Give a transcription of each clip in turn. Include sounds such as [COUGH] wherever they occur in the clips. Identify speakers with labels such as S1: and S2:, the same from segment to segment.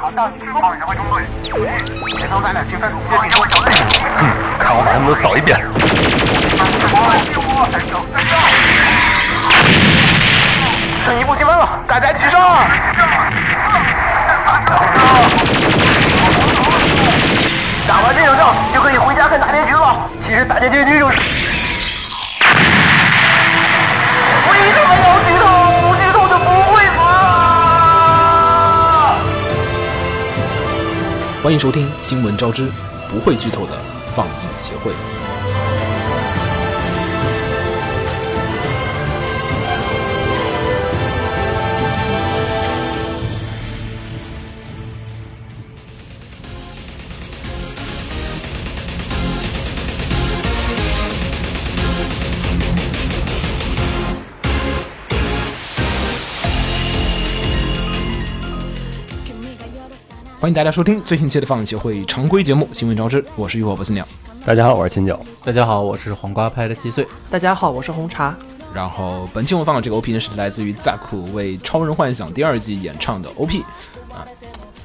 S1: 好，到你去报警会中队。前头咱俩兴奋，接近我小队。
S2: 看我把他们都扫一遍。
S1: 剩一步积分了，大家齐上！打完这场仗就可以回家看大结局了。其实大结局就是……为什么要剧透？不剧透就不会死啊！
S3: 欢迎收听《新闻招之》，不会剧透的放映协会。欢迎大家收听最新期的放映协会常规节目《新闻招之》，我是浴火不死鸟。
S2: 大家好，我是秦九。
S4: 大家好，我是黄瓜拍的七岁。
S5: 大家好，我是红茶。
S3: 然后本期我们放的这个 OP 呢是来自于 Zaku 为《超人幻想》第二季演唱的 OP 啊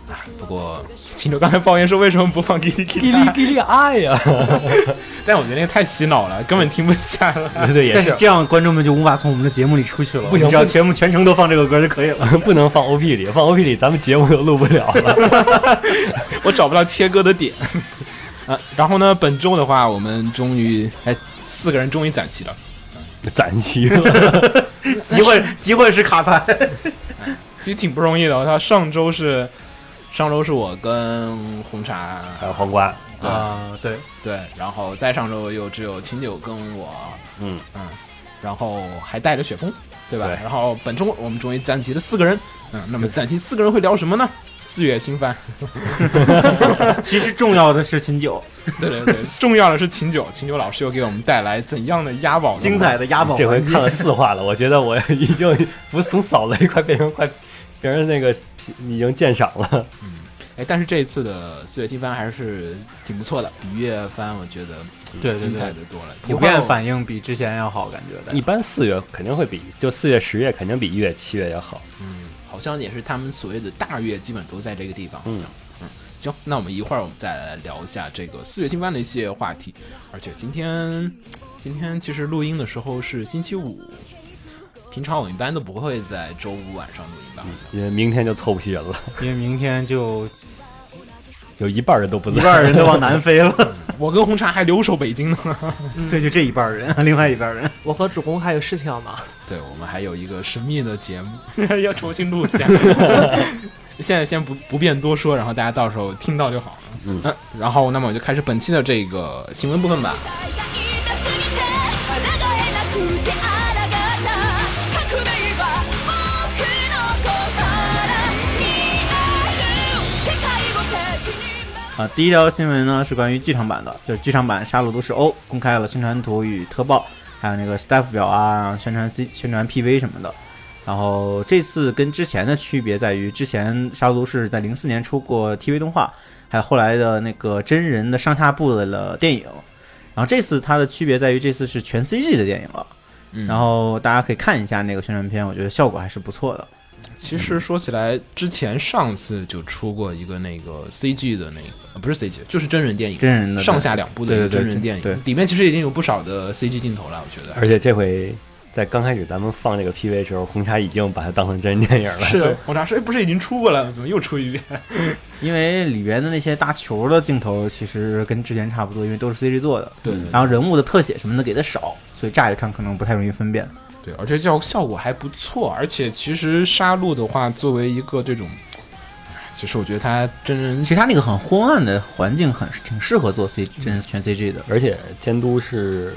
S3: 啊！不过秦九刚才抱怨说为什么不放 Gili
S4: 叽 [LAUGHS]
S3: Gili，
S4: 哩叽哩爱呀！
S3: 但我觉得那个太洗脑了，根本听不下来。
S2: 对，也
S4: 但是
S2: 是
S4: 这样观众们就无法从我们的节目里出去了。
S2: 不行
S4: 你只要全部全程都放这个歌就可以了。
S2: 不能放 OP 里，放 OP 里咱们节目都录不了了。 [LAUGHS]
S3: 我找不到切割的点。啊，然后呢，本周的话，我们终于哎四个人终于攒齐了。
S2: 攒齐了，
S4: 集会集会是卡牌，
S3: 其实挺不容易的。我操，上周是上周是我跟红茶，
S2: 还有黄瓜，
S3: 对
S4: 啊，对，
S3: 对，然后再上周又只有秦九跟我，
S2: 嗯
S3: 嗯，然后还带着雪峰，对吧？
S2: 对
S3: 然后本周我们终于攒齐了四个人，嗯，那么攒齐四个人会聊什么呢？四月新
S4: [LAUGHS]
S3: 番，
S4: [LAUGHS] 其实重要的是秦九，
S3: 对对对，重要的是秦九，秦九老师又给我们带来怎样的押宝呢？
S4: 精彩的押宝
S2: 这回
S4: 环节
S2: 看。了四话了，我觉得我已经 [LAUGHS] 不是从扫雷快变成快变成那个已经鉴赏了。
S3: 哎，但是这一次的四月新番还是挺不错的，比一月番我觉得
S4: 对对
S3: 精彩
S4: 对
S3: 的，多了，
S4: 普
S3: 以
S4: 遍
S3: 后
S4: 反应比之前要好，感觉的
S2: 一。般四月肯定会比就四月十月肯定比一月七月要好。
S3: 嗯，好像也是他们所谓的大月，基本都在这个地方。好像，嗯，行，那我们一会儿我们再来聊一下这个四月新番的一些话题。而且今天，今天其实录音的时候是星期五，平常我一般都不会在周五晚上录音吧？好像。
S2: 因为明天就凑不齐人了，
S4: 因为明天就
S2: [LAUGHS] 有一半人都不在。
S4: 一半人都往南飞了，
S3: [LAUGHS] 我跟红茶还留守北京呢。
S4: [LAUGHS] 对，就这一半人，另外一半人
S5: 我和主公还有事情要忙，
S3: [LAUGHS] 对，我们还有一个神秘的节目要重新录一下。 [LAUGHS] 现在先不不便多说，然后大家到时候听到就好了。嗯，然后那么我就开始本期的这个新闻部分吧。
S6: が痛すぎて抗えなくて抗った革命は僕の心にある世界を敵に回
S4: 啊。第一条新闻呢是关于剧场版的，就是剧场版《杀戮都市 O》公开了宣传图与特报，还有那个 staff 表啊、宣传 C、宣传 PV 什么的。然后这次跟之前的区别在于，之前《杀戮都市》在零四年出过 TV 动画，还有后来的那个真人的上下部的了电影。然后这次它的区别在于，这次是全 CG 的电影了。
S3: 嗯
S4: 然后大家可以看一下那个宣传片，我觉得效果还是不错的。
S3: 其
S4: 嗯
S3: 实说起来，之前上次就出过一个那个 CG 的那个，呃不是 CG，就是真人电影，
S4: 真人的
S3: 上下两部的一个
S4: 对对对
S3: 真人电
S4: 对
S3: 影，里面其实已经有不少的 CG 镜头了，我觉得。
S2: 而且这回在刚开始咱们放这个 PV 的时候，红茶已经把它当成真人电影了。
S3: 是
S4: 啊
S3: 的，红茶说：“哎，不是已经出过了，怎么又出一遍
S4: 因为里边的那些大球的镜头其实跟之前差不多，因为都是 CG 做的。
S3: 对对对
S4: 然后人物的特写什么的给的少，所以乍一看可能不太容易分辨。？”
S3: 对，而且效效果还不错，而且其实杀戮的话，作为一个这种，哎其实我觉得它真人
S4: 其实它那个很昏暗的环境很挺适合做 C 真全 CG 的，
S2: 而且监督是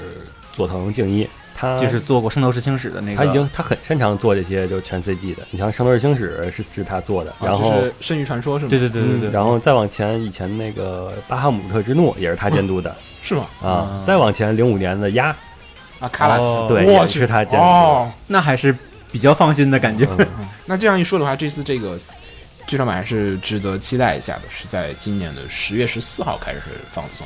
S2: 佐藤敬一，他
S4: 就是做过《圣斗士星矢》的那个。
S2: 他已经他很擅长做这些就全 CG 的。你像《圣斗士星矢》是是他做的，然后、嗯
S3: 啊就是《圣域传说》是吗？
S4: 对对对对对，
S2: 然后再往前，以前那个《巴哈姆特之怒》也是他监督的、
S3: 是吗？
S2: 啊。再往前，零五年的《鸭
S3: 啊，卡拉斯，
S4: 哦
S2: 对
S3: 我
S2: 也
S3: 去，
S2: 是他监督的
S3: 哦，
S4: 那还是比较放心的感》觉。
S2: 嗯，
S3: 那这样一说的话，这次这个剧场版还是值得期待一下的，是在今年的十月十四号开始放送，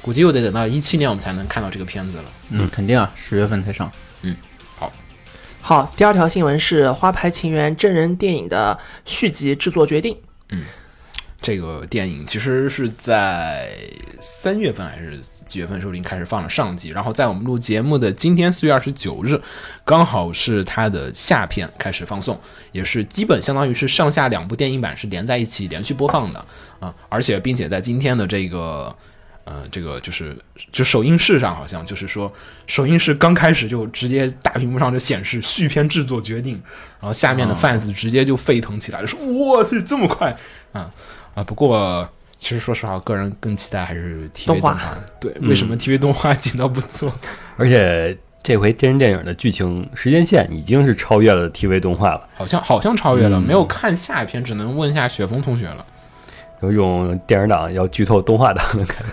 S3: 估计又得等到一七年我们才能看到这个片子了。
S4: 嗯，肯定啊，十月份才上。
S5: 好，第二条新闻是《花牌情缘》真人电影的续集制作决定。
S3: 嗯，这个电影其实是在三月份还是几月份时候已经开始放了上集，然后在我们录节目的今天四月二十九日，刚好是它的下片开始放送，也是基本相当于是上下两部电影版是连在一起连续播放的啊，而且并且在今天的这个。呃，这个就是就首映式上好像就是说，首映式刚开始就直接大屏幕上就显示续片制作决定，然后下面的 fans 直接就沸腾起来，就说哇，这这么快啊啊！不过其实说实话，个人更期待还是 TV
S5: 动画
S3: 画。对，为什么 TV 动画 [LAUGHS] 紧到不做？
S2: 而且这回真人电影的剧情时间线已经是超越了 TV 动画了，
S3: 好像好像超
S2: 嗯
S3: 越了，没有看下一篇，只能问一下雪峰同学了。
S2: 有一种电影党要剧透动画党的感觉，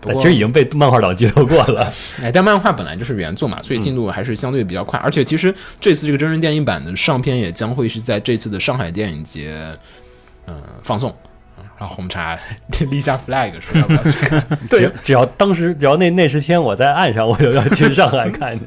S3: 不
S2: 但哎其
S3: 过
S2: 实已经被漫画党剧透过了。
S3: 哎，但漫画本来就是原作嘛，所以
S2: 嗯
S3: 进度还是相对比较快。而且其实这次这个真人电影版的上片也将会是在这次的上海电影节，嗯、放送。嗯然后红茶 [LAUGHS] 立下 flag 说要不要去看， [LAUGHS]
S2: 只，只要当时只要那那十天我在岸上，我就要去上海看去。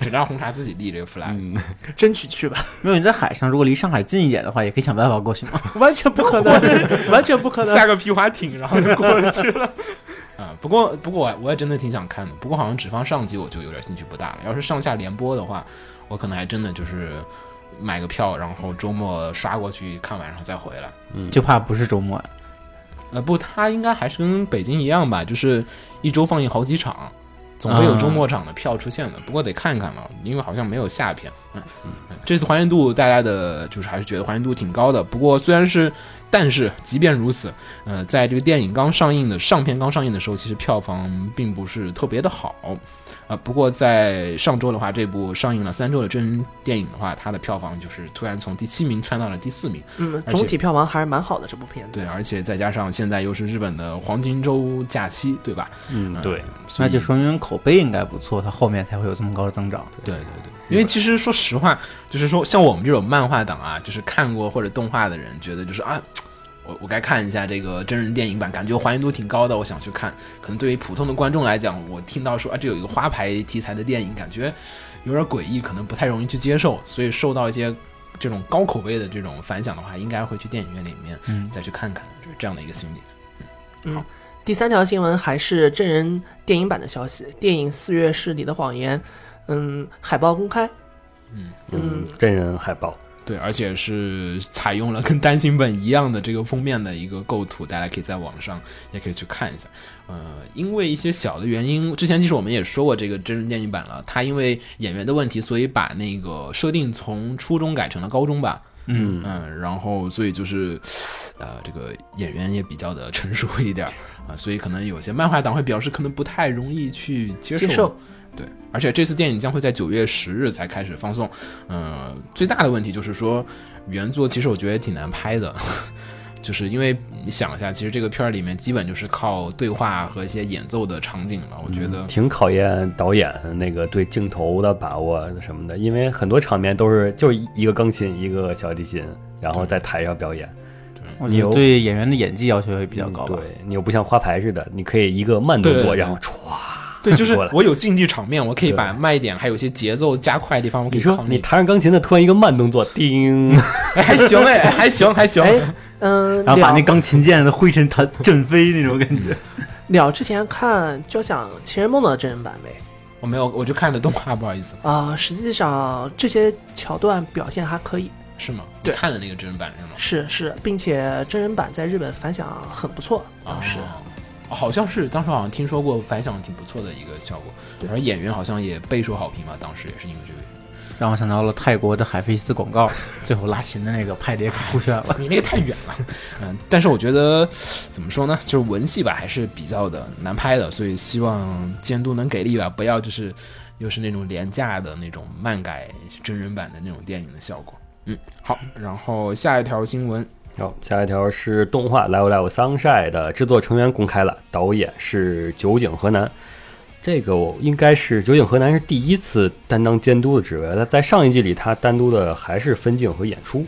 S3: 只能让红茶自己立这个 flag。
S5: 争取去吧，
S4: 没有你在海上，如果离上海近一点的话，也可以想办法过去嘛。
S5: 完全不可 [LAUGHS] 能，完全不可能。
S3: 下个皮划艇，然后就过去了。 [LAUGHS] 啊，不过不过我我也真的挺想看的，不过好像只放上集我就有点兴趣不大了。要是上下联播的话，我可能还真的就是买个票，然后周末刷过去看完，然后再回来。
S2: 嗯
S4: 就怕不是周末啊呀。
S3: 呃，不，它应该还是跟北京一样吧，就是一周放映好几场，总会有周末场的票出现的。不过得看看了，因为好像没有下片。嗯，嗯这次还原度大家的就是还是觉得还原度挺高的。不过虽然是，但是即便如此，呃，在这个电影刚上映的上片刚上映的时候，其实票房并不是特别的好。啊，不过在上周的话，这部上映了三周的真人电影的话，它的票房就是突然从第七名窜到了第四名，
S5: 嗯，
S3: 而且
S5: 总体票房还是蛮好的这部片子。
S3: 对，而且再加上现在又是日本的黄金周假期，对吧？
S2: 嗯，对，
S3: 所
S4: 那
S3: 以
S4: 就说明口碑应该不错，它后面才会有这么高的增长。
S3: 对对对，因为其实说实话，就是说像我们这种漫画党啊，就是看过或者动画的人，觉得就是啊，我我该看一下这个真人电影版，感觉还原度挺高的，我想去看。可能对于普通的观众来讲，我听到说啊，这有一个花牌题材的电影，感觉有点诡异，可能不太容易去接受，所以受到一些。这种高口碑的这种反响的话，应该会去电影院里面
S4: 嗯
S3: 再去看看，就是这样的一个心理。
S5: 第三条新闻还是真人电影版的消息，电影《四月是你的谎言》，嗯，海报公开，
S2: 嗯，真人海报，
S3: 对，而且是采用了跟单行本一样的这个封面的一个构图，大家可以在网上也可以去看一下。呃，因为一些小的原因，之前其实我们也说过这个真人电影版了，它因为演员的问题，所以把那个设定从初中改成了高中吧。
S4: 嗯，
S3: 嗯，然后所以就是，呃，这个演员也比较的成熟一点儿啊、所以可能有些漫画党会表示可能不太容易去
S4: 嗯
S3: 接受。
S5: 接受
S3: 对，而且这次电影将会在九月十日才开始放送。呃，最大的问题就是说，原作其实我觉得也挺难拍的， [LAUGHS] 就是因为你想一下，其实这个片儿里面基本就是靠对话和一些演奏的场景了。我觉得，
S2: 挺考验导演那个对镜头的把握什么的，因为很多场面都是就是一个钢琴，一个小提琴，然后在台上表演。
S4: 我觉得
S2: 有嗯
S4: 对演员的演技要求也比较高吧。
S2: 对你又不像花牌似的，你可以一个慢动
S3: 对对
S2: 作，
S3: 对
S2: 然后歘。
S3: 对，就是
S2: 过来
S3: 我有竞技场面，我可以
S2: 对
S3: 把慢一点，还有一些节奏加快的地方，我可以
S2: 你说
S3: 靠那 [LAUGHS]
S2: 你
S3: 个
S2: 弹上钢琴的，突然一个慢动作，
S4: [LAUGHS]
S2: 叮，
S3: 哎，还行哎，还行还行。
S5: 哎，嗯，
S4: 然后把那
S2: 啊
S5: 了
S4: 钢琴键的灰尘弹 [LAUGHS] 震飞那种感觉，
S5: 了之前看《交响情人梦》的真人版没？
S3: 我没有，我就看了动画，不好意思，
S5: 啊、实际上这些桥段表现还可以，
S3: 是吗？
S5: 对
S3: 你看了那个真人版是吗？
S5: 是是，并且真人版在日本反响很不错，当时、
S3: 哦好像是，当时好像听说过反响挺不错的一个效果，而演员好像也备受好评嘛，当时也是因为这个原因。
S4: 让我想到了泰国的海飞丝
S3: [LAUGHS]
S4: 广告，最后拉琴的那个派的也可酷炫了。
S3: 你那个太远了，嗯，但是我觉得怎么说呢，就是文戏吧，还是比较的难拍的，所以希望监督能给力吧，不要就是又是那种廉价的那种漫改真人版的那种电影的效果。嗯，好，然后下一条新闻，
S2: 好，下一条是动画《Live Live Sunshine》的制作成员公开了，导演是酒井河南。这个我应该是酒井河南是第一次担当监督的职位，他在上一季里他单独的还是分镜和演出。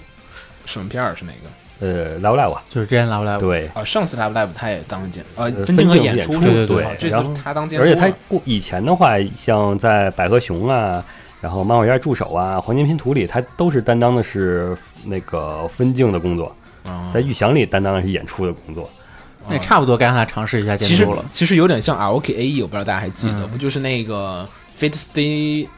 S3: 什么片儿是哪个？
S2: 呃，Live Live 啊，
S4: 就是之前来不来？
S2: 对，
S3: 啊，上次 Live Live 他也当监，呃，
S2: 呃
S3: 分镜
S2: 分
S3: 和
S2: 镜
S3: 演
S2: 演
S3: 出
S2: 出
S4: 对对
S2: 对
S3: 吧这
S2: 然后
S3: 次他当监督
S2: 而
S3: 了，
S2: 且他过以前的话，像在百合熊啊，然后漫画家助手啊，黄金拼图里，他都是担当的是那个分镜的工作。
S3: 啊
S2: 在《玉祥》里担当的是演出的工作。
S4: 那也差不多该让他尝试一下
S3: 其
S4: 监
S3: 实
S4: 督了。嗯
S3: 其实有点像 ROK AE，我不知道大家还记得不？就是那个 Fate Stay，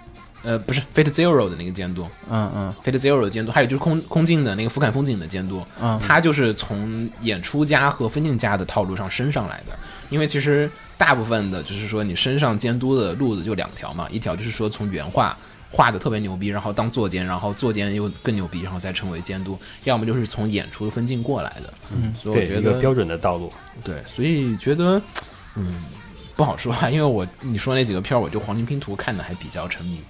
S3: 呃，不是 Fate Zero 的那个监督
S4: 嗯嗯
S3: ，Fate Zero 的监督，还有就是空空镜的那个俯瞰风景的监督，
S4: 嗯
S3: 他就是从演出家和分镜家的套路上升上来的。因为其实大部分的就是说你身上监督的路子就两条嘛，一条就是说从原画。画的特别牛逼，然后当坐监，然后坐监又更牛逼，然后再成为监督，要么就是从演出分镜过来的。嗯，所以我
S2: 对，
S3: 觉
S2: 一
S3: 得
S2: 个标准的道路。
S3: 对，所以觉得，嗯，不好说啊，因为我你说那几个片儿，我就黄金拼图看的还比较沉迷，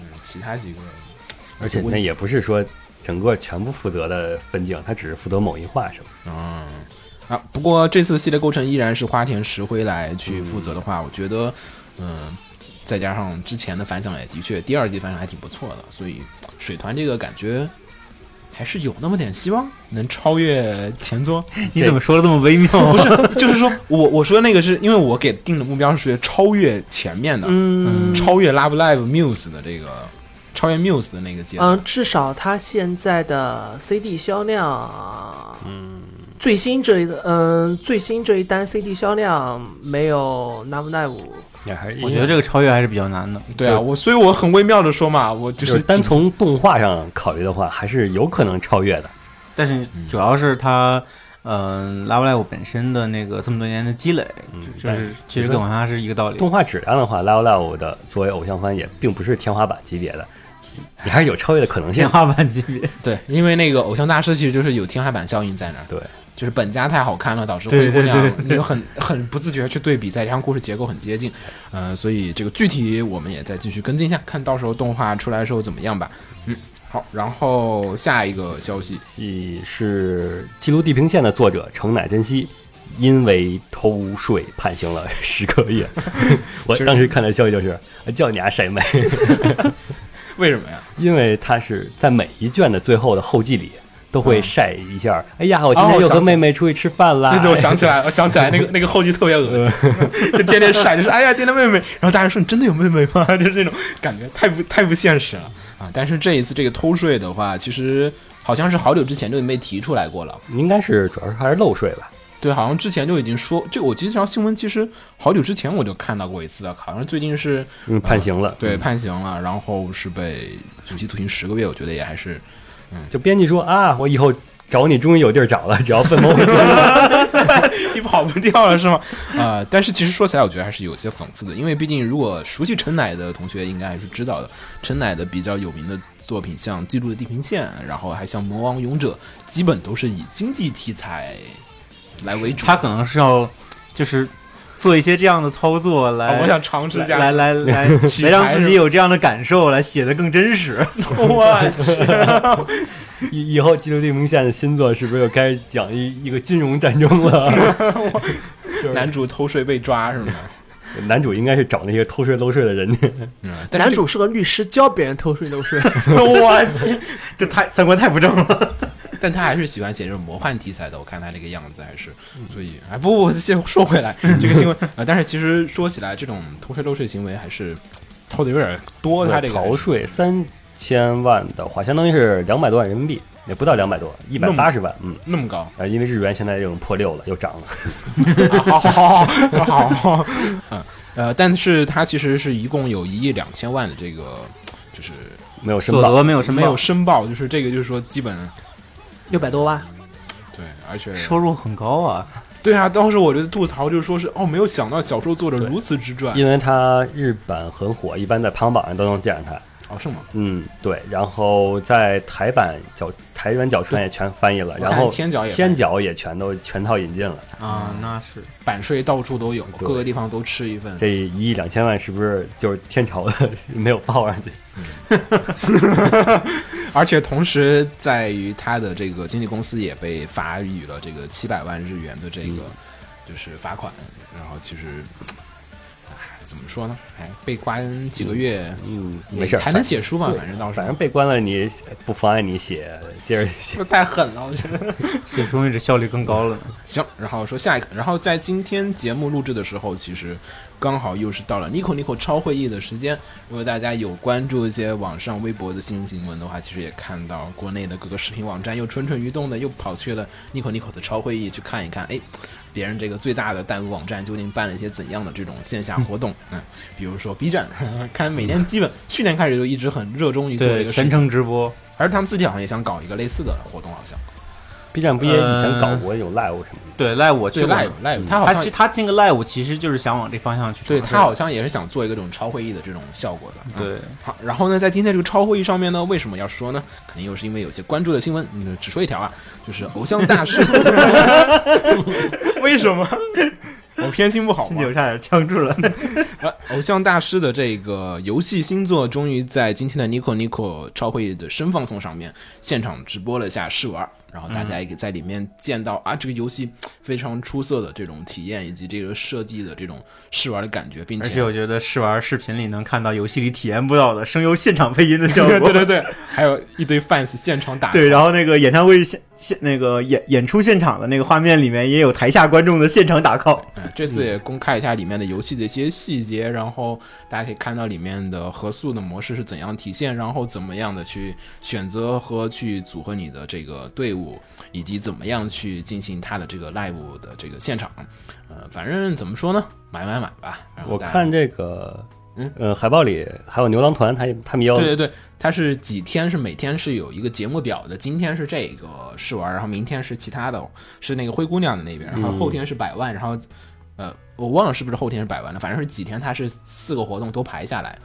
S3: 嗯，其他几个，
S2: 而且那也不是说整个全部负责的分镜，他只是负责某一画什么。
S3: 嗯，啊，不过这次系列构成依然是花田石灰来去负责的话，我觉得，嗯，再加上之前的反响也的确，第二季反响还挺不错的，所以水团这个感觉还是有那么点希望能超越前作。
S4: 你怎么说的这么微妙？
S3: 不是， [LAUGHS] 就是说我我说那个是因为我给定的目标是超越前面的，
S5: 嗯
S3: 超越 Love Live Muse 的这个，超越 Muse 的那个阶段。
S5: 嗯，至少它现在的 CD 销量，嗯，最新这一嗯、最新这一单 CD 销量没有 Nav Nav
S2: 也还是
S4: [LAUGHS] 我觉得这个超越还是比较难的。
S3: 对啊，我所以我很微妙的说嘛，我就
S2: 就是
S3: 是
S2: 单从动画上考虑的话，还是有可能超越的。
S4: 但是主要是他，嗯、拉布莱我本身的那个这么多年的积累，
S3: 嗯
S4: 就
S2: 但
S4: 是其实跟往下是一个道理。
S2: 动画质量的话，《Love Love》的作为偶像番也并不是天花板级别的，你还是有超越的可能性
S4: 天。花板级别，
S3: 对，因为那个偶像大师其实就是有天花板效应在那儿，
S2: 对，
S3: 就是本家太好看了，导致灰
S4: 对
S3: 姑
S4: 对
S3: 娘
S4: 对对
S3: 你就很很不自觉去对比，再加上故事结构很接近，呃，所以这个具体我们也再继续跟进一下，看到时候动画出来的时候怎么样吧。嗯，好，然后下一个消息，
S2: 戏是《记录地平线》的作者城乃真希，因为偷税判刑了 [LAUGHS] 十个月。我当时看到消息就是，叫你啊，谁妹，
S3: 为什么呀？
S2: [LAUGHS] 因为他是在每一卷的最后的后记里都会
S3: 嗯
S2: 晒一下，哎呀，我今
S3: 哦
S2: 天
S3: 我
S2: 又
S3: 想
S2: 和
S3: 起
S2: 妹妹出去吃饭啦。
S3: 对对，我想起来，我想起来，那个那个后期特别恶心， [LAUGHS] 就天天晒，就是哎呀，见到妹妹，然后大家说你真的有妹妹吗？ [LAUGHS] 就是这种感觉，太不太不现实了啊！但是这一次这个偷税的话，其实好像是好久之前就没提出来过了，
S2: 哎应该是主要是还是漏税吧。
S3: 对，好像之前就已经说，这个我记得这条新闻其实好久之前我就看到过一次了，好像最近是
S2: 嗯，判刑了。
S3: 啊对
S2: 嗯
S3: 判刑了，然后是被有期徒刑十个月，我觉得也还是
S2: 就编辑说啊，我以后找你终于有地儿找了，只 [LAUGHS] 要分某某
S3: [LAUGHS] 你跑不掉了是吗？啊、但是其实说起来，我觉得还是有些讽刺的，因为毕竟如果熟悉陈乃的同学，应该还是知道的，陈乃的比较有名的作品，像《记录的地平线》，啊然后还像《魔王勇者》，基本都是以经济题材来为主。
S4: 他可能是要就是做一些这样的操作来，
S3: 啊我想尝试一下，
S4: 来来来
S3: 取
S4: 来让
S3: 材
S4: 自己
S3: 是
S4: 有这样的感受，来写的更真实。
S3: [LAUGHS] 我去，
S2: 以以后《记录地平线》的新作是不是又开始讲一一个金融战争了？
S3: 男主偷税被抓是 [LAUGHS] 吗？
S2: 男主应该是找那些偷税漏税的人去。
S3: 嗯，但是
S5: 男主是个律师，教别人偷税
S3: [LAUGHS]
S5: 漏税。
S4: [LAUGHS] 我去，这太三观太不正了。
S3: 但他还是喜欢写这种魔幻题材的，我看他这个样子还是，所以哎，不不，不先说回 [LAUGHS] 来这个新闻啊、呃但是其实说起来，这种偷税漏税行为还是偷的有点多，他这个
S2: 逃税三千万的话，相当于是两百多万人民币，也不到两百多，一百八十万。嗯，
S3: 那么高，
S2: 啊，因为日元现在又破六了，又涨了。
S3: 啊、好好好好好好，嗯呃，但是他其实是一共有一亿两千万的这个就是
S2: 没有申
S4: 所
S2: 报，
S4: 得没有什么
S3: 没有申报，就是这个就是说基本
S5: 六百多万，
S3: 对，而且
S4: 收入很高啊，
S3: 对啊，当时我就吐槽就是说是哦，没有想到小说作者如此之赚，
S2: 因为它日版很火，一般在排行榜上都能见着它。
S3: 哦是吗？
S2: 嗯，对。然后在台版角台版角川也全翻译了，
S3: 我看
S2: 然后
S3: 天角也
S2: 天角也全都全套引进了。
S4: 啊，那是
S3: 版税到处都有，
S2: 对
S3: 各个地方都吃一份。
S2: 这一亿两千万是不是就是天朝的 [LAUGHS] 没有报上去？
S3: 而且同时，在于他的这个经纪公司也被罚予了这个七百万日元的这
S2: 嗯
S3: 个就是罚款，然后其实，唉，怎么说呢？哎，被关几个月，
S2: 嗯，没事儿，
S3: 还能写书嘛？
S2: 对
S3: 反正到时
S2: 反
S3: 候
S2: 正被关了你不妨碍你写，接着
S3: [LAUGHS]
S2: 写。
S3: 这太狠了，我觉得。
S4: [LAUGHS] 写书这效率更高了呢。
S3: 行，然后说下一个，然后在今天节目录制的时候，其实刚好又是到了 Nico Nico 超会议的时间。如果大家有关注一些网上微博的新新闻的话，其实也看到国内的各个视频网站又蠢蠢欲动的又跑去了 Nico Nico 的超会议去看一看，哎，别人这个最大的弹幕网站究竟办了一些怎样的这种线下活动？嗯，比如说 B 站， [LAUGHS] 看每年基本去年开始就一直很热衷于做这
S4: 对，
S3: 个
S4: 全
S3: 事情，
S4: 程直播。
S3: 还是他们自己好像也想搞一个类似的活动，好像
S2: B 站不也以前搞过有 live 什么的？
S4: 对，live 我去
S3: 对
S4: 过
S3: live live，他好
S4: 他
S3: 像
S4: 其实他进个 live 其实就是想往这方向去尝试
S3: 对
S4: 的。
S3: 他好像也是想做一个这种超会议的这种效果的。嗯
S4: 嗯对，
S3: 好，然后呢，在今天这个超会议上面呢，为什么要说呢？肯定又是因为有些关注的新闻，嗯，只说一条啊，就是偶像大
S4: [LAUGHS]
S3: 师。 [LAUGHS] 为什么？我偏心不好
S4: 心
S3: 吗
S4: 里？有差点呛住了。
S3: 啊偶像大师的这个游戏新作，终于在今天的 Nico Nico 超会议的深放送上面现场直播了一下试玩，然后
S4: 嗯
S3: 大家也在里面见到、啊，这个游戏非常出色的这种体验以及这个设计的这种试玩的感觉，并
S4: 而
S3: 且
S4: 且我觉得试玩视频里能看到游戏里体验不到的声优现场配音的效果。
S3: [LAUGHS] 对对对，还有一堆 fans 现场打
S4: 对，然后那个演唱会现现那个演演出现场的那个画面里面也有台下观众的现场打 call。
S3: 嗯，这次也公开一下里面的游戏的一些细节，然后大家可以看到里面的合宿的模式是怎样体现，然后怎么样的去选择和去组合你的这个队伍，以及怎么样去进行它的这个 live 的这个现场。呃，反正怎么说呢，买买买吧。然后
S2: 我
S3: 大家
S2: 看这个
S3: 呃嗯，
S2: 呃，海报里还有牛郎团，他也他们也有
S3: 对对对，它是几天是每天是有一个节目表的，今天是这个试玩，然后明天是其他的，哦是那个灰姑娘的那边，然后后天是百万，然后呃，我忘了是不是后天是百万了，反正是几天，它是四个活动都排下来，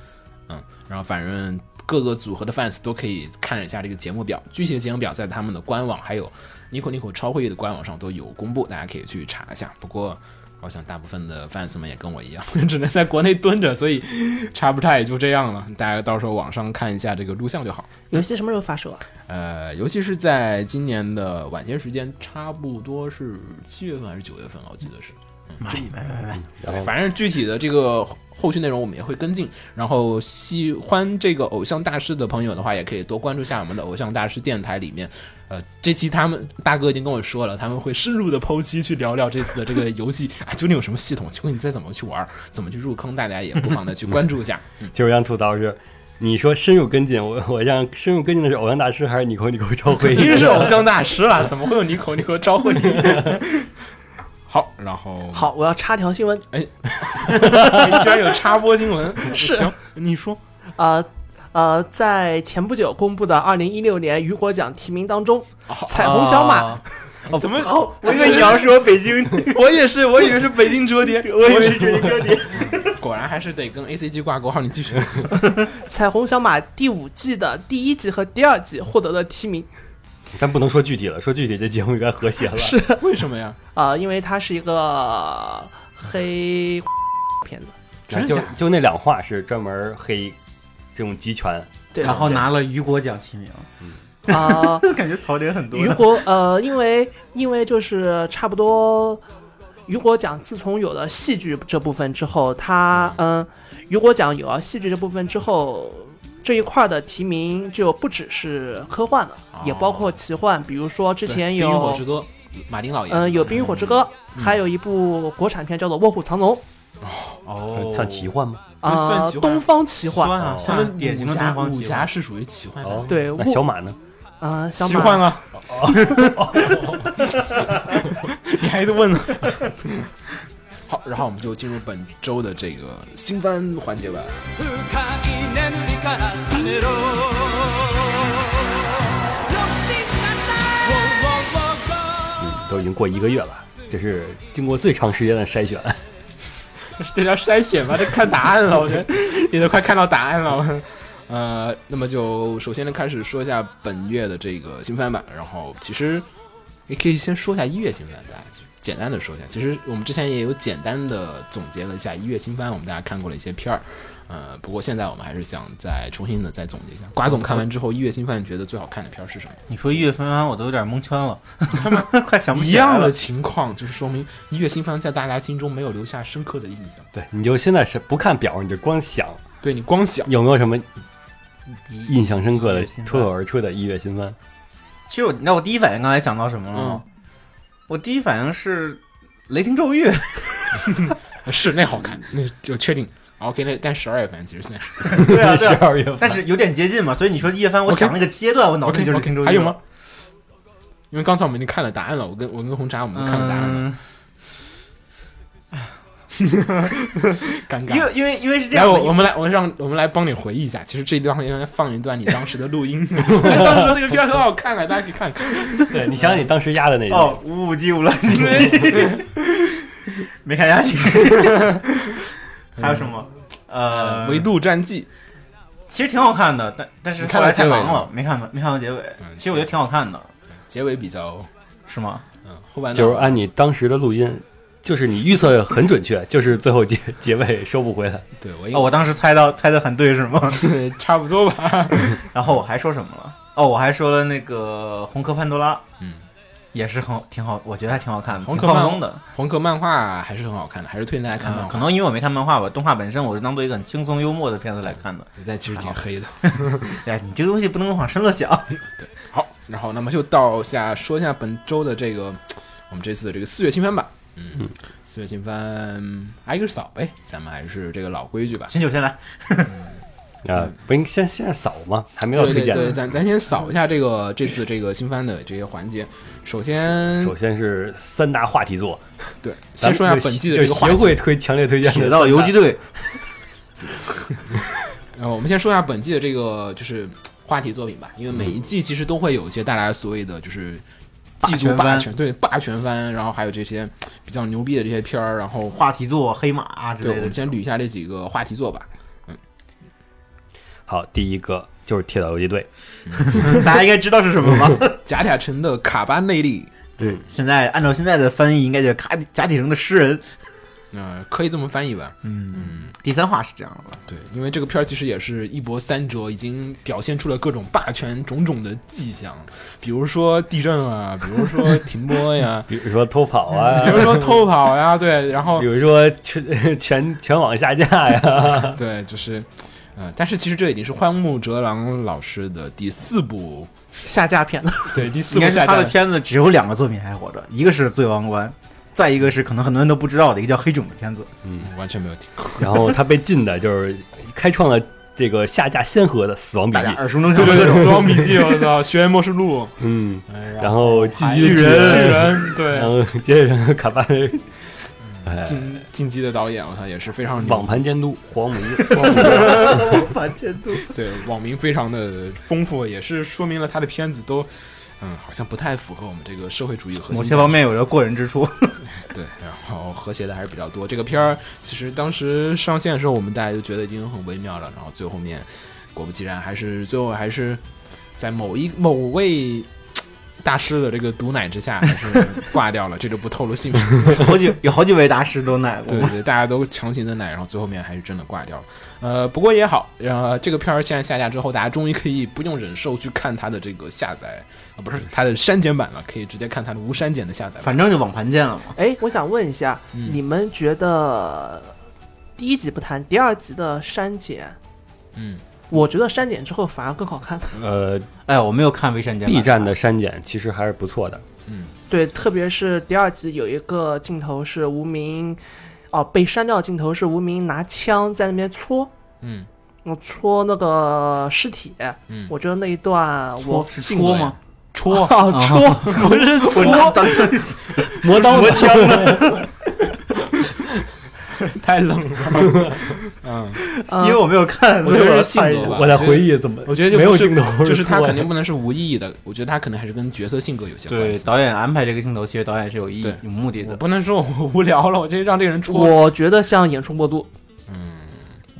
S3: 嗯，然后反正各个组合的 fans 都可以看一下这个节目表，具体的节目表在他们的官网还有 Nico Nico 超会议的官网上都有公布，大家可以去查一下。不过。我想大部分的 fans 们也跟我一样， [LAUGHS] 只能在国内蹲着，所以差不差也就这样了。大家到时候网上看一下这个录像就好。
S5: 游戏什么时候发售啊？
S3: 呃，尤其是在今年的晚些时间，差不多是七月份还是九月份了，我记得是。嗯
S2: 嗯然
S3: 对，
S2: 后
S3: 哎反正具体的这个后后续内容我们也会跟进。然后喜欢这个偶像大师的朋友的话，也可以多关注一下我们的偶像大师电台里面。呃，这期他们大哥已经跟我说了，他们会深入的剖析去聊聊这次的这个游戏啊，究竟有什么系统，究竟你再怎么去玩儿，怎么去入坑，大家也不妨的去关注一下。
S2: 就是让吐槽是，你说深入跟进，我我让深入跟进的是偶像大师还是你给我你给我召回？
S3: [LAUGHS] 一定是偶像大师了，怎么会有你口你口招呼你？ [LAUGHS] 好，然后，
S5: [LAUGHS] 好，我要插条新闻，
S3: 你居然有插播新
S5: [LAUGHS]
S3: 闻，
S5: 是
S3: 行，你说，
S5: 呃呃，在前不久公布的二零一六年雨果奖提名当中，
S3: 哦
S5: 彩虹小马、
S3: [LAUGHS]
S4: 啊，
S3: 怎么？
S4: 我以为你要说北京，
S3: 我也是，我以为是北京折
S5: [LAUGHS]
S3: 叠，
S4: 我以为是这个点。
S3: 果然还是得跟 A C G 挂钩。好，你继续。
S5: [LAUGHS] 彩虹小马第五季的第一季和第二季获得了提名，
S2: 咱不能说具体了，说具体这节目应该和谐了。
S5: 是
S3: 为什么呀？
S5: 啊、因为它是一个黑 [LAUGHS] 片子，
S2: 然后
S3: 真
S2: 就
S3: 假
S2: 就那两话是专门黑这种集权，
S4: [LAUGHS]
S5: 对，
S4: 然后
S5: 对
S4: 拿了雨果奖
S3: [LAUGHS]
S4: 提名，
S5: 啊。
S4: 感觉槽点很多
S5: 雨。果呃，因为因为就是差不多，雨果奖自从有了戏剧这部分之后，它嗯，雨果奖有了戏剧这部分之后，这一块儿的提名就不只是科幻了，也包括奇幻，比如说之
S3: 之
S5: 前
S3: 哦冰与火
S5: 有
S3: 之歌》，马丁老爷，
S5: 嗯有《冰与火之歌》，还有一部国产片叫做《卧虎藏龙》
S4: 哦
S2: 算奇幻吗？
S3: 算
S5: 啊，
S3: 奇幻
S5: 东方奇幻
S4: 算啊，
S3: 他
S4: 算啊
S3: 们
S4: 典型的
S3: 武侠
S4: 东方
S3: 武
S4: 奇
S3: 侠
S4: 幻。
S3: 是属于奇幻
S2: 哦，
S3: 的，
S5: 对
S2: 那
S5: 我
S2: 小马呢？
S5: 啊，小
S3: 奇
S4: [LAUGHS]
S5: 马
S3: 幻啊。 [LAUGHS] 你还得问呢。好，然后我们就进入本周的这个新番环节吧。
S6: 深い眠りから覚めろ
S2: 嗯，都已经过一个月了，这是经过最长时间的筛选。
S3: [LAUGHS] 这叫筛选吧，这看答案了，我觉得也都快看到答案了。呃，那么就首先呢，开始说一下本月的这个新番吧。然后其实也可以先说一下一月新番，大家就简单的说一下。其实我们之前也有简单的总结了一下一月新番，我们大家看过了一些片儿。呃，不过现在我们还是想再重新的再总结一下。瓜总看完之后，一月新番觉得最好看的片儿是什么？
S4: [LAUGHS] 你说一月份啊番，我都有点蒙
S3: [LAUGHS]
S4: 圈了，快想不
S3: 一
S4: 起来
S3: 样的
S4: 了。
S3: 情况，就是说明一月新番在大家心中没有留下深刻的印象。
S2: 对，你就现在是不看表，你就光想
S3: 对你光想，
S2: 有没有什么印象深刻的
S4: 一月新番
S2: 脱口而出的一月新番？
S4: 其实我，你知道我第一反应刚才想
S3: 嗯
S4: 到什么了吗？我第一反应是《雷霆咒域》，
S3: [LAUGHS] 是那好看，那就确定。OK，那但十二月份其实现在
S4: 对
S2: [LAUGHS]
S4: 啊，对
S2: 十
S4: 啊。
S2: 二月份，
S4: [LAUGHS] 但是有点接近嘛，所以你说夜帆，我
S3: OK
S4: 想那个阶段，我 [LAUGHS] 脑子
S3: OK
S4: 里就是
S3: OK，
S4: 听周
S3: 还
S4: 杰
S3: 有
S4: 伦
S3: 吗？？因为刚才我们已经看了答案了，我跟我跟红茶我们都看了答案了，
S4: 嗯，
S3: 尴
S4: 因
S3: 尬。
S4: 为因为因为是这
S3: 来，
S4: 样的，
S3: 我我们来，我让我们来帮你回忆一下。其实这地方应该放一段你当时的录
S4: [LAUGHS]
S3: 音，哎当时这个片儿很好看啊，大家可以看看。
S2: 对你想想你当时压的那个，
S4: 哦，五五 G 五了，
S3: [LAUGHS]
S4: 没看下去。还有什么？呃，
S3: 维度战记，
S4: 其实挺好看的，但但是
S3: 你
S4: 后
S3: 看到
S4: 来
S3: 结
S4: 太
S3: 尾
S4: 忙
S3: 了
S4: 了，没看完，没看到结尾
S3: 嗯。
S4: 其实我觉得挺好看的，
S3: 结尾比较，
S4: 是吗？
S3: 嗯，后半段
S2: 就是按你当时的录音，就是你预测很准确，就是最后结 [LAUGHS] 结尾收不回来。
S3: 对我应
S4: 哦，我当时猜到猜的很对是吗？ [LAUGHS]
S3: 该 [LAUGHS] 差不多吧。
S4: 然后我还说什么了？哦，我还说了那个《红壳潘多拉》，
S3: 嗯，
S4: 也是很挺好，我觉得还挺好看的，
S3: 红
S4: 挺
S3: 壳曼
S4: 放松的。
S3: 红壳漫画还是很好看的，还是推荐大家看漫
S4: 嗯
S3: 画。
S4: 可能因为我没看漫画吧，动画本身我是当做一个很轻松幽默的片子来看的。
S3: 但其实挺黑的。
S4: 哎，你这个东西不能往深了想。 [LAUGHS]
S3: 好，然后那么就到下说一下本周的这个我们这次的这个四月新番吧。嗯
S2: 嗯，
S3: 四月新番挨个扫呗，咱们还是这个老规矩吧。
S4: 秦九先来，
S2: 啊，不应先先扫吗？还没有
S3: 对
S2: 推
S3: 对
S2: 荐
S3: 嗯对，
S2: 呢。
S3: 咱咱先扫一下这个这次这个新番的这些环节。首先，
S2: 首先是三大话题作，
S3: 对，
S2: 咱
S3: 先
S2: 们
S3: 说一下
S2: 就
S3: 本季的
S2: 就
S3: 这个话
S2: 协
S3: 题。
S2: 会推强烈推荐的
S4: 铁
S2: 三
S4: 道
S2: 大
S4: 游击队，
S3: 呃，我们先说一下本季的这个就是话题作品吧，因为每一季其实都会有一些大家所谓的就是季度
S4: 霸权
S3: 霸
S4: 番
S3: 权，对霸权番，然后还有这些比较牛逼的这些片儿，然后
S4: 话题作、黑马啊之
S3: 对，我
S4: 类
S3: 们
S4: 的。
S3: 先捋一下这几个话题作吧。
S2: 好，第一个就是铁道游击队，
S4: 大家应该知道是什么吧？
S3: 贾甲辰的卡巴内利，
S2: 对，，
S4: 现在按照现在的翻译，应该就是卡贾铁城的诗人。
S3: 嗯、可以这么翻译吧？
S4: 嗯，第三话是这样的，
S3: 对，因为这个片儿其实也是一波三折，已经表现出了各种霸权种种的迹象，比如说地震 [LAUGHS] 啊，比如说停播 [LAUGHS] 呀
S2: 比如说偷跑啊
S3: 比，如说偷跑呀， [LAUGHS] 对，然后
S2: 比如说全 [LAUGHS] 全全网下架呀，
S3: 对，就是，呃，但是其实这已经是荒木哲郎老师的第四部，
S5: 下架片了。
S3: 对，第四部
S4: 应该是
S3: 下
S4: 他
S3: 架
S4: 的。片子只有两个作品还活着，一个是《醉王冠》，再一个是可能很多人都不知道的一个叫《黑种》的片子。
S3: 嗯完全没有听过，
S2: 然后他被禁的就是开创了这个下架先河的《死亡笔
S4: 大
S2: 记
S4: 家》，耳熟能
S3: 对
S4: 详的
S3: 对
S4: 这
S3: 对，
S4: 种
S3: [LAUGHS] 《死亡笔记》，我操，《学院末世录》，
S2: 嗯，然
S3: 然
S2: 后进击的
S3: [LAUGHS] 巨
S2: 巨
S3: 巨
S2: 人，
S3: 人，对
S2: 然，后接着卡巴雷，哎，
S3: [LAUGHS] 进进击的导演，我操，也是非常牛
S2: 网盘监督黄母一，
S4: 反监督。
S3: 对，网民非常的丰富，也是说明了他的片子都，嗯，好像不太符合我们这个社会主义核心
S4: 某
S3: 价值。
S4: 些方面有着过人之处。
S3: 对，然后和谐的还是比较多。这个片儿其实当时上线的时候，我们大家就觉得已经很微妙了，然后最后面果不其然，还是最后还是在某一某位。大师的这个毒奶之下，还是挂掉了，这就不透露姓名。
S4: 好几有好几位大师都奶过
S3: 对。对，大家都强行的奶，然后最后面还是真的挂掉了。呃，不过也好，呃，这个片儿现在下架之后，大家终于可以不用忍受去看它的这个下载啊、不是它的删减版了，可以直接看它的无删减的下载版。
S4: 反正就网盘见了嘛。
S5: 哎，我想问一下，
S3: 嗯
S5: 你们觉得呃第一集不谈，第二集的删减，
S3: 嗯，
S5: 我觉得删减之后反而更好看。
S2: 呃
S4: 哎，我没有看微删减版
S2: ，B 站的删减其实还是不错的，
S5: 对，特别是第二集有一个镜头是无名，哦，被删掉的镜头是无名拿枪在那边戳，
S3: 嗯，
S5: 嗯戳那个尸体，
S3: 嗯
S5: 我觉得那一段我
S4: 是
S3: 信过
S4: 戳
S3: 呀
S4: 吗？
S5: 戳戳不是戳，
S2: 磨刀磨枪的，
S3: 太冷了。嗯，
S5: 嗯
S4: 因为我没有看，
S3: 我觉
S4: 所以
S3: 得是信
S4: 性
S3: 格
S4: 格
S2: [LAUGHS]
S3: 吧
S2: 我在回忆怎么，
S3: 我觉得就
S2: 没有
S3: 不是
S2: 镜头，
S3: 就是它
S2: 错
S3: 肯
S2: 的
S3: 定不能是无意义的，我觉得它可能还是跟角色性格有些关
S4: 对
S3: 系。
S4: 导演安排这个镜头，其实导演是有意
S3: 对
S4: 义、有目的
S3: 我
S4: 的。
S3: 不能说我无聊了，我这让这个人戳。
S5: 我觉得像演出过度，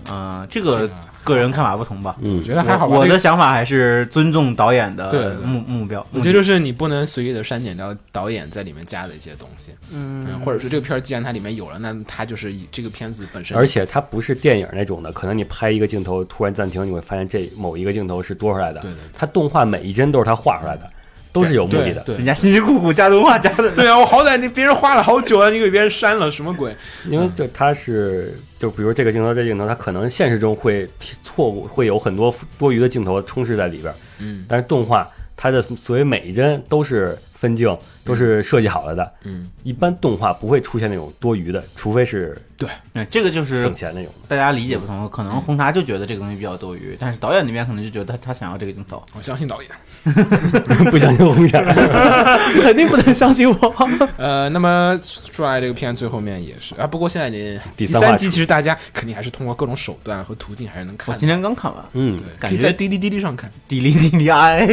S4: 嗯，这
S3: 这
S4: 个
S3: 个
S4: 个人看法不同吧。
S2: 嗯
S3: 我觉得还好吧。
S4: 我
S3: 这个
S4: 的想法还是尊重导演
S3: 对
S4: 的
S3: 对
S4: 目目标。
S3: 我觉得就是你不能随意的删减掉导演在里面加的一些东西，嗯，或者说这个片儿既然它里面有了，那它就是以这个片子本身，
S2: 而且它不是电影那种的，可能你拍一个镜头突然暂停，你会发现这某一个镜头是多出来的。
S3: 对对对
S2: 它动画每一帧都是它画出来的，都是有目的的。
S3: 对
S4: 人家辛辛苦苦加动画加的，
S3: 对啊，我好歹你别人花了好久啊了，你给别人删了，什么鬼？
S2: 因为就它是，就比如这个镜头、这个镜头，它可能现实中会错误，会有很多多余的镜头充斥在里边。
S3: 嗯，
S2: 但是动画它的所谓每一帧都是分镜，都是设计好了的。
S3: 嗯，
S2: 一般动画不会出现那种多余的，除非是
S3: 对，
S4: [LAUGHS] 嗯，这个就是
S2: 省钱那种的。
S4: 大家理解不同，可能红茶就觉得这个东西比较多余，但是导演那边可能就觉得他他想要这个镜头。
S3: 我相信导演。
S2: [LAUGHS] 不相信红茶，
S5: [LAUGHS] 肯定不能相 [LAUGHS] 信我。
S3: 呃，那么说来这个片最后面也是啊，不过现在你
S2: 第
S3: 第
S2: 三话
S3: 三集
S2: 出
S3: 其实大家肯定还是通过各种手段和途径还是能
S4: 我
S3: 看
S4: 今
S3: 的，
S4: 天刚看完，
S2: 嗯，
S3: 对，
S4: 感
S3: 可以
S4: 觉
S3: 在滴哩滴哩上看。
S4: 滴哩滴哩哎，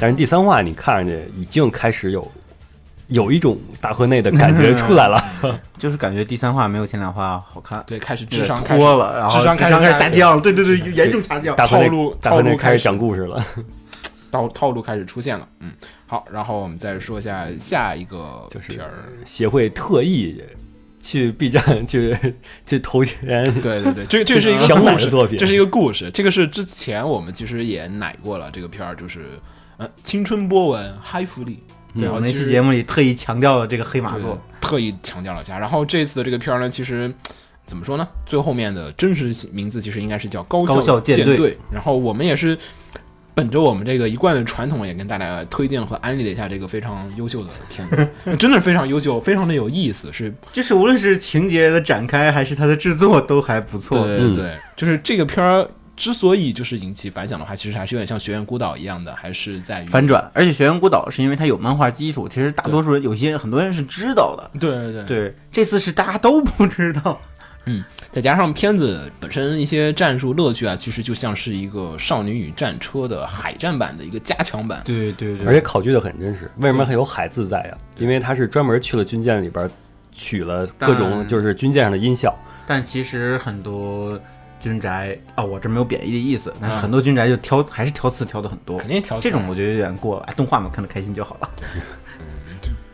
S2: 但是第三话你看上去已经开始有有一种大河内的感觉出来了。
S4: [LAUGHS]
S3: 嗯
S4: 就是感觉第三话没有前两话好看，
S3: 对，开始智
S4: 智
S3: 商
S4: 商
S3: 开始
S4: 脱了，然后
S3: 智商开始
S4: 下
S3: 下
S4: 降了，对对对，严重下
S2: [LAUGHS]
S4: 降。
S2: 大河内
S3: 套路
S2: 大河
S3: 套
S2: 内
S3: 路
S2: 开
S3: 开
S2: 始
S3: 始
S2: 讲故事了，
S3: 套套路开始出现了。嗯，好，然后我们再说一下下一个
S2: 就是
S3: 片儿。
S2: 协会特意去 B 站去去投钱，
S3: [LAUGHS] 对对对，这这是一个
S2: 强买的
S3: 故事
S2: 作品
S3: 这是一个故事，这个是之前我们其实也奶过了这个片儿，就是呃青春波纹嗨福利，
S4: 嗯对，
S3: 然后
S4: 我那
S3: 其实
S4: 期节目里特意强调了这个黑马
S3: 对
S4: 座，
S3: 特意强调了一下。然后这次的这个片儿呢，其实怎么说呢？最后面的真实名字其实应该是叫高
S4: 高校
S3: 舰
S4: 舰
S3: 队。
S4: 队
S3: 然后我们也是本着我们这个一贯的传统，也跟大家推荐和安利了一下这个非常优秀的片子， [LAUGHS] 真的是非常优秀，非常的有意思，是
S4: 就是无论是情节的展开还是它的制作都还不错。
S3: 对对对，就是这个片儿。之所以就是引起反响的话，其实还是有点像《学院孤岛》一样的，还是在于
S4: 反转，而且《学院孤岛》是因为它有漫画基础，其实大多数人有些人很多人是知道的。
S3: 对对对，
S4: 对，这次是大家都不知道，
S3: 再加上片子本身一些战术乐趣啊，其实就像是一个《少女与战车》的海战版的一个加强版。
S4: 对对
S3: 嗯
S2: 而且考据的很真实。为什么还有海字在呀？因为他是专门去了军舰里边取了各种
S3: 嗯
S4: 但
S2: 就是军舰上的音效。
S4: 但其实很多军宅啊、我这没有贬义的意思，但是
S3: 嗯
S4: 很多军宅就挑、还是挑刺挑的很多
S3: 肯。定挑
S4: 这种我觉得有点过了，哎动画嘛看得开心就好了。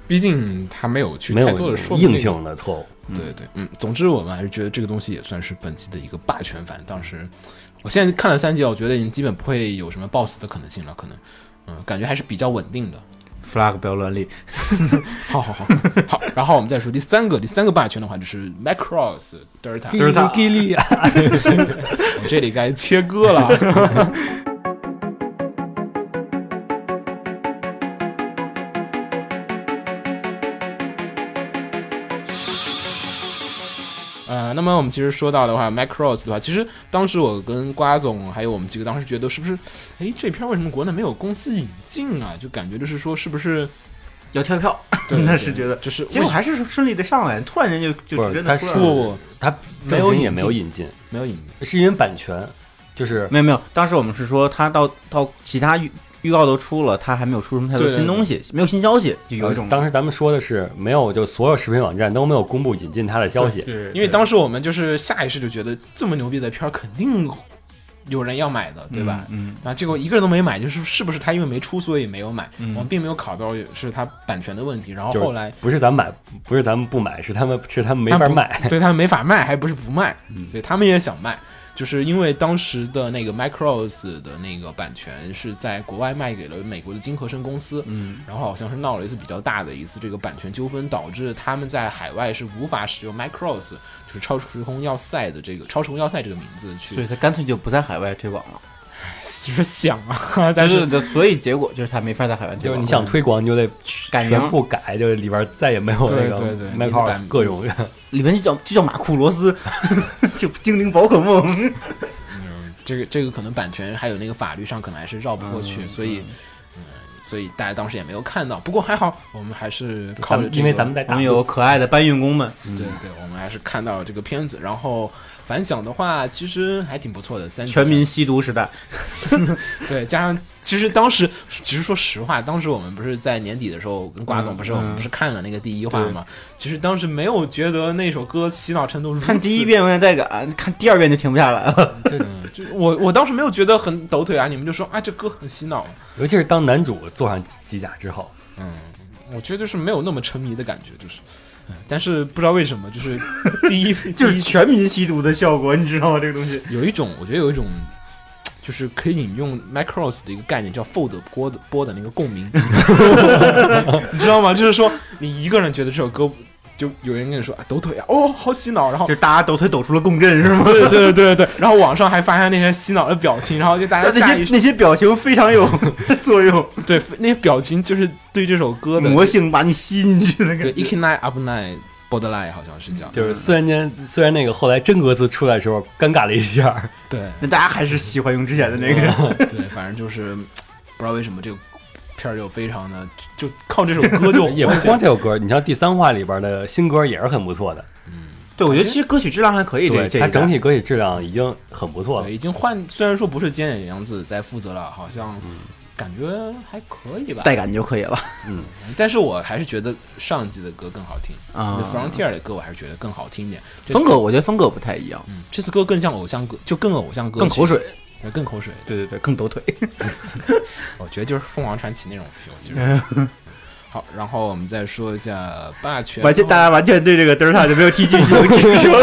S3: 毕竟他没有去
S2: 没
S3: 太
S2: 有
S3: 多的说明
S2: 硬
S3: 这个
S2: 性的错误，
S3: 对对，嗯，总之我们还是觉得这个东西也算是本期的一个霸权番。当时我现在看了三集啊，我觉得已经基本不会有什么 BOSS 的可能性了，可能，嗯，感觉还是比较稳定的。
S4: flag 不要乱立，
S3: 好好好好，然后我们再说第三个，第三个霸权的话就是 Macross Delta，
S2: 就是他叽哩啊，
S3: 我们这里该切割了。 [LAUGHS] 呃，那么我们其实说到的话，Macross 的话，其实当时我跟瓜总还有我们几个当时觉得是不是，哎，这片儿为什么国内没有公司引进啊？就感觉就是说是不是？
S4: 要跳票，
S3: 对
S4: [LAUGHS] 那是觉得
S3: 就是
S4: 结果还是顺利的上来，突然间就就
S2: 不是
S4: 直接的
S2: 他
S4: 出来
S3: 不
S4: 了。
S3: 不不
S2: 他
S3: 没有
S2: 正经也
S3: 引
S2: 没有
S3: 进
S2: 引进，
S3: 没有引进，
S2: 是因为版权，就是
S4: 没有没有，当时我们是说他到到其他预预告都出了，他还没有出什么太多
S3: 对对
S4: 新东西，没有新消息，就有一种、
S2: 呃当时咱们说的是没有，就所有视频网站都没有公布引进它的消息，
S4: 对，
S3: 因为当时我们就是下意识就觉得这么牛逼的片儿肯定有人要买的，对吧？
S4: 嗯，
S3: 然后结果一个人都没买，就是是不是他因为没出所以没有买？
S4: 嗯
S3: 我们并没有考到是他版权的问题，然后
S2: 就是
S3: 后来
S2: 不是咱买，不是咱们不买，是他们是他们没
S3: 他
S2: 法
S3: 啊不
S2: 买。
S3: 对他们没法卖，还不是不卖，嗯对他们也想卖，就是因为当时的那个 Micros 的那个版权是在国外卖给了美国的金合生公司，
S4: 嗯，
S3: 然后好像是闹了一次比较大的一次这个版权纠纷，导致他们在海外是无法使用 Micros，就是超时空要塞的这个超时空要塞这个名字 [LAUGHS]
S4: 所
S3: 去，
S4: 以他干脆就不在海外推广了。
S3: 其实想
S2: [LAUGHS]
S3: 啊，但
S4: 对
S3: 是
S4: 对对所以结果就是他没法在海外推
S2: 就
S4: 广。
S2: 是你想推广，你就得
S4: 改
S2: 全
S4: 名
S2: 全部改，就是里边再也没有那
S3: 对
S2: 个
S3: 对对
S2: 麦
S3: 你
S2: 克尔
S3: 把
S2: 斯各种
S4: 里面就叫就叫马库罗斯， [LAUGHS] 就精灵宝可梦。 [LAUGHS]
S3: 这个这个可能版权还有那个法律上可能还是绕不过去，
S4: 嗯
S3: 所以。嗯所以大家当时也没有看到，不过还好，我们还是靠
S2: 咱
S3: 着、
S2: 们因为咱们在
S4: 我
S2: 打
S4: 们有可爱的搬运工们，
S3: 对对，我们还是看到了这个片子，然后反响的话，其实还挺不错的。三集
S4: 全民吸毒时代，
S3: 对，加上其实当时，其实说实话，当时我们不是在年底的时候跟瓜
S4: 嗯
S3: 总不是、我们不是看了那个第一话吗？其实当时没有觉得那首歌洗脑程度如此，
S4: 看第一遍有点带感，看第二遍就停不下来了。
S3: 嗯，就我我当时没有觉得很抖腿啊，你们就说啊这歌很洗脑，
S2: 尤其是当男主坐上机甲之后，
S3: 嗯，我觉得就是没有那么沉迷的感觉，就是。嗯但是不知道为什么，就是第
S4: [LAUGHS]
S3: 一
S4: 就是
S3: 第一
S4: 全民吸毒的效果，你知道吗？这个东西，
S3: 有一种，我觉得有一种，就是可以引用 Macross 的一个概念，叫 fold 波 [LAUGHS] 的波的那个共鸣，你知道吗？就是说你一个人觉得这首歌就有人跟你说啊抖腿啊，哦，好洗脑，然后
S4: 就是大家抖腿抖出了共振，是吗？
S3: 对对对对对， [LAUGHS] 然后网上还发现那些洗脑的表情，然后就大家
S4: 那
S3: 下意
S4: 些
S3: 识
S4: 那些表情非常 [LAUGHS] 有作用，
S3: 对那些表情就是对这首歌的
S4: 魔性把你吸进去的
S3: 对
S4: 感
S3: i
S4: 觉。
S3: k n i Up Night Borderline 好像是叫，
S2: 就是虽然间虽然那个后来真格子出来的时候尴尬了一下 [LAUGHS] 儿，
S3: 对
S4: 那大家还是喜欢用之前的那个，
S3: 对，反正就是不知道为什么这个片儿就非常的就靠这首歌就
S2: [LAUGHS] 也不光这首歌，你像第三话里边的新歌也是很不错的，
S4: 对我觉得其实歌曲质量还可以，这
S2: 对，
S4: 这
S2: 它
S4: 一代
S2: 整体歌曲质量已经很不错了
S3: 对，。已经换虽然说不是菅野洋子在负责了，好像
S4: 嗯
S3: 感觉还可以吧，
S4: 带感就可以了
S3: 但是我还是觉得上一季的歌更好听。
S4: 啊
S3: The。Frontier 的歌我还是觉得更好听一点，这次
S4: 风格我觉得风格不太一样，
S3: 嗯，这次歌更像偶像歌，就更偶像歌，
S4: 更口，水。
S3: 更口水。
S4: 对对对，更抖腿。
S3: 我觉得就是凤凰传奇那种 feel，其实。
S4: [LAUGHS]
S3: 好，然后我们再说一下霸权
S4: [LAUGHS] 完全大家完全对这个德尔塔就没有提起兴趣，只说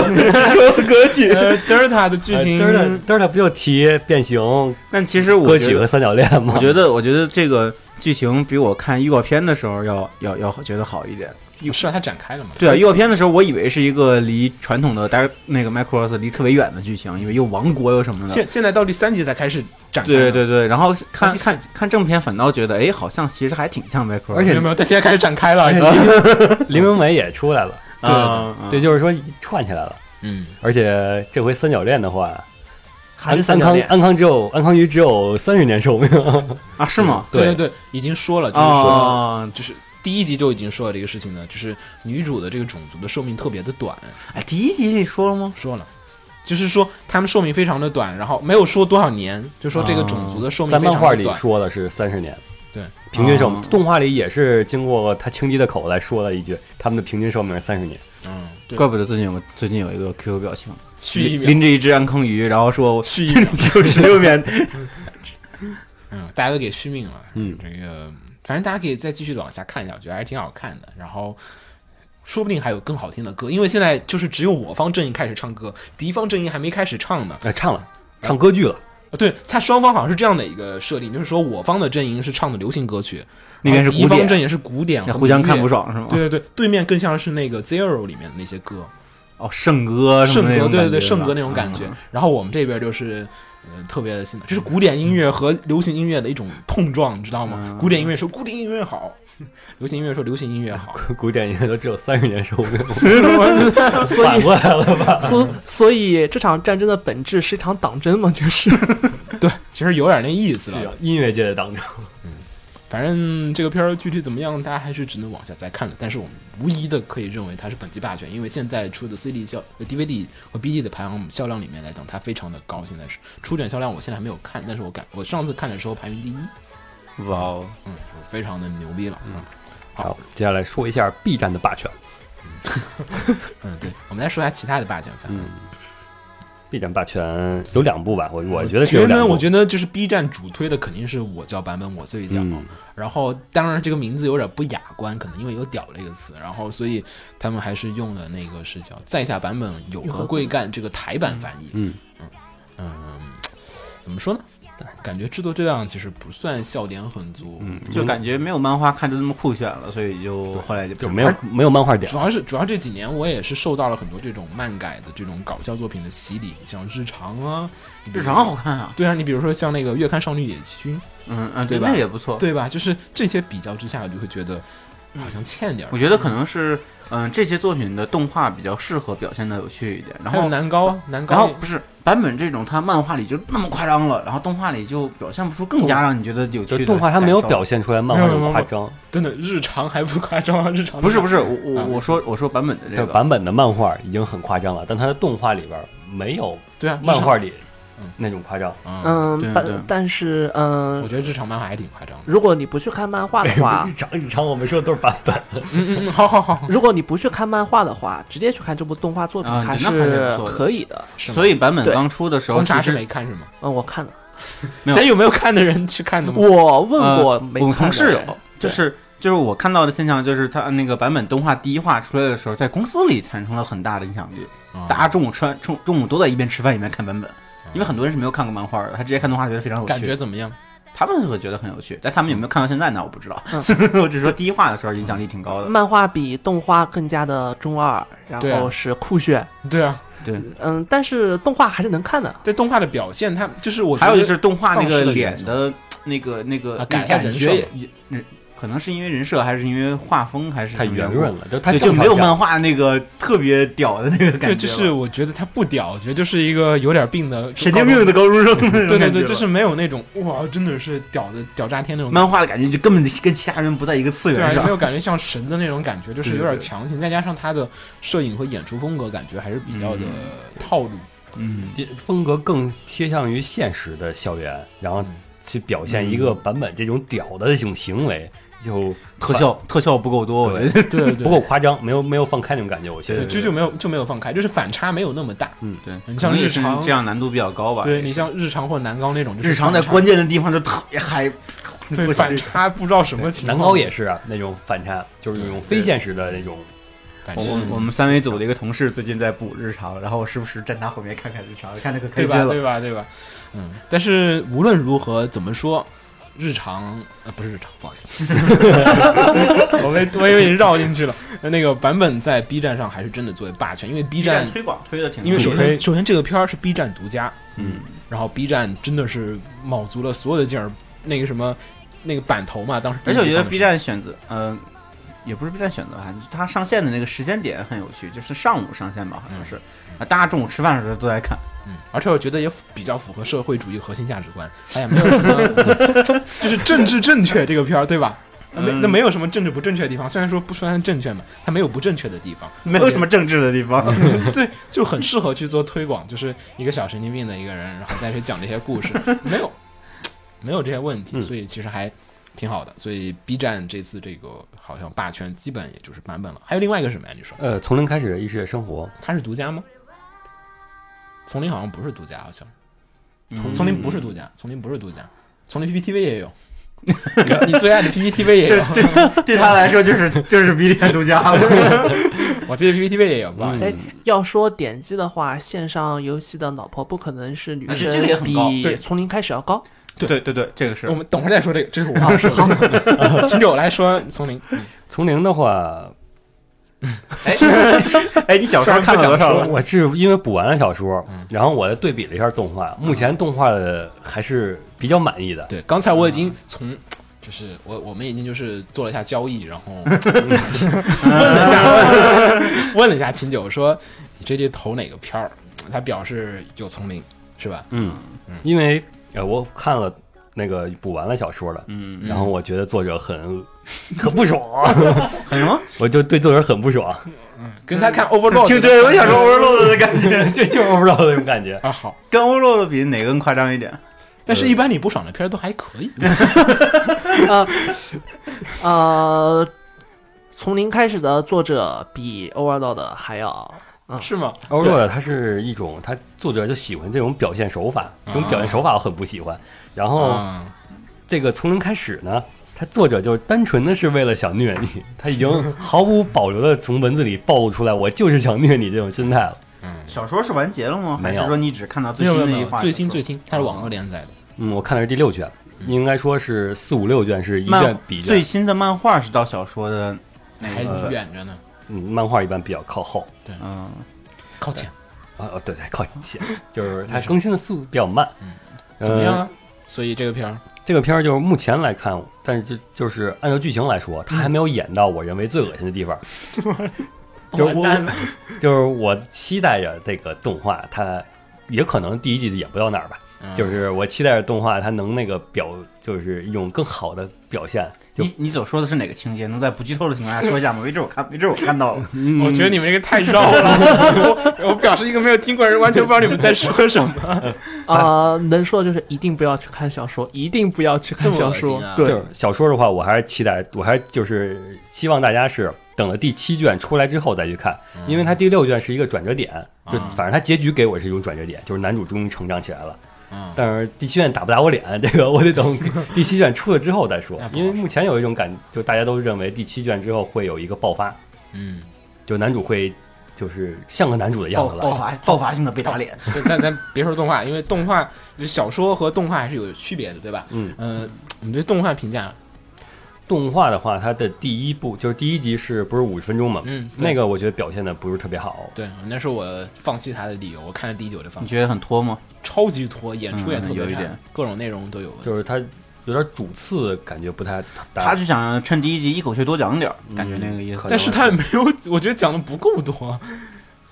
S4: 说歌曲。
S3: 呃 Delta 的剧
S2: 呃
S3: 情，
S2: 嘚儿嘚儿不就提变形
S4: [LAUGHS] 但其实我
S2: 歌
S4: 觉
S2: 曲
S4: 得
S2: 和三角恋吗？
S4: 我觉得，我觉得这个剧情比我看预告片的时候要要要觉得好一点。
S3: 是让它展开了嘛？
S4: 对啊，预告片的时候我以为是一个离传统的大家那个 Macross 离特别远的剧情，因为又王国又什么的。
S3: 现现在到第三集才开始展开，
S4: 对对，对，然后看
S3: 第四
S4: 看看正片，反倒觉得哎，好像其实还挺像 Macross。
S2: 而且
S3: 没有没有，但现在开始展开
S4: [LAUGHS]
S3: 了，
S2: [LAUGHS] 林明美也出来了，
S3: 对
S4: 啊
S2: 对，，就是说串起来了。
S3: 嗯，
S2: 而且这回三角恋的话，
S5: 还
S2: 安
S5: 是
S2: 安
S5: 三角
S2: 康
S5: 恋。
S2: 安康只有安康鱼只有三十年寿命，
S4: 啊是吗？
S3: 对对
S2: 对
S3: 对，已经说了，就是说，
S4: 啊，
S3: 就是第一集就已经说了这个事情呢，就是女主的这个种族的寿命特别的短，
S4: 哎，第一集你说了吗？
S3: 说了。就是说，他们寿命非常的短，然后没有说多少年，就说这个种族的寿命
S2: 啊在
S3: 非常
S2: 漫画
S3: 的
S2: 里
S3: 短。
S2: 说的是三十年，
S3: 对，
S2: 平均寿命
S4: 哦。
S2: 动画里也是经过他青姬的口来说了一句，他们的平均寿命是三十年。
S3: 嗯，对，
S4: 怪不得最近有个最近有一个 QQ 表情，
S3: 续一秒，
S4: 拎着一只安康鱼，然后说
S3: 续一秒，
S4: 有十
S3: [LAUGHS]
S4: 六面，
S3: 嗯，大家都给续命了。
S2: 嗯，
S3: 这个反正大家可以再继续往下看一下，我觉得还是挺好看的。然后说不定还有更好听的歌，因为现在就是只有我方阵营开始唱歌，敌方阵营还没开始唱呢。
S2: 哎，唱了，唱歌剧了。
S3: 啊对他双方好像是这样的一个设定，就是说我方的阵营是唱的流行歌曲，
S4: 那边是
S3: 然后啊敌
S4: 古典
S3: 方阵营是古典，
S4: 互相看不
S3: 爽。
S4: 爽是吗？
S3: 对对对，对面更像是那个 Zero 里面的那些歌，
S4: 哦，圣歌什
S3: 圣
S4: 么那
S3: 歌，
S4: 种
S3: 对对
S4: 感觉
S3: 对，圣
S4: 吧
S3: 歌那种感觉
S4: 嗯。
S3: 然后我们这边就是，嗯，特别的新的，这是古典音乐和流行音乐的一种碰撞，你知道吗
S4: 嗯？
S3: 古典音乐说古典音乐好， [LAUGHS] 流行音乐说流行音乐
S4: [LAUGHS]
S3: 好，
S2: 古古典音乐都只有三十年寿命，
S5: 所
S2: 反
S5: 以，
S2: 过来了吧？
S5: 所所以这场战争的本质是一场党争嘛，就是。
S3: 对，其实有点那意思
S2: 是啊
S3: 了。
S2: 音乐界的
S4: [LAUGHS]
S2: 当中，
S3: 反正这个片儿具体怎么样，大家还是只能往下再看了。但是我们无疑的可以认为它是本季霸权，因为现在出的 CD 销、呃 DVD 和 BD 的排行销量里面来讲，它非常的高。现在是出卷销量，我现在还没有看，但是我感我上次看的时候排名第一，
S4: 哇哦，
S3: 嗯，非常的牛逼了。嗯
S2: 好，接下来说一下 B 站的霸权。
S3: 嗯，对，我们来说一下其他的霸权番。
S2: 嗯，B 站霸权有两部吧，我
S4: 嗯
S2: 我觉得是有
S3: 觉
S2: 两
S3: 得
S2: 部。
S3: 我觉得就是 B 站主推的肯定是我叫版本我最屌，
S2: 嗯
S3: 然后当然这个名字有点不雅观，可能因为有“屌”这个词，然后所以他们还是用的那个是叫在下版本有何贵干这个台版翻译。
S2: 嗯
S3: 嗯怎么说呢？感觉制作质量其实不算笑点很足，嗯，
S4: 就感觉没有漫画看着那么酷炫了，所以就后来就
S2: 就没有没有漫画点
S3: 主，要是主要这几年我也是受到了很多这种漫改的这种搞笑作品的洗礼，像日常啊，你比
S4: 日
S3: 如
S4: 常好看啊，
S3: 对啊，你比如说像那个《月刊少女野崎君》，
S4: 嗯嗯，
S3: 对吧
S4: 那也不错。
S3: 对吧？就是这些比较之下，我就会觉得啊好像欠点儿。
S4: 我觉得可能是嗯、这些作品的动画比较适合表现的有趣一点，然
S3: 还有
S4: 后
S3: 南高，南
S4: 然
S3: 高
S4: 后
S3: 也，
S4: 不是版本这种，它漫画里就那么夸张了，然后动画里就表现不出更加让你觉得有趣
S2: 就
S4: 的
S2: 是动画它没有
S4: 感受
S2: 表现出来漫画这么夸张，
S3: 真的日常还不夸张，日常
S4: 不是不
S3: 是，
S4: 是，我我
S3: 啊
S4: 我说我说版本的这
S2: 就
S4: 个，
S2: 版本的漫画已经很夸张了，但它的动画里边没有
S3: 对啊，日
S2: 漫
S3: 常
S2: 画里
S3: 嗯
S2: 那种夸张。
S3: 嗯，
S5: [LAUGHS] 嗯
S4: 对，对
S5: 但但是嗯
S3: 我，觉得日常漫画还挺夸张的。
S5: 如果你不去看漫画的话
S4: 哎
S2: 日，常日常我们说的都是版本，
S3: 嗯嗯嗯， [LAUGHS] 好好好，
S5: 如果你不去看漫画的话，直接去看这部动画作品
S4: 啊
S5: 还
S4: 那还是
S5: 是
S4: 不错的
S5: 可以的。
S3: 是吗
S4: 所以版本
S5: 对
S4: 刚出的时候
S3: 红茶
S4: 其
S3: 是
S4: 实
S3: 没看是吗？
S5: 嗯，我看了，
S4: 没有
S3: 咱有没有看的人去看的吗？
S5: 我问过
S4: 呃
S5: 没
S4: 我们
S5: 看
S4: 同
S5: 的
S4: 事
S5: 人，
S4: 有，就
S5: 对
S4: 是就是我看到的现象，就是他那个版本动画第一话出来的时候，在公司里产生了很大的影响力。
S3: 啊
S4: 大家中午吃完中
S2: 啊
S4: 中午都在一边吃饭一边看版本，因为很多人是没有看过漫画的，他直接看动画觉得非常有趣。
S3: 感觉怎么样？
S4: 他们是会觉得很有趣，但他们有没有看到现在呢？我不知道。
S3: 嗯
S4: [LAUGHS] 我只是说第一话的时候影响力挺高的。
S5: 漫画比动画更加的中二，然
S3: 对啊
S5: 后是酷炫，
S3: 对啊，
S4: 对，
S5: 嗯，但是动画还是能看的。
S3: 对动画的表现，它就是我觉
S4: [LAUGHS] 还
S3: 得
S4: 有就是动画那
S3: 丧失
S4: 个
S3: 了
S4: 脸
S3: 元素
S4: 的那个那个
S3: 啊
S4: 那
S3: 改
S4: 个
S3: 一下
S4: 感
S3: 人
S4: 觉
S3: 设
S4: 也也也可能是因为人设，还是因为画风，还是
S2: 太
S4: 什么
S2: 圆
S4: 缘故
S2: 润嗯了，就太
S4: 对，就
S2: 正常
S4: 没有
S2: 像
S4: 漫画那个特别屌的那个感觉
S3: 对，
S4: 了，
S3: 就是我觉得他不屌，我觉得就是一个有点病的
S4: 神经病的
S3: 的。
S4: 高中生那种感觉了。
S3: 对对对，就是没有那种哇，真的是屌的屌炸天那种感觉。
S4: 漫画的感觉，就根本跟其他人不在一个次
S3: 对啊，
S4: 元
S3: 也
S4: 上
S3: 没。有感觉像神的那种感觉，就是有
S4: 对对
S3: 点
S4: 对
S3: 强行，再加上他的摄影和演出风格，感觉还是比较的套路。
S4: 嗯，
S2: 这风格更贴向于现实的校园，然后去表现一个版本这种屌的这种行为，就
S4: 特效特效不够多，我觉 [LAUGHS] 得。
S3: 对对对
S2: 不够夸张，没有没有放开那种感觉，我觉
S3: 对，
S2: 得
S3: 就就没有就没有放开，就是反差没有那么大。
S4: [LAUGHS] 对，
S3: 你像
S4: 可能也
S3: 日常
S4: 是这样难度比较高吧。
S3: 对你像日常或南高那种，就是
S4: 日常在
S3: 反差
S4: 关键的地方就特别嗨，
S3: 对
S4: 不
S3: 反
S4: 是
S3: 差不知道什么情况。
S2: 南高也是啊，那种反差就是那种
S3: 对对
S2: 非现实的那种，
S3: 反
S4: 我
S3: 正
S4: 我我们三维组的一个同事最近在补日常，然后我时不时站他后面看看日常，看那个开
S3: 对
S4: 心
S3: 吧？
S4: 了。
S3: 对吧？对吧？嗯，但是无论如何，怎么说，日常呃不是日常，不好意思， [LAUGHS] 我被我以为你绕进去了。那个版本在 B 站上还是真的作为霸权，因为 B 站，
S4: 推广推的挺
S3: 因为首
S2: 主推
S3: 先首先这个片儿是 B 站独家，
S4: 嗯，
S3: 然后 B 站真的是卯足了所有的劲儿，那个什么那个版头嘛，当时第一
S4: 而且我
S3: 集
S4: 觉得
S3: 放的
S4: B
S3: 时候
S4: 站选择，嗯、也不是 B 站选择啊，就是它上线的那个时间点很有趣，就是上午上线吧，好像是，啊，大家中午吃饭的时候都在看，
S3: 嗯，而且我觉得也符比较符合社会主义核心价值观。哎呀，没有什么， [LAUGHS] 就是政治正确这个片儿，对吧？那没
S4: 嗯
S3: 那没有什么政治不正确的地方，虽然说不算正确嘛，它没有不正确的地方， [LAUGHS]
S4: 没有什么政治的地方。
S3: 对，就很适合去做推广，就是一个小神经病的一个人，然后再去讲这些故事， [LAUGHS] 没有没有这些问题，
S2: 嗯
S3: 所以其实还挺好的。所以 B 站这次这个好像霸权基本也就是版本了，还有另外一个什么呀？你说
S2: 呃，从零开始的异世界生活，
S3: 它是独家吗？丛林好像不是独家，好像。丛
S4: 嗯
S3: 丛林不是独家，丛林不是独家，丛林 PPTV 也有， [LAUGHS] 你最爱的 PPTV 也有，
S4: 对他来说就是就是 B 站独家了。
S3: 我记得 PPTV 也有
S4: 嗯
S3: 吧？
S5: 哎，要说点击的话，线上游戏的老婆不可能是女
S4: 而且
S5: 生
S4: 这个也很高
S5: 比
S3: 对
S5: 从零开始要高。
S3: 对
S4: 对对对，这个是
S3: 我们等会儿再说这个，呃这是我二 [LAUGHS] 说，秦九来说嗯丛林，
S2: 从零的话，
S4: [LAUGHS] 哎，你小
S3: 说看了多少了
S2: 我是因为补完了小说
S3: 嗯，
S2: 然后我对比了一下动画，目前动画的还是比较满意的。
S3: 对，刚才我已经从。就是我，我们已经就是做了一下交易，然后问了一下， [LAUGHS] 问了一下秦九说：“你这季投哪个片儿？”他表示有丛林，是吧？
S2: 嗯，因为呃，我看了那个补完了小说了，
S4: 嗯，
S2: 然后我觉得作者很很不爽， [LAUGHS]
S4: 很什么？
S2: 我就对作者很不爽， [LAUGHS]
S3: 跟他看 Overlord，
S4: 听对，我想说 Overload 的感觉，
S2: 这就是我不知道那种感觉。
S3: 啊好，
S4: 跟 Overload 比哪个更夸张一点？
S3: 但是一般你不爽的片儿都还
S4: [LAUGHS]
S3: 可以，
S5: 呃，从零开始的作者比 Overlord 还要
S3: 是吗？
S2: 欧若他是一种，他作者就喜欢这种表现手法，这种表现手法我很不喜欢。然后
S3: 啊
S2: 这个从零开始呢，他作者就单纯的是为了想虐你，他已经毫无保留的从文字里暴露出来，我就是想虐你这种心态了。
S4: 小说是完结了吗？还
S2: 没有
S4: 是说你只看到最
S3: 没有
S4: 新
S3: 没有
S4: 的
S3: 没
S4: 一
S3: 有
S4: 话？，
S3: 最新最新，它是网络连载的。
S2: 嗯，我看的是第六卷，应该说是四五六卷是一
S4: 漫
S2: 卷比一
S4: 最
S2: 卷，
S4: 新的漫画是到小说的那
S3: 还
S4: 个部分，
S3: 远着呢，
S2: 嗯，漫画一般比较靠后。
S4: 嗯，
S3: 靠前，
S2: 啊，哦对对，靠前，就是它更新的速度比较慢。
S3: 怎么样
S2: 呃
S3: 啊？所以这个片儿，
S2: 这个片儿就是目前来看，但是就就是按照剧情来说，它还没有演到我认为最恶心的
S3: [LAUGHS]
S2: 地方。就是我
S3: 完蛋了，
S2: 就是我期待着这个动画，它也可能第一季演不到那儿吧。
S3: 嗯
S2: 就是我期待着动画它能那个表，就是一种更好的表现。就
S4: 你你所说的是哪个情节？能在不剧透的情况下说一下吗？没准我看，没准我看到了。
S3: 我觉得你们这个太绕了，我我表示一个没有听过的人，完全不知道你们在说什么。
S5: 呃，能说的就是一定不要去看小说，一定不要去看
S3: 这么
S5: 小
S3: 恶
S5: 说
S3: 心啊。
S5: 对
S2: 就是，小说的话，我还是期待，我还就是希望大家是等了第七卷出来之后再去看，因为它第六卷是一个转折点，就
S3: 啊
S2: 反正它结局给我是一种转折点，就是男主终于成长起来了。
S3: 嗯
S2: 但是第七卷打不打我脸，这个我得等第七卷出了之后再说
S3: 那，不好
S2: 因为目前有一种感，就大家都认为第七卷之后会有一个爆发，
S3: 嗯，
S2: 就男主会。就是像个男主的样
S4: 爆
S2: 子
S4: 爆
S2: 了。
S4: 发爆发性的被打脸，
S3: 就咱咱别说动画，因为动画就是小说和动画还是有区别的，对吧？
S2: 嗯，
S3: 嗯，我们对动画评价，
S2: 动画的话，它的第一部就是第一集是不是五十分钟嘛？
S3: 嗯对
S2: 那个我觉得表现的不是特别好。
S3: 对，那是我放弃它的理由。我看了第一集我就放
S4: 你
S3: 弃，
S4: 觉得很拖吗？
S3: 超级拖，演出也特
S4: 嗯有
S3: 别
S4: 一
S3: 差
S4: 点，
S3: 各种内容都有问
S2: 就
S3: 题。
S2: 是它有点主次感觉不太搭。
S4: 他就想趁第一集一口气多讲点儿，
S2: 嗯
S4: 感觉那个意思
S2: 可。
S3: 但是他也没有，我觉得讲的不够多。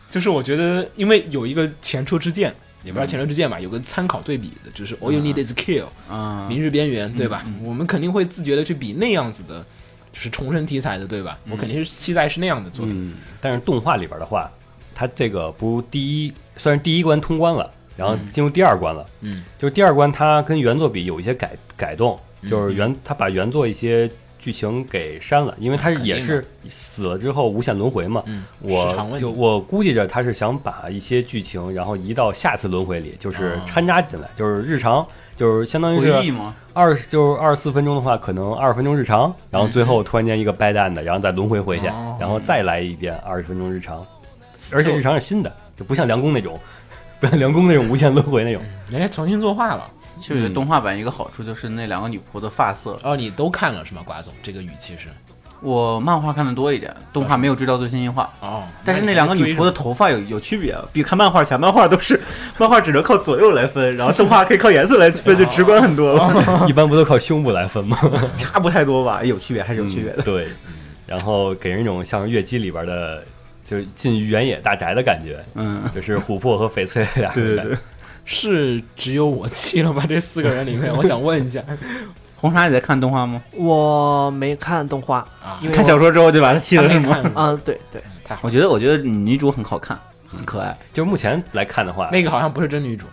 S3: 就是我觉得，因为有一个前车之鉴，也不知道前车之鉴吧，有个参考对比的，就是 All You Need Is Kill，
S4: 嗯，
S3: 明日边缘，对吧？我们肯定会自觉的去比那样子的，就是重生题材的，对吧？
S4: 嗯
S3: 我肯定是期待是那样的作品。
S2: 嗯，但是动画里边的话，它这个不第一，虽然第一关通关了，然后进入第二关了，
S3: 嗯
S2: 就是第二关它跟原作比有一些改改动，
S3: 嗯
S2: 就是原它把原作一些剧情给删了，因为它
S3: 肯定
S2: 也
S3: 的
S2: 是死了之后无限轮回嘛。
S3: 嗯，时长
S2: 我
S3: 问
S2: 就
S3: 题。
S2: 我估计着他是想把一些剧情，然后移到下次轮回里，就是
S3: 哦
S2: 掺杂进来，就是日常，就是相当于是
S4: 回忆吗？
S2: 二十就是二十四分钟的话，可能二十分钟日常，然后最
S4: 嗯
S2: 后突然间一个掰蛋的，然后再轮回回去，
S3: 哦
S2: 然后再来一遍二十分钟日常，而且日常是新的，就不像梁工那种，不像梁工那种无限轮回那种。
S4: [LAUGHS]
S3: 人家重新作画了。
S4: 其实我觉得动画版一个好处就是那两个女仆的发色，
S3: 哦，你都看了是吗，瓜总？这个语气是
S4: 我漫画看的多一点，动画没有追到最新一话。
S3: 哦，
S4: 但是
S3: 那
S4: 那两个女仆的头发有有区别，啊比看漫画强。漫画都是 [LAUGHS] 漫画只能靠左右来分，然后动画可以靠颜色来分，就直观很多了，
S2: 一般不都靠胸部来分吗？
S4: [LAUGHS]
S2: 嗯
S4: 差不太多吧？有区别还是有区别的。
S2: 对，然后给人一种像月姬里边的，就是进原野大宅的感觉，
S4: 嗯，
S2: 就是琥珀和翡翠
S4: [LAUGHS]
S2: 俩
S4: 对
S2: 人
S4: 对
S2: 感
S4: 对
S2: 觉。，
S3: 是只有我记了吧？这四个人里
S4: [LAUGHS]
S3: 面，我想问一下
S4: 红茶你在看动画吗？
S5: 我没看动画，
S3: 啊，
S5: 因为
S4: 看小说之后就把它弃
S3: 他
S4: 了
S3: 没
S4: 是吗？
S3: 看，
S5: 嗯，对对，
S3: 太好
S4: 我
S3: 了。
S4: 觉得，我觉得女主很好看，很可爱，
S2: 就是目前来看的话，嗯
S3: 那个好像不是真女主，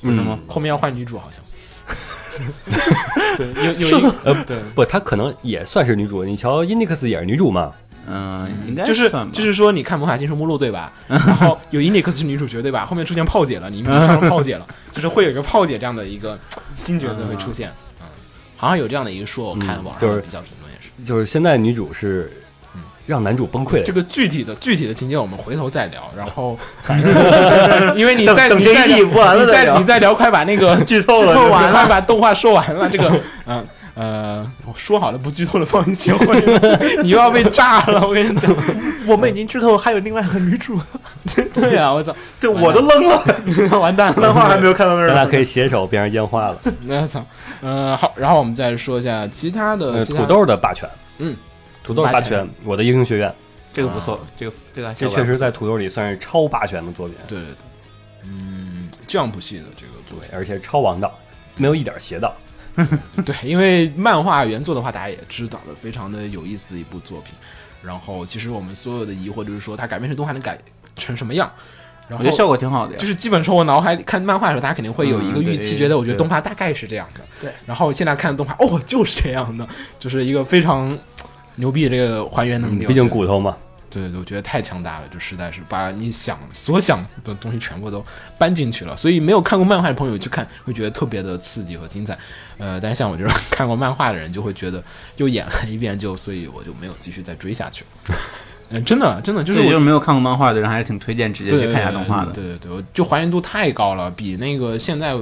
S4: 不是吗？
S3: 后面要换女主好像。 [LAUGHS] 对，有有一个呃对。
S2: 不，她可能也算是女主。你瞧，Index 也是女主嘛？
S4: 嗯，应该
S3: 就是
S4: 算吧嗯
S3: 就是说，你看《魔法禁书目录》对吧？然后有 Inix 是女主角对吧？后面出现炮姐了，你迷上了炮姐了， [LAUGHS] 就是会有一个炮姐这样的一个新角色会出现。嗯，好像有这样的一个说，我
S4: 嗯
S3: 看网
S2: 就是
S3: 上比较评论也是。
S2: 就是现在女主是让男主崩溃的
S3: 这个具体的具体的情节我们回头再聊。然
S4: [LAUGHS]
S3: 后，因为你在
S4: 等
S3: 你
S4: 这
S3: 在
S4: 一季
S3: 聊
S4: 播完了
S3: 你
S4: 再
S3: 在
S4: 聊
S3: 你再聊，快把那个
S4: 剧透了
S3: 剧透完
S4: 是吧
S3: 了，快把动画说完了。这个，嗯呃，我说好了不剧透的放一起会，你又要被炸了。我跟你讲， [LAUGHS]
S5: 我们已经剧透还有另外一个女主，
S3: 对啊，我操，
S4: 对我都愣了， [LAUGHS]
S3: 完蛋了，
S4: 漫画还没有看到那儿
S2: 咱俩
S4: 呢。
S2: 可以携手变成烟
S3: [LAUGHS]
S2: 花了。
S3: 那操，嗯，好，然后我们再说一下其他的
S2: 呃，
S3: 其他
S2: 土豆的霸权，
S3: 嗯，
S2: 土豆霸权，我的英雄学院，
S4: 这个不错，这个这个
S2: 这确实在土豆里算是超霸权的作品，
S3: 对对对，嗯，Jump 系的这个作为
S2: 而且超王道，没有一点邪道。
S3: [LAUGHS] 对，因为漫画原作的话，大家也知道了，非常的有意思的一部作品。然后，其实我们所有的疑惑就是说，它改编成动画能改成什么样？然
S4: 我
S3: 后
S4: 觉得效果挺好的呀
S3: 就。是基本说，我脑海里看漫画的时候，大家肯定会有一个
S4: 嗯
S3: 预
S4: 对
S3: 期，觉得我觉得
S4: 对
S3: 动画大概是这样的。
S5: 对。
S3: 然后现在看动画，哦，就是这样的，就是一个非常牛逼的这个还原能
S4: 嗯
S3: 力。
S2: 毕
S3: 我
S2: 竟
S3: 觉得
S2: 骨头嘛，
S3: 对对对，我觉得太强大了，就实在是把你想所想的东西全部都搬进去了，所以没有看过漫画的朋友去看，会觉得特别的刺激和精彩。呃，但是像我这种看过漫画的人，就会觉得又演了一遍就，所以我就没有继续再追下去 [LAUGHS] 了。嗯，真的，真的就是
S4: 所以
S3: 我
S4: 就是没有看过漫画的人，还是挺推荐直接
S3: 对
S4: 去看一下动画的。
S3: 对对对，我就还原度太高了，比那个现在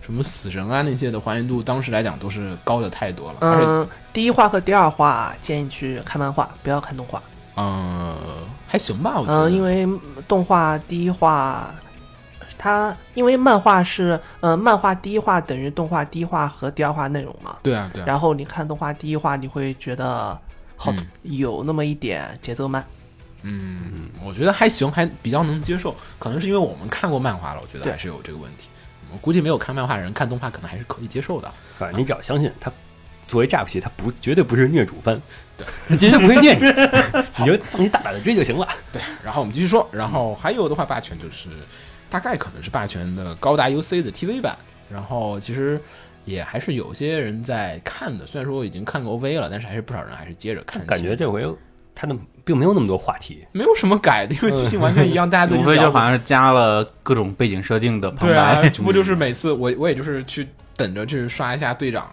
S3: 什么死神啊那些的还原度，当时来讲都是高的太多了。而且
S5: 嗯，第一话和第二话建议去看漫画，不要看动画，
S3: 嗯、还行吧，我觉得。
S5: 嗯，因为动画第一话。它因为漫画是，呃，漫画第一话等于动画第一话和第二话内容嘛，
S3: 对啊对啊，
S5: 然后你看动画第一话，你会觉得好、
S3: 嗯
S5: 有那么一点节奏慢，
S3: 嗯，我觉得还行，还比较能接受。可能是因为我们看过漫画了，我觉得
S5: 对
S3: 还是有这个问题。我估计没有看漫画的人看动画可能还是可以接受的。
S2: 反正你只要相信他。作为诈皮，他不绝对不是虐主番，对，他绝对不会虐你， [LAUGHS] 你就放心大胆的追就行了。
S3: 然后我们继续说，然后还有的话，霸权就是大概可能是霸权的高达 UC 的 TV 版，然后其实也还是有些人在看的。虽然说我已经看过 OVA 了，但是还是不少人还是接着看。
S2: 感觉这回他的并没有那么多话题，
S3: 没有什么改的，因为剧情完全一样，大家都
S4: 无
S3: 是
S4: 非
S3: 聊
S4: 嗯就好像是加了各种背景设定的旁
S3: 对啊
S4: 白，， [LAUGHS]
S3: 这不就是每次我我也就是去等着去刷一下队长，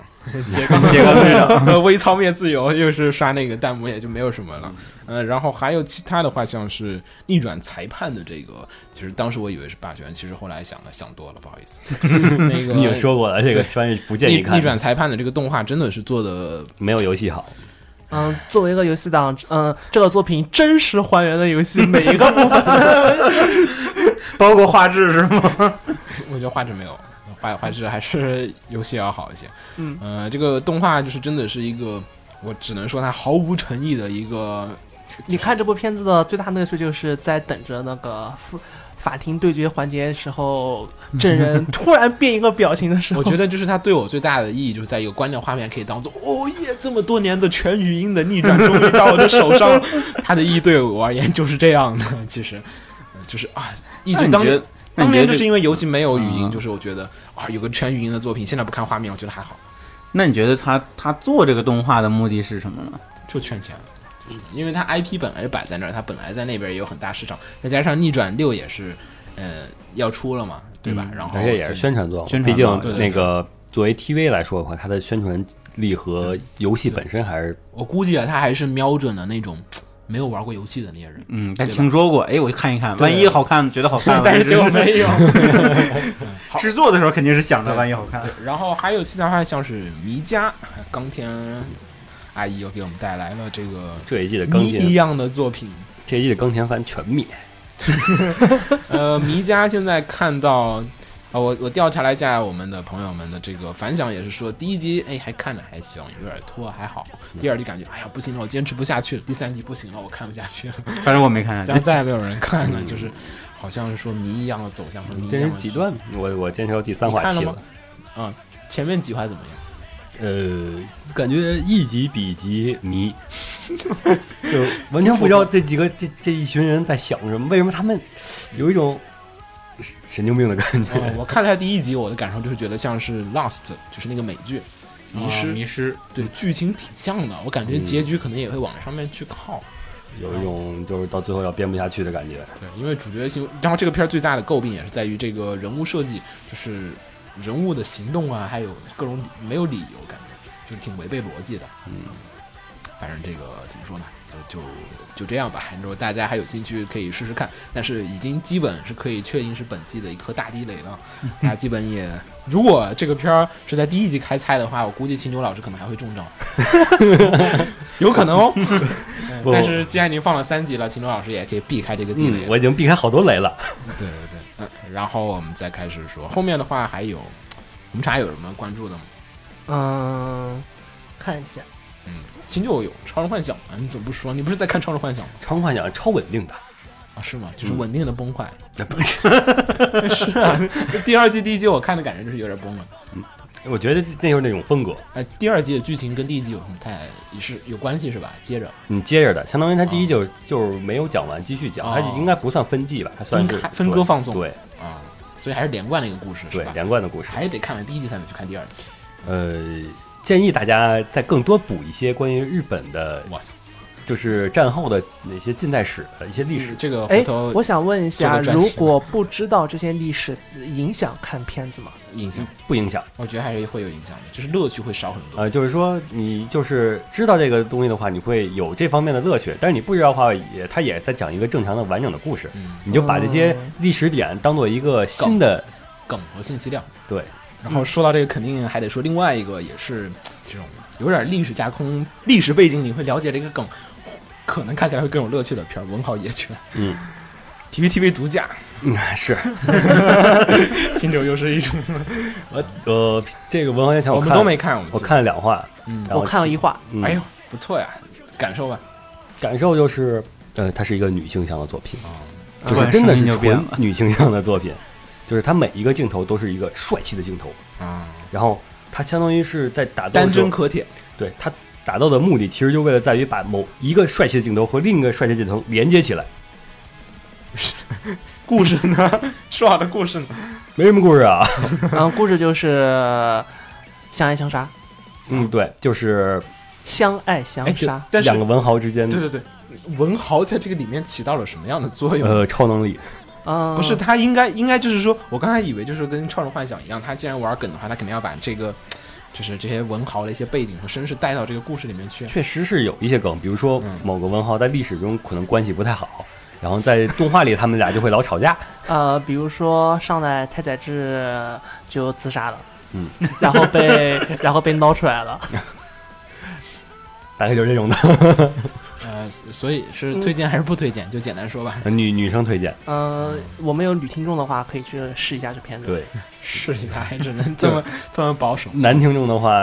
S3: 杰刚杰刚队
S4: 啊
S3: 长，呃微操灭自由，又是刷那个弹幕，也就没有什么了。
S2: 嗯
S3: 呃，然后还有其他的话，像是逆转裁判的这个，其实当时我以为是霸权，其实后来想了想多了，不好意思。那个
S2: [LAUGHS] 你也说过了，这个番是不建
S3: 逆
S2: 议
S3: 逆
S2: 看，
S3: 转裁判的这个动画真的是做的
S2: 没有游戏好。
S5: 嗯，作为一个游戏党，嗯，这个作品真实还原了游戏每一个部分。
S3: [LAUGHS]
S4: 包括画质是吗？
S3: 我觉得画质没有，画画质还是游戏要好一些。
S5: 嗯
S3: 呃，这个动画就是真的是一个，我只能说它毫无诚意的一个，
S5: 你看这部片子的最大乐趣，就是在等着那个法法庭对决环节时候，证
S3: [LAUGHS]
S5: 人突然变一个表情的时候，
S3: 我觉得就是它对我最大的意义就是在一个关掉画面可以当做哦耶，这么多年的全语音的逆转终于到我的手上了，它的意义对我而言就是这样的，其实， [LAUGHS] 呃就是啊，一直当年
S4: 那
S3: 当
S4: 你觉
S3: 年
S4: 得
S3: 就是因为游戏没有语音，
S4: 嗯
S3: 就是我觉得啊有个全语音的作品，现在不看画面，我觉得还好。
S4: 那你觉得他他做这个动画的目的是什么呢？
S3: 就圈钱了。因为它 IP 本来就摆在那儿，它本来在那边也有很大市场，再加上逆转六也是，呃，要出了嘛，对吧？
S4: 嗯
S3: 然后
S2: 而且也是宣
S3: 传，
S2: 传作
S4: 宣
S2: 用，
S4: 传
S2: 毕
S4: 作用
S2: 竟
S3: 对对
S2: 那个作为 TV 来说的话，它的宣传力和游戏本身还是
S3: 我估计啊，它还是瞄准了那种没有玩过游戏的那些人，
S4: 嗯，但
S3: 对吧
S4: 听说过，哎，我就看一看，
S3: 对
S4: 万一好看，觉得好看
S3: [LAUGHS]
S4: 了，
S3: 但是结果没有。好
S4: 制作的时候肯定是想着万一好看
S3: 对，，然后还有其他话，像是迷家、钢铁阿姨又给我们带来了这个
S2: 这一季的钢
S3: 谜一
S2: 铁，
S3: 样的作品，
S2: 这一季的钢铁番全灭。
S3: 呃，迷家现在看到，呃，我我调查了一下我们的朋友们的这个反响，也是说第一集哎还看着还行，有点拖还好，
S2: 嗯
S3: 第二集感觉哎呀不行了，我坚持不下去了，第三集不行了，我看不下去了，
S2: 嗯
S3: [LAUGHS]
S4: 反正我没看下去
S3: 然后。再也没有人
S2: [LAUGHS]
S3: 看了，就是好像是说谜一样的走向和谜一
S2: 这
S3: 样
S2: 是
S3: 的
S2: 几段
S3: 剧情？
S2: 我我坚持到第三话
S3: 你看了
S2: 期
S3: 吗。前面几话怎么样？
S2: 呃，感觉一集比一集
S3: [LAUGHS]
S2: 迷，就完全不知道这几个这这一群人在想什么，为什么他们有一种神经病的感觉。
S3: 哦，我看了一下第一集，我的感受就是觉得像是 Lost，就是那个美剧。迷失，
S4: 哦迷失，
S3: 对剧情挺像的，我感觉
S2: 嗯
S3: 结局可能也会往上面去靠。
S2: 有一种就是到最后要编不下去的感觉。
S3: 对，因为主角性，然后这个片儿最大的诟病也是在于这个人物设计，就是人物的行动啊，还有各种理没有理由，感觉就是挺违背逻辑的。嗯，反正这个怎么说呢，就就就这样吧。如果大家还有兴趣，可以试试看。但是已经基本是可以确定是本季的一颗大地雷
S2: [LAUGHS]
S3: 了。大家基本也，如果这个片儿是在第一集开菜的话，我估计秦牛老师可能还会中招，有可能哦。嗯
S2: [LAUGHS] 不
S3: 但是既然已经放了三集了，秦牛老师也可以避开这个地雷
S2: 嗯，。我已经避开好多雷了。
S3: 对对对，嗯，然后我们再开始说后面的话，还有我们茶有什么关注的吗？
S5: 嗯，看一下，
S3: 秦九有《超人幻想》啊吗？你怎么不说？你不是在看《超人幻想》吗？
S2: 超幻想超稳定的，
S3: 啊，是吗？就是稳定的崩坏。
S2: 那不是
S3: 是啊，第二季、第一季我看的感觉就是有点崩了。
S2: 我觉得那就是那种风格。
S3: 哎，第二季的剧情跟第一季有什么太是有关系是吧？接着
S2: 你接着的，相当于他第一就、
S3: 啊
S2: 就是没有讲完，继续讲，
S3: 哦
S2: 它应该不算分季吧，它算是
S3: 分开分割放送
S2: 对
S3: 啊、所以还是连贯的一个故事是
S2: 对
S3: 吧？
S2: 连贯的故事。
S3: 还是得看完第一季才能去看第二季。
S2: 呃，建议大家再更多补一些关于日本的，
S3: 哇塞，
S2: 就是战后的那些近代史的一些历史。
S3: 这个回
S5: 哎
S3: 头，
S5: 我想问一
S3: 做
S5: 下，
S3: 个专题
S5: 如果不知道这些历史，影响看片子吗？
S3: 影响，
S2: 不影响，
S3: 我觉得还是会有影响的，就是乐趣会少很多。
S2: 呃，就是说你就是知道这个东西的话，你会有这方面的乐趣；但是你不知道的话，也它也在讲一个正常的完整的故事，
S3: 嗯，
S2: 你就把这些历史点当做一个新的
S3: 梗和信息量。
S2: 对，
S3: 然后说到这个，肯定还得说另外一个，也是这种有点历史架空、历史背景，你会了解这个梗，可能看起来会更有乐趣的片儿《文豪野 [LAUGHS] 犬》。
S2: 嗯 [LAUGHS]
S3: ，PPTV 独 [LAUGHS] 家，
S2: 嗯是
S3: 秦九又是一种
S2: 我呃这个文豪野犬
S3: 我们
S2: 看
S3: 都没看，我们
S2: 我看了两话，
S3: 嗯
S2: 然后
S5: 我看了一
S3: [LAUGHS]
S5: 话，
S2: 嗯
S3: 哎呦不错呀，感受啊吧。
S2: 感受就是，呃，它是一个女性向的作
S3: 啊
S2: 品，
S4: 嗯
S2: 就是真的是
S4: 突然声音就变
S2: 纯
S4: 了
S2: 女性向的作品，就是它每一个镜头都是一个帅气的镜头，
S3: 啊，
S2: 然后它相当于是在打斗的
S3: 单
S2: 时候
S3: 针可铁，
S2: 对它打斗的目的其实就为了在于把某一个帅气的镜头和另一个帅气的镜头连接起来，
S3: 故事呢？ [LAUGHS] 说好的故事呢？
S2: 没什么故事啊，
S5: 嗯，故事就是相爱相杀，
S2: 嗯，对，就是
S5: 相爱
S3: 哎，
S5: 相
S3: 对
S5: 杀，
S3: 但是
S2: 两个文豪之间
S3: 对对对，文豪在这个里面起到了什么样的作用？
S2: 呃超能力，
S5: 嗯，
S3: 不是，他应该应该就是说，我刚才以为就是跟《超人幻想》一样，他既然玩梗的话，他肯定要把这个就是这些文豪的一些背景和身世带到这个故事里面去。
S2: 确实是有一些梗，比如说某个文豪在历史中可能关系不太好，然后在动画里他们俩就会老吵架。 [LAUGHS]
S5: 呃，比如说上来太宰治就自杀了，
S2: 嗯，
S5: 然后被然后被捞出来了，
S2: 大概就是这种的。 [LAUGHS]
S3: 呃，所以是推荐还是不推荐？就简单说吧，
S2: 女女生推荐，
S5: 嗯、我们有女听众的话可以去试一下这片子，，
S2: 对
S3: 试一 [LAUGHS] 下，还只能这么这么保守。
S2: 男听众的话，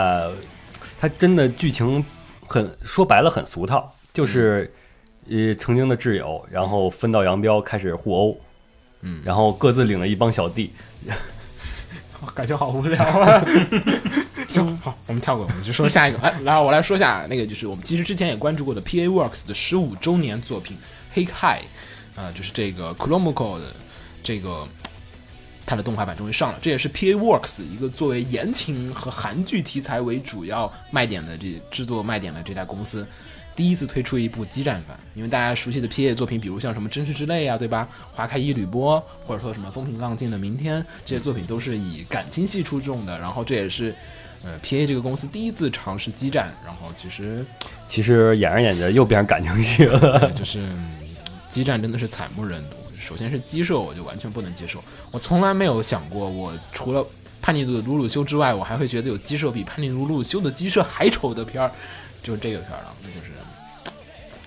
S2: 他真的剧情很说白了很俗套，就是呃曾经的挚友，然后分道扬镳开始互殴，
S3: 嗯，
S2: 然后各自领了一帮小弟，
S3: 我 [LAUGHS] 感觉好无聊啊。 [LAUGHS] 行，好，我们跳过，我们就说下一个。哎，来，我来说下那个，就是我们其实之前也关注过的 PA Works 的十五周年作品《Hey Hi》，呃，就是这个 c h r o m i c o 的这个它的动画版终于上了，这也是 PA Works 一个作为言情和韩剧题材为主要卖点的这制作卖点的这家公司。第一次推出一部激战番，因为大家熟悉的 PA 作品，比如像什么《真实之泪》啊，对吧？《花开一缕波》，或者说什么《风平浪静的明天》，这些作品都是以感情戏出众的。然后这也是，呃，PA 这个公司第一次尝试激战。然后其实
S2: 其实演着演着又变成感情戏了。 [LAUGHS]
S3: 对就是嗯激战真的是惨不忍睹。首先是鸡舍，我就完全不能接受。我从来没有想过，我除了叛逆的鲁鲁修之外，我还会觉得有鸡舍比叛逆鲁鲁修的鸡舍还丑的片儿，就是这个片儿了。那就是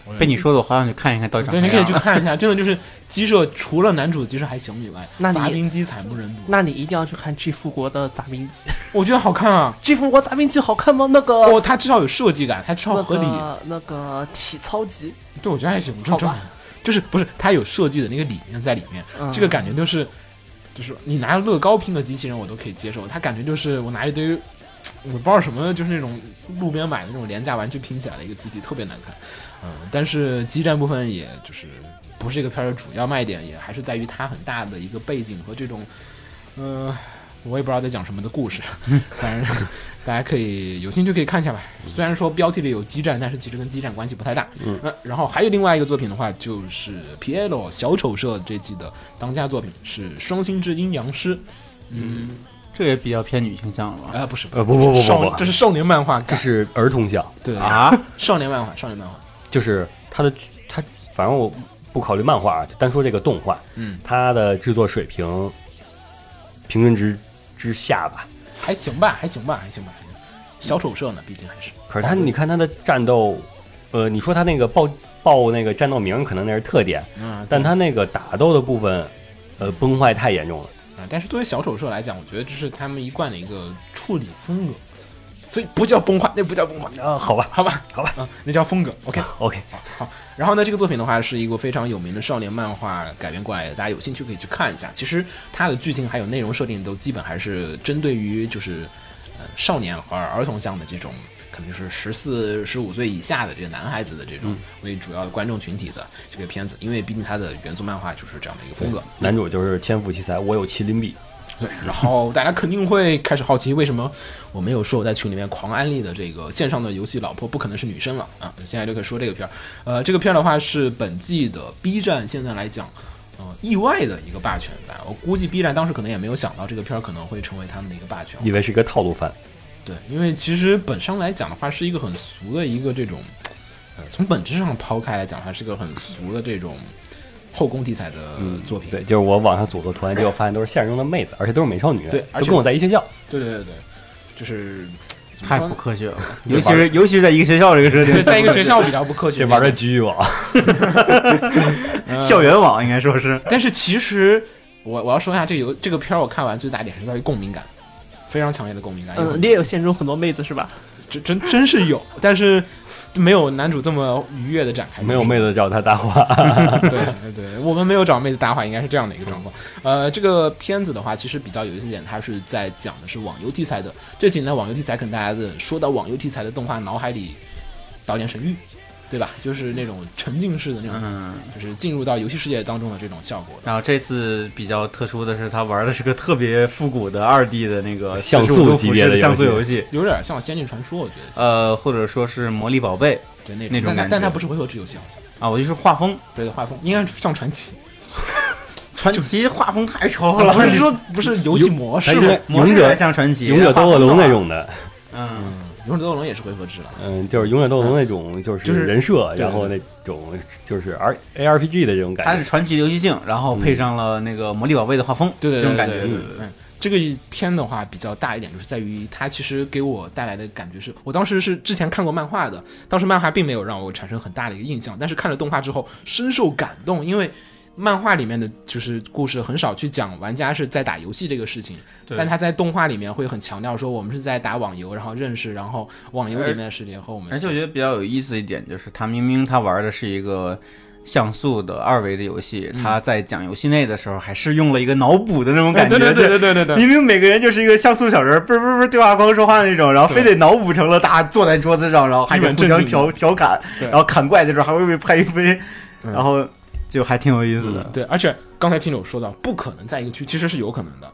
S3: 我
S4: 被你说的，啊我好想去看一看到底长
S3: 对，
S4: 啥
S3: 你可以
S4: 样
S3: 去
S4: 了。
S3: 看一下，真的就是鸡舍除了男主鸡舍还行以外，
S5: 那你
S3: 杂兵鸡惨不忍睹。
S5: 那你一定要去看《G 复国》的杂兵记，
S3: 我觉得好看啊，
S5: 《G 复国》杂兵记好看吗？那个、
S3: 哦，它至少有设计感，它至少
S5: 那
S3: 合理。
S5: 个那个体操集，
S3: 对，我觉得还行，正
S5: 好
S3: 常
S5: 吧。
S3: 就是不是它有设计的那个理念在里面，
S5: 嗯
S3: 这个感觉就是，就是你拿乐高拼的机器人我都可以接受，它感觉就是我拿一堆我不知道什么，就是那种路边买的那种廉价玩具拼起来的一个机体，特别难看。嗯，但是激战部分也就是不是这个片儿的主要卖点，也还是在于它很大的一个背景和这种，呃，我也不知道在讲什么的故事， [LAUGHS] 反正大家可以有兴趣可以看一下吧。
S2: 嗯
S3: 虽然说标题里有激战，但是其实跟激战关系不太大。嗯、然后还有另外一个作品的话，就是皮埃罗小丑社这季的当家作品是《双星之阴阳师》。嗯，
S4: 这也比较偏女倾向了吧？
S3: 啊、不是，
S2: 呃，不不不不
S3: 少，这
S2: 不，
S3: 是少年漫画，
S2: 这是儿童向，
S3: 对
S4: 啊，
S3: 少年漫画，少年漫画，
S2: 就是它的它，反正我不考虑漫画啊，就单说这个动画，
S3: 嗯，
S2: 它的制作水平平均值之下吧。
S3: 还行吧，还行吧，还行吧，还行小丑社呢，毕竟还是。
S2: 可是它，你看它的战斗，呃，你说它那个报报那个战斗名，可能那是特点，
S3: 嗯，
S2: 但
S3: 对
S2: 它那个打斗的部分，呃，崩坏太严重了。
S3: 啊，但是作为小丑社来讲，我觉得这是他们一贯的一个处理风格，所以不叫崩坏，那不叫崩坏，
S2: 啊，好吧
S3: 好吧，
S2: 好吧，
S3: 啊，那叫风格。OK，
S2: ，OK，
S3: 然后呢，这个作品的话是一个非常有名的少年漫画改编过来的，大家有兴趣可以去看一下。其实它的剧情还有内容设定都基本还是针对于就是呃少年和儿童向的这种，可能就是十四、十五岁以下的这个男孩子的这种为主要的观众群体的这个片子，因为毕竟它的原作漫画就是这样的一个风格。
S2: 男主就是天赋奇才，我有麒麟臂，
S3: 对，然后大家肯定会开始好奇，为什么我没有说我在群里面狂安利的这个线上的游戏《老婆不可能是女生》了啊？现在就可以说这个片儿。呃，这个片儿的话是本季的 B 站现在来讲，呃，意外的一个霸权吧。我估计 B 站当时可能也没有想到这个片儿可能会成为他们的一个霸权。
S2: 以为是个套路番。
S3: 对，因为其实本身来讲的话，是一个很俗的一个这种，呃，从本质上抛开来讲的话，是个很俗的这种后宫题材的作品。
S2: 对，就是我网上组的图案，结果发现都是现实中的妹子，而且都是美少女，
S3: 对而
S2: 都
S3: 且
S2: 跟我在一学校。
S3: 对对对对，就是怎么
S4: 太
S3: 说
S4: 不
S3: 呢？
S4: 科学
S3: [LAUGHS]
S4: 了，尤其是尤其是在一个学校这个设
S3: 对，
S4: 定，
S3: 在一个学校比较不科学，
S2: 这玩的局 [LAUGHS] 域网，
S4: 校园网应该说是
S3: 但是其实我我要说一下这个游这个片儿，我看完最大点是在于共鸣感，非常强烈的共鸣感。有
S5: 嗯，你也有现实中很多妹子是吧？
S3: 真真真是有，但是没有男主这么愉悦的展
S5: [LAUGHS]
S3: 开。
S2: 没有妹子叫他搭话。
S3: 对对对，我们没有找妹子搭话，应该是这样的一个状况。呃，这个片子的话，其实比较有意思一点，它是在讲的是网游题材的。这几年的网游题材，可能大家的说到网游题材的动画，脑海里导演神域，对吧？就是那种沉浸式的那种，
S4: 嗯。
S3: 就是进入到游戏世界当中的这种效果。
S4: 然后这次比较特殊的是，他玩的是个特别复古的二 D 的那个
S2: 像素
S4: 45度
S2: 级
S4: 俯
S2: 别
S4: 视
S2: 的
S4: 的像素
S2: 游
S4: 游戏，
S3: 有点像《仙境传说》，我觉得
S4: 呃，或者说是魔力宝贝
S3: 对那
S4: 那
S3: 但
S4: 种
S3: 它
S4: 感觉
S3: 但它不是回合制游戏，好像
S4: 啊，我就说画风，
S3: 对的画风应该是像传奇，
S4: 传奇画风太丑
S3: 啊不
S4: 了，
S3: 是说不是游戏模式
S2: 咱
S3: 吗
S2: 这
S4: 模
S2: 勇
S4: 式
S2: 者
S4: 还像传奇，
S2: 勇者斗恶龙那种的，
S4: 嗯，
S3: 勇者斗恶龙也是回合制了，
S2: 嗯，就是永远斗龙那种，就
S3: 就是
S2: 是人设，
S3: 对
S2: 然后那种就是 R A R P G 的这种
S4: 它
S2: 感
S4: 是
S2: 觉。
S4: 传奇的游戏性，然后配上了那个魔力宝贝的画风，
S3: 嗯对对
S4: 这种
S3: 对
S4: 感
S3: 对
S4: 觉。
S3: 对对。嗯这个片的话比较大一点，就是在于它其实给我带来的感觉是，我当时是之前看过漫画的，当时漫画并没有让我产生很大的一个印象，但是看了动画之后深受感动，因为漫画里面的就是故事很少去讲玩家是在打游戏这个事情，
S4: 对
S3: 但他在动画里面会很强调说我们是在打网游，然后认识，然后网游里面的世界和我们
S4: 而且我
S3: 现
S4: 觉得比较有意思一点就是，他明明他玩的是一个像素的二维的游戏，他在讲游戏内的时候还是用了一个脑补的那种感
S3: 嗯
S4: 觉，
S3: 哎对对对对对对对
S4: 明明每个人就是一个像素小人儿，不是不是不是对话框说话那种，然后非得脑补成了大家坐在桌子上，然后还
S3: 一
S4: 得
S3: 本
S4: 互
S3: 正
S4: 相
S3: 经
S4: 调调侃，
S3: 对
S4: 然后砍怪的时候还会被拍一杯，
S3: 嗯
S4: 然后就还挺有意思的。
S3: 对，而且刚才听友说到，不可能在一个区，其实是有可能的。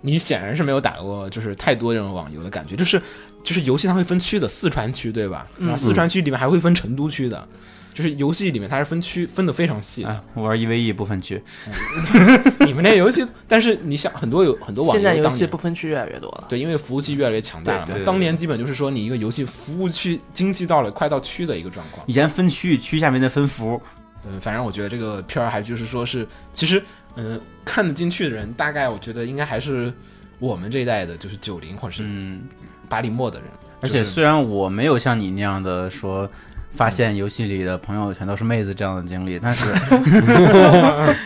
S3: 你显然是没有打过，就是太多这种网游的感觉，就是就是游戏它会分区的，四川区对吧？
S4: 嗯
S3: 然后四川区里面还会分成都区的，就是游戏里面它是分区分的非常细的。
S4: 啊，我玩一 v 一不分区，
S3: 你们那游戏，但是你想很多有很多网
S5: 现在
S3: 游
S5: 游
S3: 当
S5: 戏
S3: 年
S5: 不分区越来越多了。
S3: 对，因为服务器越来越强大了嘛
S4: 对对，对
S3: 当年基本就是说你一个游戏服务区精细到了快到区的一个状况。
S4: 以前分区域区下面的分服，
S3: 嗯，反正我觉得这个片儿还就是说是，其实，嗯、看得进去的人，大概我觉得应该还是我们这一代的，就是九零或者是
S4: 嗯，
S3: 八零末的人。
S4: 而
S3: 就
S4: 且
S3: 是
S4: 虽然我没有像你那样的说发现游戏里的朋友全都是妹子这样的经历，但是 [LAUGHS]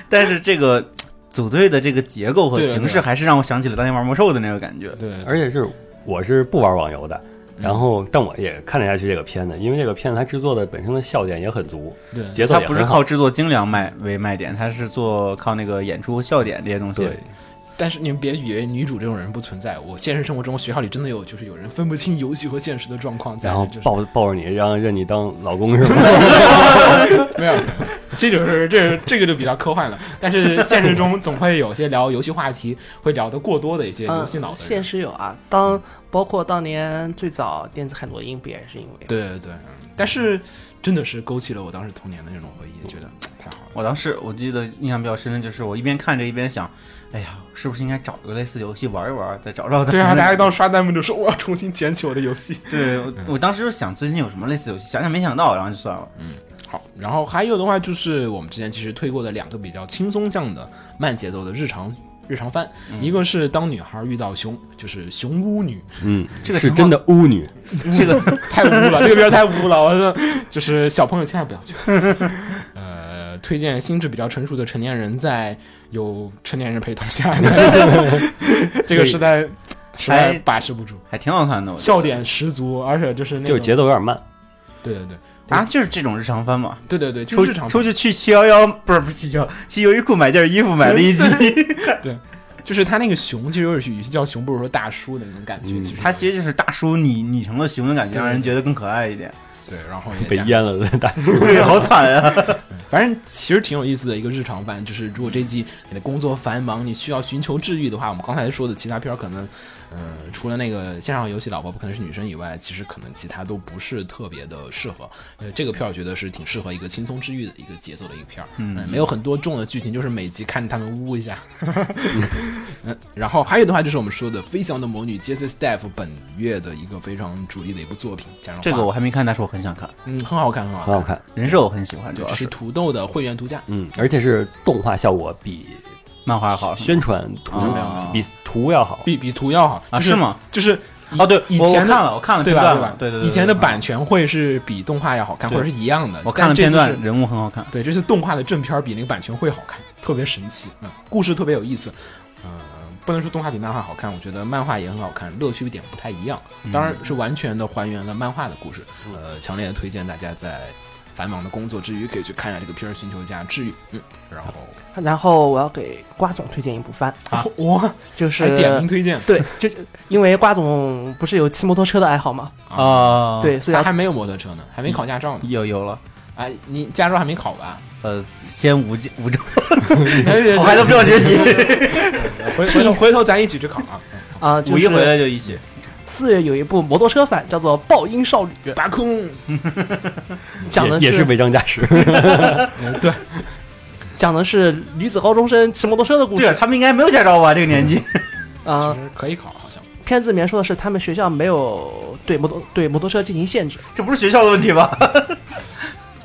S4: 但是这个组队的这个结构和
S3: 对对
S4: 形式
S3: 对
S4: 还是让我想起了当年玩魔兽的那个感觉。
S3: 对，对
S2: 而且是我是不玩网游的，
S3: 嗯
S2: 然后但我也看得下去这个片子，因为这个片子它制作的本身的笑点也很足，
S3: 对
S2: 节奏
S4: 它
S2: 也
S4: 不是
S2: 很好。
S4: 靠制作精良卖为卖点，它是做靠那个演出笑点这些东西。
S2: 对，
S3: 但是你们别以为女主这种人不存在，我现实生活中学校里真的有，就是有人分不清游戏和现实的状况在，
S2: 然后
S3: 就是
S2: 抱抱着你，让认你当老公
S4: [LAUGHS]
S2: 是吗？
S3: 没有， [LAUGHS] 这就是这这个就比较科幻了。但是现实中总会有些聊游戏话题会聊得过多的一些游
S5: 嗯
S3: 戏脑，的人。
S5: 现实有啊，当包括当年最早电子海洛因不也是因为？
S3: 对对对，嗯但是真的是勾起了我当时童年的那种回忆，觉得太好了。
S4: 我当时我记得印象比较深的就是我一边看着一边想，哎呀，是不是应该找一个类似游戏玩一玩，再找找
S3: [LAUGHS]
S4: 它
S3: 对啊，大
S4: [LAUGHS]
S3: 家当时刷弹幕就说我要重新捡起我的游戏。
S4: 对我我当时就想最近有什么类似游戏，想想没想到，然后就
S3: [LAUGHS]
S4: 算了。
S3: [LAUGHS] 好，然后还有的话就是我们之前其实推过的两个比较轻松向的慢节奏的日常日常番，一个是当女孩遇到熊，就是熊巫女， [LAUGHS]
S2: 嗯，
S4: 这个
S2: 是
S4: 情况
S2: 真的巫女，
S4: 这个
S3: 太污了，这个片儿太污了，我说 [LAUGHS] 就是小朋友千万不要去。 [LAUGHS] 呃，推荐心智比较成熟的成年人在有成年人陪同下， [LAUGHS] 这个实在实
S2: 哎
S3: 在把持不住，
S4: 还挺好看的，我觉得
S3: 笑点十足，而且就是那
S2: 就是
S3: 种
S2: 节奏有点慢。
S3: 对对对
S4: 啊，就是这种日常番嘛。
S3: 对对对，就
S4: 出
S3: 是日常
S4: 出去去七幺幺不是不是七幺， [LAUGHS] 去优衣库买件衣服买了
S3: [LAUGHS]
S4: 一季，
S3: 就是他那个熊，其实有点与其叫熊，不如说大叔的那种感觉。
S2: 嗯
S3: 其实
S4: 他其实就是大叔拟拟成了熊的感觉，
S3: 对
S4: 让人觉得更可爱
S3: [LAUGHS]
S4: 一点。
S3: 对，然后
S2: 被
S3: 也加，
S2: 淹了的大
S4: 对，好惨
S3: [LAUGHS]
S4: 啊！
S3: 反正其实挺有意思的一个日常番。就是如果这一季你的工作繁忙，你需要寻求治愈的话，我们刚才说的其他片儿可能，呃，除了那个线上游戏老婆不可能是女生以外，其实可能其他都不是特别的适合。呃，这个片儿我觉得是挺适合一个轻松治愈的一个节奏的一个片儿，
S4: 嗯
S3: 没有很多重的剧情，就是每集看着他们呜一下。 [LAUGHS] 嗯，然后还有的话就是我们说的《飞翔的魔女》杰森·斯戴夫本月的一个非常主力的一部作品，加上
S4: 这个
S3: 画
S4: 我还没看，但是我很想看。
S3: 嗯，很好看，很好
S2: 很好
S3: 看。
S2: 看，
S4: 人设我很喜欢，主
S3: 对，
S4: 要
S3: 这是
S4: 是
S3: 土豆的会员独家，
S2: 嗯，而且是动画效果比
S4: 漫画好。
S2: 宣传图
S4: 哦没有没有
S2: 比图要好。
S3: 比比图要好
S4: 啊
S3: 就是
S4: 吗？
S3: 就是
S4: 哦，对，
S3: 以
S4: 我我
S3: 前
S4: 看
S3: 的
S4: 了，我看了
S3: 对
S4: 片
S3: 吧？
S4: 段
S3: 对
S4: 了
S3: 吧？
S4: 对对，
S3: 以前的
S4: 对嗯
S3: 版权会是比动画要好看，
S4: 对
S3: 或者是一样的。
S4: 我看了
S3: 但这
S4: 片
S3: 次
S4: 段，
S3: 是，
S4: 人物很好看。
S3: 对，这次动画的正片儿比那个版权会好看，特别神奇，嗯，故事特别有意思，呃，不能说动画比漫画好看，我觉得漫画也很好看，乐趣点不太一样，
S4: 嗯
S3: 当然是完全的还原了漫画的故事，呃，强烈的推荐大家在繁忙的工作之余可以去看一下这个片儿，寻求一下治愈，嗯，然后
S5: 然后我要给瓜总推荐一部番，
S4: 啊
S3: 哇，
S5: 就是
S3: 还点名推荐
S5: 对，就因为瓜总不是有骑摩托车的爱好吗？
S4: 啊，，
S5: 对，所以
S3: 他
S5: 要
S3: 还没有摩托车呢，还没考驾照呢。
S4: 有有了，
S3: 哎，你驾照还没考 [LAUGHS] 吧？
S4: 呃，先无尽无证，
S3: 我
S4: 我还都不知道学
S3: [LAUGHS]
S4: 习，
S3: 回回头回头咱一起去考啊！
S5: 啊，
S4: [LAUGHS]
S5: 就
S4: 五一回
S5: 是
S4: 来就一起。
S5: 四月有一部摩托车番叫做《爆音少女》，
S3: [LAUGHS] 拔空，
S5: 讲的
S2: 也也是违章驾驶，
S3: 嗯对，
S5: 讲的是女子高中生骑摩托车的故
S4: 对啊，
S5: 事
S4: 他们应该没有驾照吧？这个年纪，
S5: 啊
S3: 其。实可以考，好像
S5: 片子里面说的是他们学校没有对摩托对摩托车进行限制，
S4: 这不是学校的问题吧？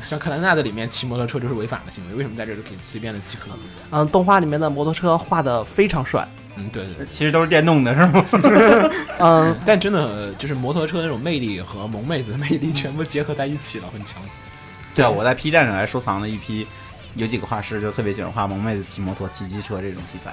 S3: 像克兰纳的里面骑摩托车就是违法的行为，为什么在这里可以随便的骑可以？
S5: 嗯，动画里面的摩托车画的非常帅，
S3: 嗯，对对对。
S4: 其实都是电动的，是吗？
S5: 嗯，
S3: 但真的就是摩托车那种魅力和萌妹子的魅力全部结合在一起了，很强。
S4: 对啊，我在 P 站上还收藏了一批，有几个画师就特别喜欢画萌妹子骑摩托、骑机车这种题材。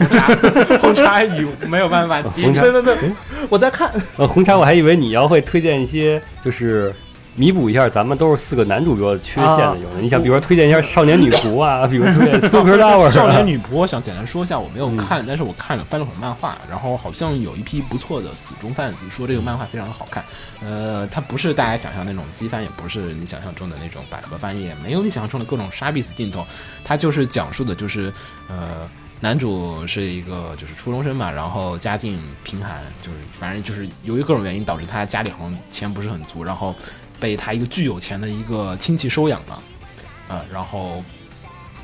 S3: 红茶， [LAUGHS] 红茶语没有办法
S2: 呃 [LAUGHS]
S3: 接
S2: 红。茶
S5: 啊没没没，我在看，
S2: 呃，红茶，我还以为你要会推荐一些，就是弥补一下咱们都是四个男主角的缺陷的。有的，你想，比如说推荐一下《少年女仆》啊，比如推 [LAUGHS] 荐《Super Lover》
S3: 啊 [LAUGHS]
S2: 啊
S3: 少年
S2: 女
S3: 女仆，我想简单说一下，我没有看，但是我看了翻了会儿漫画，然后好像有一批不错的死忠 fans 说这个漫画非常好看。呃，它不是大家想象那种机翻，也不是你想象中的那种百合翻译，也没有你想象中的各种杀必死镜头，它就是讲述的就是呃。男主是一个就是初中生嘛，然后家境贫寒，就是反正就是由于各种原因导致他家里好像钱不是很足，然后被他一个巨有钱的一个亲戚收养了，呃，然后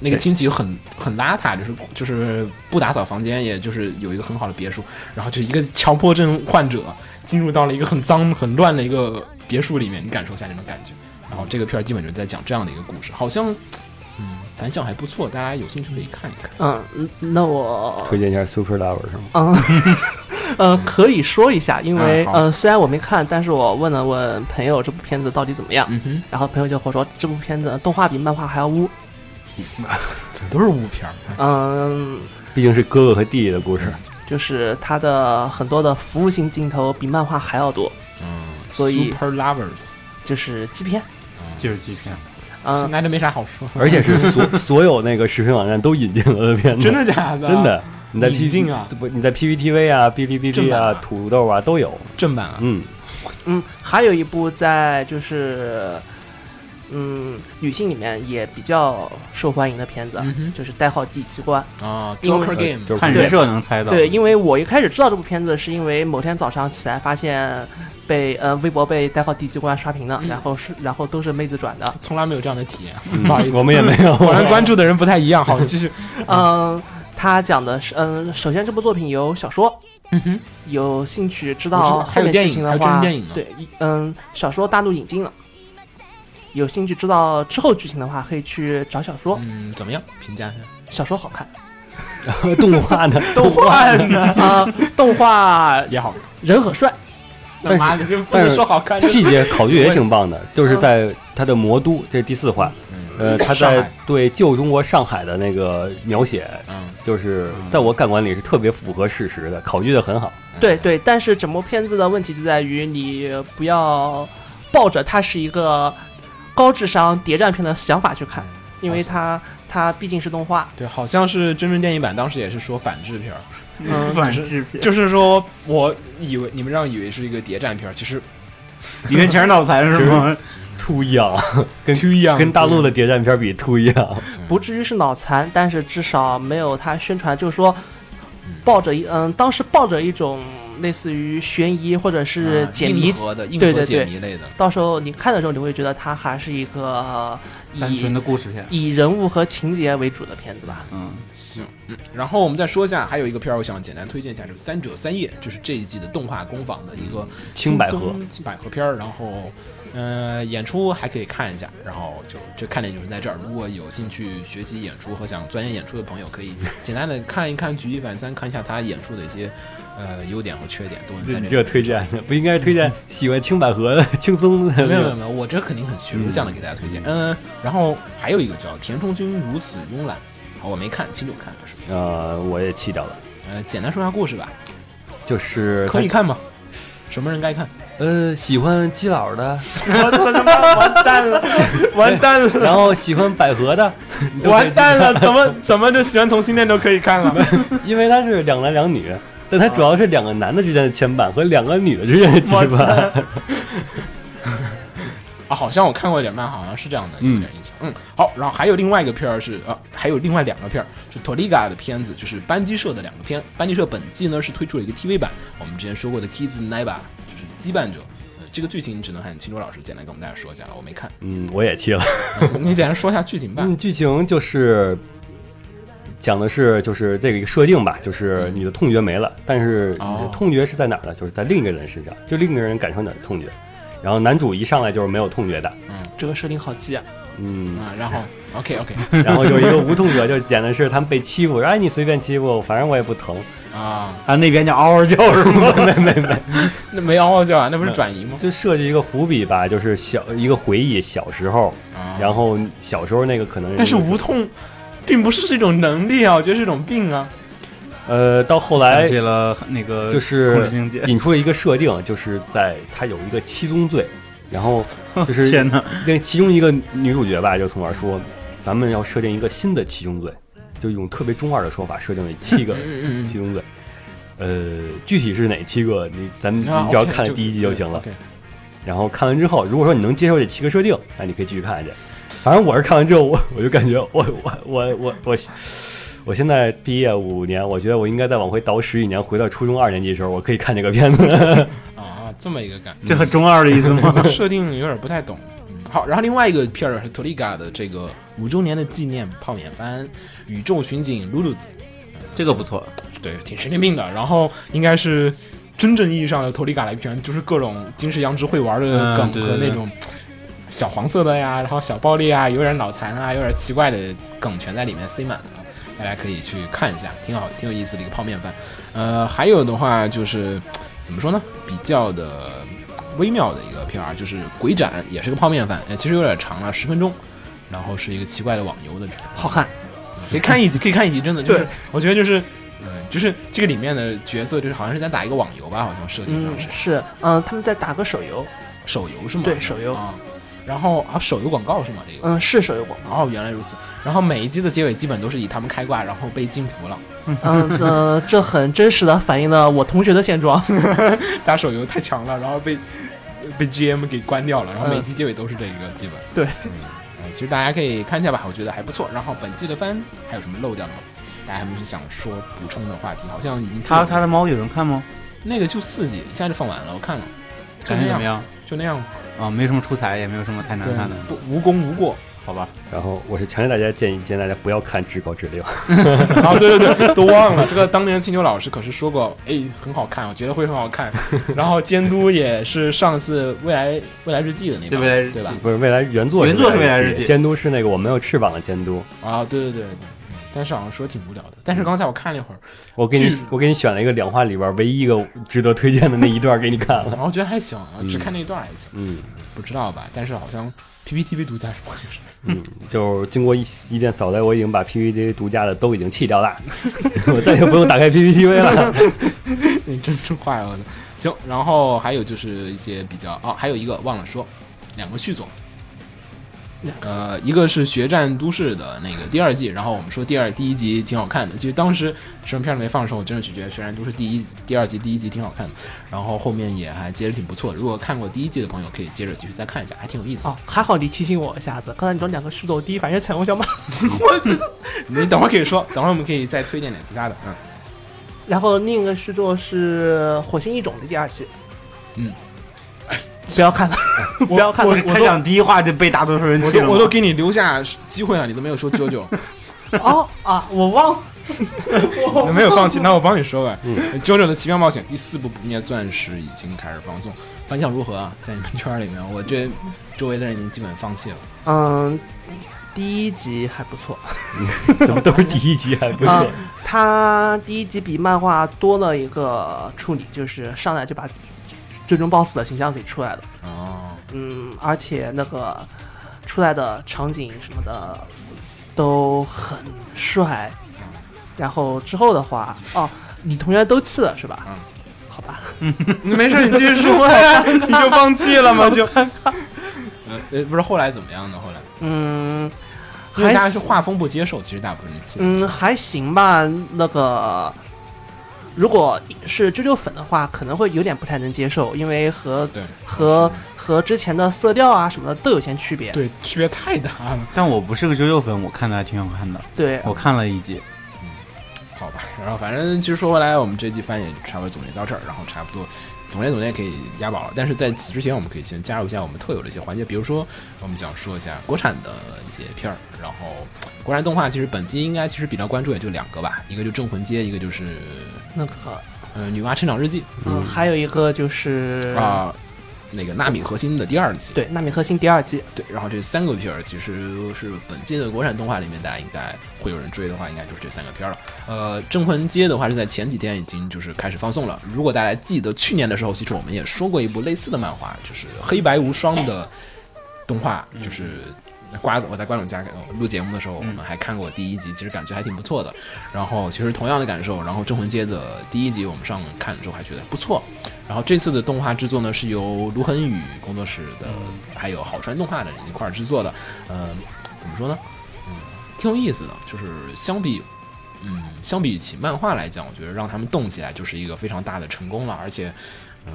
S3: 那个亲戚很很邋遢，就是就是不打扫房间，也就是有一个很好的别墅，然后就一个强迫症患者进入到了一个很脏很乱的一个别墅里面，你感受一下那种感觉。然后这个片儿基本就在讲这样的一个故事，好像嗯反响还不错，大家有兴趣可以看一看。
S5: 嗯，那我
S2: 推荐一下《Super Lover》是吗？
S5: 嗯，呃，可以说一下，因为、
S3: 嗯好
S5: 呃，虽然我没看，但是我问了问朋友这部片子到底怎么样，
S3: 嗯哼，
S5: 然后朋友就和我说这部片子动画比漫画还要污，
S3: 都是污片儿。
S5: 嗯，
S2: 毕竟是哥哥和弟弟的故事。
S5: 就是它的很多的服务性镜头比漫画还要多，
S3: 嗯，
S5: 所以
S3: Super Lovers
S5: 就是基片，
S4: 就是剧情，
S5: 嗯
S3: 现，在就没啥好说，
S2: 而且是所
S3: [LAUGHS]
S2: 所有那个视频网站都引进了的片子，
S3: 真的假的？
S2: 真的。你在 P
S3: 引进啊
S2: 不，你在 PPTV 啊、哔哩哔
S3: 正
S2: 哩
S3: 版
S2: 啊、
S3: 啊
S2: 土豆啊都有。
S3: 正版啊，
S2: 嗯，
S5: 嗯，还有一部在就是，嗯，女性里面也比较受欢迎的片子，
S3: 嗯哼
S5: 就是代号第七关。
S3: 啊
S5: 因为
S3: ，Joker
S2: 呃
S3: Game
S2: 就是
S4: 看人设能猜到。
S5: 对，因为我一开始知道这部片子，是因为某天早上起来发现被呃微博被代号第七关刷屏了，
S3: 嗯
S5: 然后是然后都是妹子转的，
S3: 从来没有这样的体验，
S2: 嗯
S3: 不好意思，
S2: 我们也没有。 [LAUGHS]
S3: 果然关注的人不太一样。好，继 [LAUGHS] 续。
S5: 嗯。他讲的是，嗯，首先这部作品有小说，
S3: 嗯哼，
S5: 有兴趣
S3: 我知
S5: 知道
S3: 道还有
S5: 后面
S3: 电
S5: 剧
S3: 影
S5: 情
S3: 还
S5: 的
S3: 有真人
S5: 话，
S3: 电影呢
S5: 对，嗯，小说大陆引进了，有兴趣知道之后剧情的话，可以去找小说，
S3: 嗯，怎么样？评价一下。
S5: 小说好看
S2: 动画呢？
S4: 动画呢？
S5: 啊、动画
S3: 也好，
S5: 人很帅，
S3: 那妈的就不
S2: 但
S3: 能
S2: 是
S3: 说好看，
S2: 细节考据也挺棒的，就是在他的魔都，这是第四话，呃，他
S3: 嗯上
S2: 在
S3: 海
S2: 对旧中国上海的那个描写，
S3: 嗯，
S2: 就是在我感官里是特别符合事实的，考据的很好。
S5: 对对，但是整部片子的问题就在于你不要抱着它是一个高智商谍战片的想法去看，因为
S3: 嗯
S5: 它它毕竟是动画，
S3: 对，好像是真人电影版，当时也是说反制片儿，
S5: 嗯，
S4: 反制片，
S3: 就是说我以为你们让以为是一个谍战片儿，其实
S4: 里面全是脑残是吗？
S3: 嗯
S2: 秃一样，
S3: 啊
S2: 跟
S3: 不一
S2: [LAUGHS]
S3: 样
S2: 跟大陆的谍战片比，秃一样。
S3: 嗯
S5: 不至于是脑残，但是至少没有它宣传，就是说抱着一嗯，当时抱着一种类似于悬疑或者是解谜
S3: 啊硬，核的硬
S5: 对
S3: 核
S5: 对
S3: 解
S5: 对
S3: 谜类的，
S5: 到时候你看的时候你会觉得它还是一个、呃
S4: 单纯
S5: 以
S4: 的故事片。
S5: 以人物和情节为主的片子吧。
S4: 嗯，
S3: 行，嗯然后我们再说一下，还有一个片儿，我想简单推荐一下，就是《三者三夜》，就是这一季的动画工坊的一个
S2: 青百合
S3: 轻松青百合片儿。然后，呃，演出还可以看一下。然后呃就这看点就是在这儿。如果有兴趣学习演出和想钻研演出的朋友，可以简单的看一看《举一反三》，看一下他演出的一些呃优点和缺点，都能在
S2: 你
S3: 这
S2: [LAUGHS] 这
S3: 里
S2: 个推荐的不应该推荐喜欢青百合的、 [LAUGHS] 轻松的
S3: 嗯
S2: 那
S3: 没有没有
S2: 种
S3: 没有，我这肯定很学术向的给大家推荐。嗯，然后还有一个叫《田中君如此慵懒》，我没看，秦九看啊的是。
S2: 呃，我也气掉了，
S3: 呃，简单说一下故事吧。
S2: 就是
S3: 可以看吗？什么人该看？
S2: 呃喜欢基佬的，
S4: 我操他妈完蛋 [LAUGHS] 了，完蛋了，
S2: 然后喜欢百合
S3: [LAUGHS]
S2: 的，你都可以
S4: 完蛋了！怎么怎么就喜欢同性恋都可以看了？
S2: 因为它是两男两女，但它主要是两个男的之间的牵绊和两个女的之间的牵 [LAUGHS] 绊。
S3: 啊，好像我看过一点漫，好像是这样的，有点印象。嗯，好，然后还有另外一个片儿是啊，还有另外两个片儿是 Toliga 的片子，就是班机社的两个片。班机社本季呢是推出了一个 TV 版，我们之前说过的 Kids Naiba，就是羁绊者。呃这个剧情只能喊秦卓老师简单跟我们大家 [LAUGHS] 说一下了，我没看，
S2: 嗯，我也气了。
S3: 你简单说一下剧情吧。
S2: 嗯，剧情就是讲的是就是这个一个设定吧，就是你的痛觉没了，但是你的
S3: 哦
S2: 痛觉是在哪儿呢？就是在另一个人身上，就另一个人感受你的痛觉。然后男主一上来就是没有痛觉的，
S5: 这个设定好记啊，
S2: 嗯，
S3: 嗯 [LAUGHS] 啊，然后 OK [LAUGHS] OK
S2: 然后有一个无痛者，就讲的是他们被欺负，说哎你随便欺负我，反正我也不疼，
S3: 啊，
S4: 啊， [LAUGHS] 那边叫嗷嗷叫是吗？
S2: 没没没，
S3: 那没嗷嗷叫啊，那不是转移吗？
S2: 就设计一个伏笔吧，就是小一个回忆小时候，
S3: 啊，
S2: 然后小时候那个可能
S3: 但是无痛，并不是一种能力啊，我觉得是一种病啊。
S2: 呃到后
S4: 想
S2: 来
S4: 起了那个
S2: 就是
S4: 孔玲姐，
S2: 引出了一个设定，就是在他有一个七宗罪，然
S4: [LAUGHS]
S2: 后就是
S4: 天哪，
S2: 那其中一个女主角吧，就从而说，咱们要设定一个新的七宗罪，就用特别中二的说法设定了七个
S3: 嗯嗯嗯
S2: 七宗罪。呃，具体是哪七个，你咱嗯们你
S3: 啊
S2: 只要
S3: OK，
S2: 看了第一集就行了。
S3: 对，OK
S2: 然后看完之后，如果说你能接受这七个设定，那你可以继续看下去。反正我是看完之后，我我就感觉我我我我我我现在毕业五年，我觉得我应该再往回倒十几年，回到初中二年级的时候，我可以看这个片子。 [LAUGHS]
S3: 啊，这么一个感觉。
S4: 这很中二的意思吗？
S3: 设定有点不太懂。嗯好，然后另外一个片儿是托利嘎的这个五周年的纪念泡面番《宇宙巡警露露子
S4: [LAUGHS] 这个不错，》，
S3: 对，挺神经病的。然后应该是真正意义上的托利嘎来片，就是各种金石阳之会玩的
S4: 嗯
S3: 梗
S4: 对
S3: 和
S4: 对对
S3: 那种小黄色的呀，然后小暴力啊，有点脑残啊，有点奇怪的梗全在里面塞满了。大家可以去看一下，挺好，挺有意思的一个泡面番。呃，还有的话就是怎么说呢，比较的微妙的一个片儿，啊就是《鬼斩》，也是个泡面番，呃，其实有点长了，十分钟。然后是一个奇怪的网游的片儿，
S5: 好看。
S3: 可以看一集， [LAUGHS] 可以看一集，真的就是
S5: 对，
S3: 我觉得就是，嗯、就是这个里面的角色就是好像是在打一个网游吧，好像设定上，
S5: 嗯
S3: 是、
S5: 是，嗯，他们在打个手游，
S3: 手游是吗？
S5: 对手游
S3: 啊，然后啊手游广告是吗？这个游
S5: 嗯，
S3: 戏。
S5: 是手游广告。
S3: 哦，原来如此。然后每一季的结尾基本都是以他们开挂，然后被禁服了。
S5: 嗯 [LAUGHS] 呃，这很真实的反映了我同学的现状。 [LAUGHS]
S3: 打手游太强了，然后被呃被 GM 给关掉了，然后每季结尾都是这一个，基本。
S5: 对
S3: 嗯，嗯，其实大家可以看一下吧，我觉得还不错。然后本季的番还有什么漏掉的吗？大家还没有想说补充的话题，好像已经
S4: 他
S3: 他
S4: 他的猫有人看吗？
S3: 那个就四集，一下就放完了，我看了，就
S4: 感觉
S3: 那
S4: 怎么
S3: 样，
S4: 样？
S3: 就那样，
S4: 啊，没什么出彩，也没有什么太难看的，
S3: 不无功无过。[LAUGHS]
S4: 好吧？
S2: 然后我是强烈大家建议，建议大家不要看《至高指令》。
S3: 啊，对对对，都忘了。这个当年青牛老师可是说过， [LAUGHS] 哎，很好看，我觉得会很好
S4: [LAUGHS]
S3: 看。然后监督也是上次未来未来日记的那
S4: 对
S3: 版
S4: 未来日
S3: 对吧？
S2: 不是未来原作，
S4: 原作是未来日记
S2: 监督是那个我没有翅膀的监督。
S3: 啊，对对对对。对但是好像说挺无聊的，但是刚才我看了一会儿，
S2: 我
S4: [LAUGHS]
S2: 给你
S3: 剧，
S2: 我给你选了一个两话里边唯一一个值得推荐的那一段给你看了。
S3: 然后我觉得还行，啊，只看那一段还行，
S2: 嗯
S3: 不知道吧？但是好像 PPTV 独家什么就是
S2: 嗯，就是经过一一遍扫雷，我已经把 PPT 独家的都已经弃掉了， [LAUGHS] 我再也不用打开 PPTV 了。 [LAUGHS]
S3: [LAUGHS] 你真是快乐的。行，然后还有就是一些比较哦，还有一个忘了说，两个续作，呃，一个是《决战都市》的那个第二季，然后我们说第二第一集挺好看的，其实当时什么片儿都没放的时候，我真的是觉得《决战都市》第一第二集第一集挺好看的，然后后面也还接着挺不错的。如果看过第一季的朋友，可以接着继续再看一下，还挺有意思的。
S5: 哦，还好你提醒我一下子，刚才你说两个续作，我第一反应是彩虹小马，
S3: [LAUGHS]
S5: [LAUGHS]
S3: 你等会儿可以说，等会儿我们可以再推荐点其他的。嗯，
S5: 然后另一个续作是《火星异种》的第二季。
S3: 嗯，
S5: [LAUGHS] 不要看了，不要看了，
S4: 我
S5: 我
S4: 开场第一话就被大多数人
S3: 我
S4: 弃了
S3: 都
S4: 吗，
S3: 我都给你留下机会了，你都没有说九九。
S5: 都哦啊，我忘了，
S3: 那 [LAUGHS] 没有放弃，那我帮你说吧。嗯，JoJo 的奇妙冒险第四部《不灭钻石》已经开始放送，反响如何啊？在你们圈儿里面，我这周围的人已经基本放弃了。
S5: 嗯，第一集还不错，
S2: 怎么都是第一集还不
S5: 啊
S2: 错？，
S5: 它第一集比漫画多了一个处理，就是上来就把最终 BOSS 的形象给出来了。
S3: 哦，
S5: 嗯，而且那个出来的场景什么的都很帅。然后之后的话，哦，你同学都弃了是吧？
S3: 嗯，
S5: 好吧，
S3: [LAUGHS] 没事，你继续说呀，你就放弃了吗？就，呃，不是后来怎么样呢？后来，
S5: [LAUGHS] 嗯，
S3: 因为
S5: 还
S3: 大家是
S5: 行
S3: 画风不接受，其实大部分人弃了。
S5: 嗯还行吧。那个如果是追究粉的话，可能会有点不太能接受，因为和
S3: 对，
S5: 和和之前的色调啊什么的都有些区别。
S3: 对区别太大了。
S4: 但我不是个周六粉，我看的还挺好看的，
S3: 啊
S5: 对，
S4: 我看了一集。
S3: [LAUGHS] 好吧，然后反正其实说回来，我们这季番也差不多总结到这儿，然后差不多总结总结可以押宝了。但是在此之前，我们可以先加入一下我们特有的一些环节，比如说我们想说一下国产的一些片儿，然后国产动画其实本期应该其实比较关注也就两个吧，一个就《镇魂街》，一个就是
S5: 那个，
S3: 呃《女娲成长日记
S5: 嗯，还有一个就是》
S3: 啊、那个《纳米核心》的第二季。
S5: 对《纳米核心》第二季，
S3: 对，然后这三个片儿其实是本届的国产动画里面，大家应该会有人追的话，应该就是这三个片儿了。呃，《镇魂街》的话是在前几天已经就是开始放送了。如果大家记得去年的时候，其实我们也说过一部类似的漫画，就是黑白无双的动画，就是瓜总我在瓜总家呃录节目的时候，我们还看过第一集，其实感觉还挺不错的。然后其实同样的感受，然后《镇魂街》的第一集我们上看的时候还觉得不错。然后这次的动画制作呢，是由卢恒宇工作室的，还有好川动画的人一块儿制作的。呃，怎么说呢？嗯，挺有意思的，就是相比，嗯，相比起漫画来讲，我觉得让他们动起来就是一个非常大的成功了。而且，呃，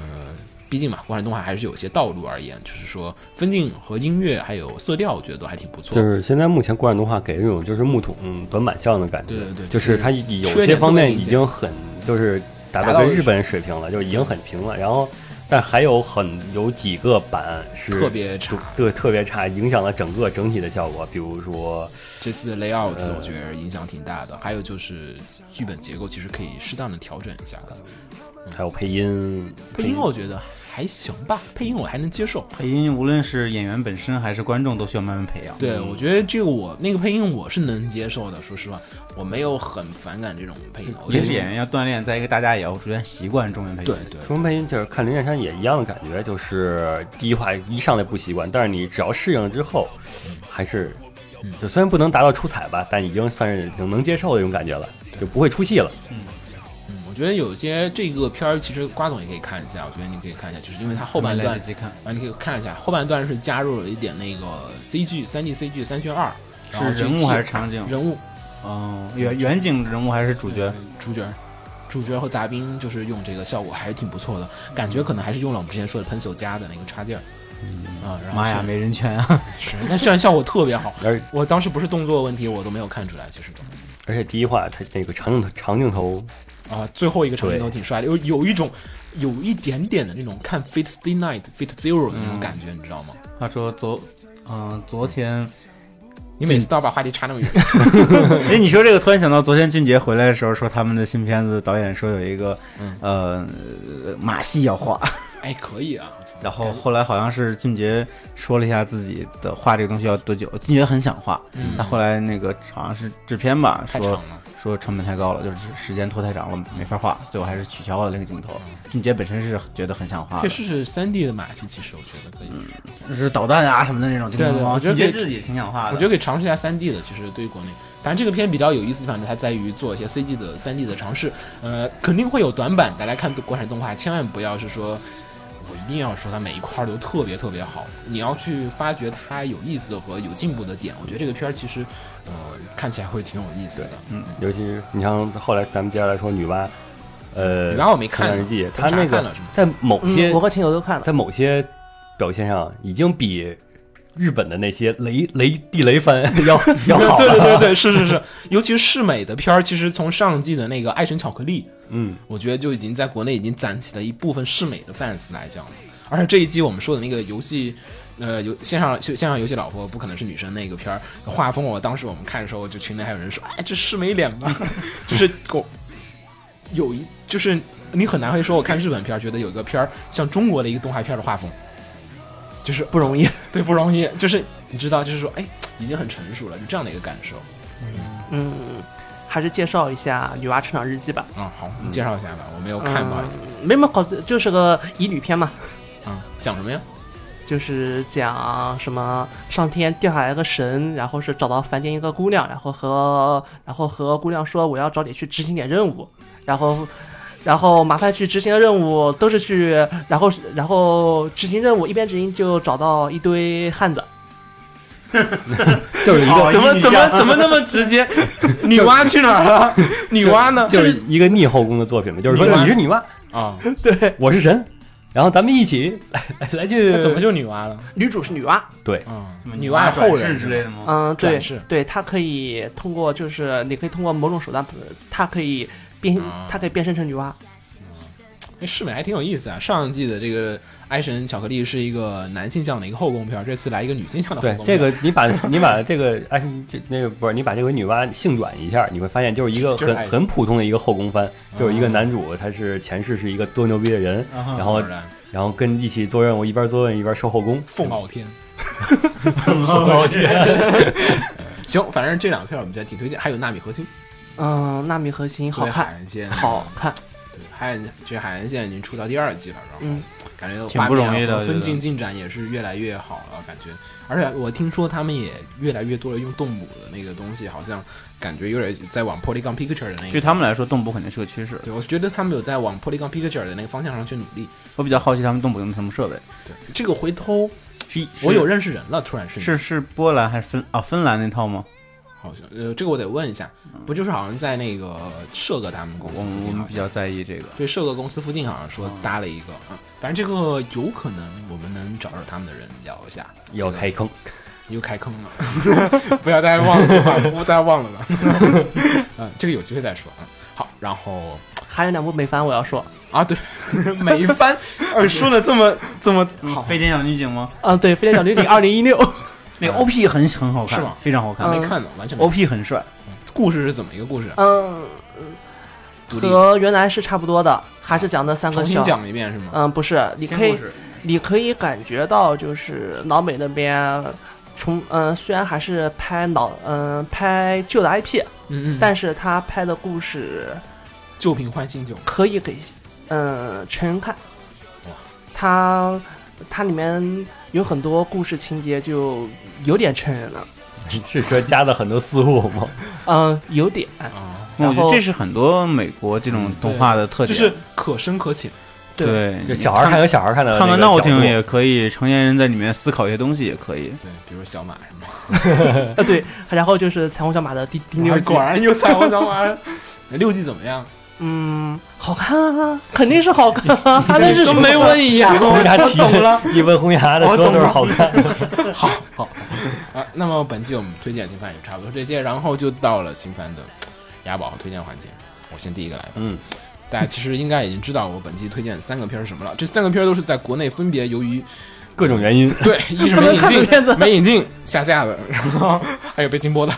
S3: 毕竟嘛，国产动画还是有一些道路而言，就是说分镜和音乐还有色调，我觉得都还挺不错。
S2: 就是现在目前国产动画给人一种就是木桶嗯短板像的感觉，
S3: 对对对
S2: 就是它
S3: 缺
S2: 有
S3: 点
S2: 些
S3: 都
S2: 方面
S3: 能理
S2: 已
S3: 解
S2: 经很就是达
S3: 达
S2: 到
S3: 到
S2: 跟
S3: 日
S2: 日本水平了，就已经很平了。然后，但还有很有几个版是
S3: 特别差
S2: 对，特别差，影响了整个整体的效果。比如说，
S3: 这次的 layout 我觉得影响挺大的，还有就是剧本结构其实可以适当的调整一下，可能
S2: 还有配音，
S3: 配音我觉得还行吧，配音我还能接受。
S4: 配音无论是演员本身还是观众，都需要慢慢培养。
S3: 对，我觉得这个我那个配音我是能接受的，说实话，我没有很反感这种配音。我觉
S4: 也
S3: 得
S4: 是演员要锻炼，再一个大家也要逐渐习惯中文配音。
S3: 对对
S2: 中文配音就是看《零剑山》也一样的感觉，就是第一话一上来不习惯，但是你只要适应了之后，还是
S3: 嗯
S2: 就虽然不能达到出彩吧，但已经算是能能接受的一种感觉了，就不会出戏了。
S3: 嗯，我觉得有些这个片儿其实瓜总也可以看一下，我觉得你可以看一下，就是因为它后
S4: 后
S3: 半
S4: 来
S3: 段
S4: 得，及看。
S3: 啊，你可以看一下后半段是加入了一点那个 CG 三 D CG 三选二，然后
S4: 是
S3: 去
S4: 人物还是
S3: 替
S4: 场景？
S3: 人物
S4: 嗯，远远景人物还是主角？
S3: 主角，主角和杂兵就是用这个效果还是挺不错的，感觉可能还是用了我们之前说的喷手加的那个插件儿，啊、然后
S4: 妈呀，没人权
S3: [LAUGHS]
S4: 啊！
S3: 是，但渲染效果特别好，
S2: 而
S3: 我当时不是动作问题，我都没有看出来，其实
S2: 而且第一话它那个长镜头长镜头，
S3: 啊、最后一个场景
S2: 对
S3: 都挺帅的，有有一种有一点点的那种看 Fate Stay Night Fate Zero 的那种感觉，你知道吗？
S4: 他说昨，嗯、昨天，
S3: 你每次都要把话题插那么远，
S4: 哎，你说这个，突然想到昨天俊杰回来的时候说他们的新片子导演说有一个，
S3: 嗯
S4: 呃，马戏要画，
S3: 哎，可以啊，
S4: 然后后来好像是俊杰说了一下自己的画这个东西要多久，俊杰很想画，
S3: 嗯
S4: 但后来那个好像是制片吧
S3: 太长
S4: 说
S3: 了，
S4: 说成本太高了，就是时间拖太长了没法画，最后还是取消了那个镜
S3: 嗯
S4: 头。俊杰本身是觉得很想画
S3: 这
S4: 的，
S3: 试试三 D 的马戏，其实我觉得可以，
S4: 就是导弹啊什么的那种，
S3: 对对我觉得
S4: 俊杰
S3: 可以
S4: 自己挺想画的，
S3: 我觉得可以尝试一下三 D 的。其实对于国内，反正这个片比较有意思的地方呢，它在于做一些 CG 的三 D 的尝试，呃，肯定会有短板。大家看国产动画，千万不要是说。我一定要说它每一块儿都特别特别好，你要去发掘它有意思和有进步的点。我觉得这个片儿其实，呃，看起来会挺有意思的。嗯，
S2: 尤其是你像后来咱们接下来说女娲，呃，
S3: 女娲我没 [LAUGHS] 看
S2: 成长日记
S3: 呢
S2: 它那
S3: 红茶看
S2: 个
S3: 了是吗
S2: 在某些、
S5: 嗯，我和秦友都看了
S2: 在。某些表现上已经比日本的那些雷雷地雷番要 [LAUGHS] 要好了。
S3: 对对对对，是是是， [LAUGHS] 尤其是世美的片儿，其实从上季的那个《爱神巧克力》，
S2: 嗯，
S3: 我觉得就已经在国内已经攒起了一部分世美的 fans 来讲了。而且这一季我们说的那个游戏，呃，游线上线上游戏老婆不可能是女生那个片儿的画风，我当时我们看的时候，就群里还有人说，哎，这世美脸吧，就是狗。有一 [LAUGHS] 就是你很难会说，我看日本片儿觉得有一个片儿像中国的一个动画片儿的画风，就是不容易，对，不容易，就是你知道，就是说，哎，已经很成熟了，就这样的一个感受
S5: 嗯， [LAUGHS] 还是介绍一下《女娲成长日记》吧。
S3: 啊、好，你介绍一下吧，我没有看，不好意思。
S5: 嗯，没什么好，就是个乙女片嘛，
S3: 啊、讲什么呀？
S5: 就是讲什么上天掉下来个神，然后是找到凡间一个姑娘，然后和然后和姑娘说我要找你去执行点任务，然后。然后麻烦去执行的任务都是去，然后然后执行任务一边执行就找到一堆汉子，
S2: 就是一个、
S3: 怎么怎么怎么那么直接？女娲去哪儿了？ [LAUGHS] 女娲呢？
S2: 就是一个逆后宫的作品嘛，就是说
S3: 女娲
S2: 你是女娲，
S3: 啊，
S2: 我是神，然后咱们一起 [LAUGHS] 来来去
S3: 那怎么就女娲了？
S5: 女主是女娲，
S2: 对
S3: 啊
S4: 什么
S3: 女娲
S4: 转
S3: 后
S4: 世
S3: 人啊
S4: 之类的吗？
S5: 嗯，对
S3: 转世，
S5: 对，它可以通过就是你可以通过某种手段，它可以变
S3: 啊，
S5: 它可以变身成女娲，
S3: 那世美还挺有意思啊。上一季的这个《爱神巧克力》是一个男性向的一个后宫片儿，这次来一个女性向的后
S2: 对
S3: 宫
S2: 这
S3: 片儿
S2: 个，你把你把这个哎，这那个不是你把这个女娲性转一下，你会发现就是一个
S3: 就是
S2: 很
S3: 爱情
S2: 很普通的一个后宫番，就是一个
S3: 嗯
S2: 男主他是前世是一个多牛逼的人，
S4: 然
S2: 然后
S3: 当然
S2: 然后跟一起做任务，一边做任务一边收后宫，
S3: 凤傲天。
S2: 我天，
S3: 行，反正这两片儿我们觉得挺推荐，还有纳米核心，
S5: 嗯，纳米核心好
S3: 作为海
S5: 看，
S3: 岸线，
S5: [LAUGHS] 好看，
S3: 对，海岸这海岸线已经出到第二季了，然后
S5: 嗯
S3: 感觉
S4: 挺不容易的
S3: 画面啊
S4: 我觉得
S3: 分镜进展也是越来越好了，感觉。而且我听说他们也越来越多的用动捕的那个东西，好像感觉有点在往 Polygon Picture 的那个。
S4: [LAUGHS] 对他们来说，动捕肯定是个趋势。
S3: 对，我觉得他们有在往 Polygon Picture 的那个方向上去努力。
S4: 我比较好奇他们动捕用的什么设备。
S3: 对，这个回头
S4: 是
S3: 我有认识人了，突然瞬间
S4: 是是波兰还是芬啊芬兰那套吗？
S3: 好像呃，这个我得问一下，不就是好像在那个社哥他们公司
S4: 我
S3: 附
S4: 们我
S3: 近
S4: 们
S3: 好
S4: 比
S3: 像
S4: 较在意这个。
S3: 对社哥公司附近好像说搭了一个啊，反正这个有可能我们能找找他们的人聊一下。
S2: 又开坑，
S3: 又开坑了， [LAUGHS] 不要大家忘了，不大家忘了吧？ [LAUGHS] 嗯，这个有机会再说啊。好，然后
S5: 还有两部美番我要说，
S3: 啊， [LAUGHS] 对，每一 [LAUGHS] 番
S4: 呃，说的这么这么
S3: 好
S4: 飞天小女警吗？
S5: 嗯，对，《飞天小女警》
S3: [LAUGHS]
S5: 二零一六，
S4: 那个 OP 很很好看，
S3: 是吗
S4: 非常好看。
S3: 没
S5: 嗯
S3: 看懂，完全没看懂。
S4: OP 很帅，
S3: 哦故事是怎么一个故事？啊
S5: 嗯，
S3: 独立
S5: 和原来是差不多的，还是讲的三个
S3: 重新
S5: 小，
S3: 讲一遍是吗？
S5: 嗯，不是，你可以你可以感觉到，就是老美那边从嗯、虽然还是拍老嗯、拍旧的 IP，
S3: 嗯嗯，
S5: 但是他拍的故事
S3: 旧瓶换新酒，
S5: 可以给嗯、成人看
S3: 哇。
S5: 他它里面有很多故事情节就有点成人
S2: 啊
S5: 了，
S2: [LAUGHS] 是说加了很多私货吗？
S5: 嗯、有点。
S2: 哎
S3: 啊，
S4: 我觉
S5: 然
S4: 得
S5: 后
S4: 这是很多美国这种动画的特
S3: 就
S4: 点，
S3: 是可深可浅。
S5: 对
S4: 对
S2: 就小孩儿看有小孩儿看的
S4: 看
S2: 那
S4: 个
S2: 个
S4: 闹
S2: 角
S4: 挺
S2: 度
S4: 也可以，成年人在里面思考一些东西也可以。
S3: 对，比如小马什么，
S5: 呃，对，然后就是彩虹小马的第第六
S3: 啊
S5: 季
S3: 果，然有彩虹小马。 [LAUGHS] 六季怎么样？
S5: 嗯，好看啊，肯定是好看
S2: [LAUGHS]
S5: 啊，他那是
S3: 都没问
S5: 一样
S2: 红牙提了， [LAUGHS] 一问红牙的
S4: 我
S2: 说
S4: 懂
S2: 都是
S4: 了
S2: 好看，
S3: 好好 [LAUGHS] 啊，那么本期我们推荐的新番也差不多这些，然后就到了新番的押宝和推荐环节。我先第一个来吧。
S2: 嗯，
S3: 大家其实应该已经知道我本期推荐的三个片儿是什么了。这三个片儿都是在国内分别由于
S2: 各种原因。
S5: [LAUGHS]
S3: 对一是没
S5: 不能看的
S3: 引
S5: 片子
S3: 进没引进下架的，然后 [LAUGHS] 还有被禁播的。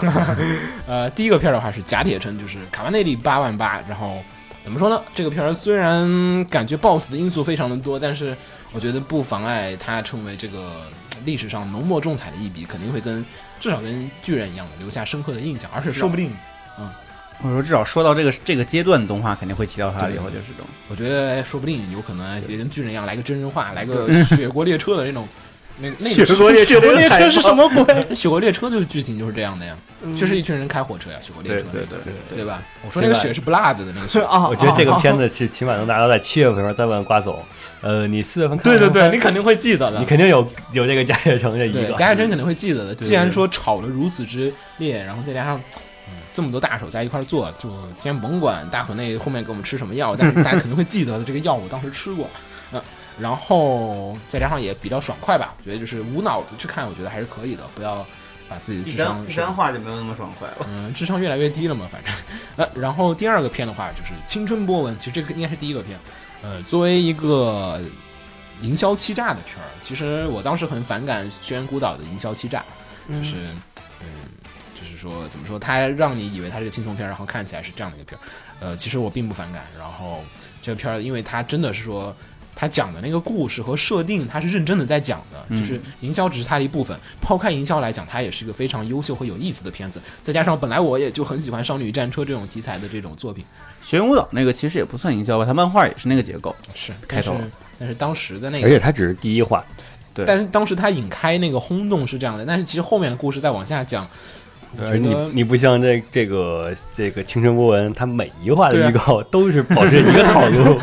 S3: 呃，第一个片儿的话是《假铁城》，就是卡瓦内利八万八。然后怎么说呢？这个片儿虽然感觉 BOSS 的因素非常的多，但是我觉得不妨碍它成为这个历史上浓墨重彩的一笔，肯定会跟至少跟巨人一样的留下深刻的印象，而且说不定
S4: 我说至少说到这个这个阶段的动画，肯定会提到它，
S3: 对
S4: 以后就是这种。
S3: 我觉得说不定有可能也跟巨人一样来个真人化，来 [LAUGHS] 个雪国列车的那种，那那个
S4: 列
S5: 雪国列车是什么鬼？
S3: 雪国列车就是剧情就是这样的呀，就是一群人开火车呀，雪国列
S4: 对
S3: 车，
S4: 对对对
S3: 对吧？我说那个雪是不辣的的那个 [LAUGHS] 雪，
S5: 啊，
S2: [LAUGHS] 我觉得这个
S5: 啊
S2: 片子起起码能达到在七月份的时候再问瓜总，呃，你四月份看
S3: 对对
S2: 吗
S3: 对，你肯定会记得的
S2: 你。肯定有有这个加月城这一
S3: 对
S2: 个，，
S3: 贾海真肯定会记得的。
S4: 对
S3: 既然说炒得如此之烈，然后再加上。嗯这么多大手在一块儿做，就先甭管大口内后面给我们吃什么药，但是大家肯定会记得的。这个药我当时吃过，嗯，然后再加上也比较爽快吧，我觉得就是无脑子去看，我觉得还是可以的，不要把自己的智商
S4: 话就没有那么爽快了。
S3: 嗯，智商越来越低了嘛，反正。呃，然后第二个片的话就是《青春波纹》，其实这个应该是第一个片。呃，作为一个营销欺诈的片儿，其实我当时很反感轩辕孤岛的营销欺诈，
S5: 啊
S3: 就是嗯，就是说怎么说，它让你以为它是个轻松片儿，然后看起来是这样的一个片儿。呃，其实我并不反感。然后这个片儿，因为它真的是说。它讲的那个故事和设定，它是认真的在讲的，
S2: 嗯
S3: 就是营销只是它的一部分。抛开营销来讲，它也是一个非常优秀和有意思的片子。再加上本来我也就很喜欢少女战车这种题材的这种作品，
S4: 学舞蹈那个其实也不算营销吧，它漫画也是那个结构。
S2: 嗯
S3: 是
S4: 开头
S3: 但是但是当时的那
S2: 而
S3: 个，
S2: 且它只是第一话，
S4: 对
S3: 但是当时它引开那个轰动是这样的，但是其实后面的故事再往下讲，我
S2: 而
S3: 觉
S2: 你
S3: 得
S2: 你不像这这个这个青春波纹，它每一话
S3: 对
S2: 的
S3: 啊
S2: 预告 [LAUGHS] 都是保持一个套
S3: [LAUGHS]
S2: 路，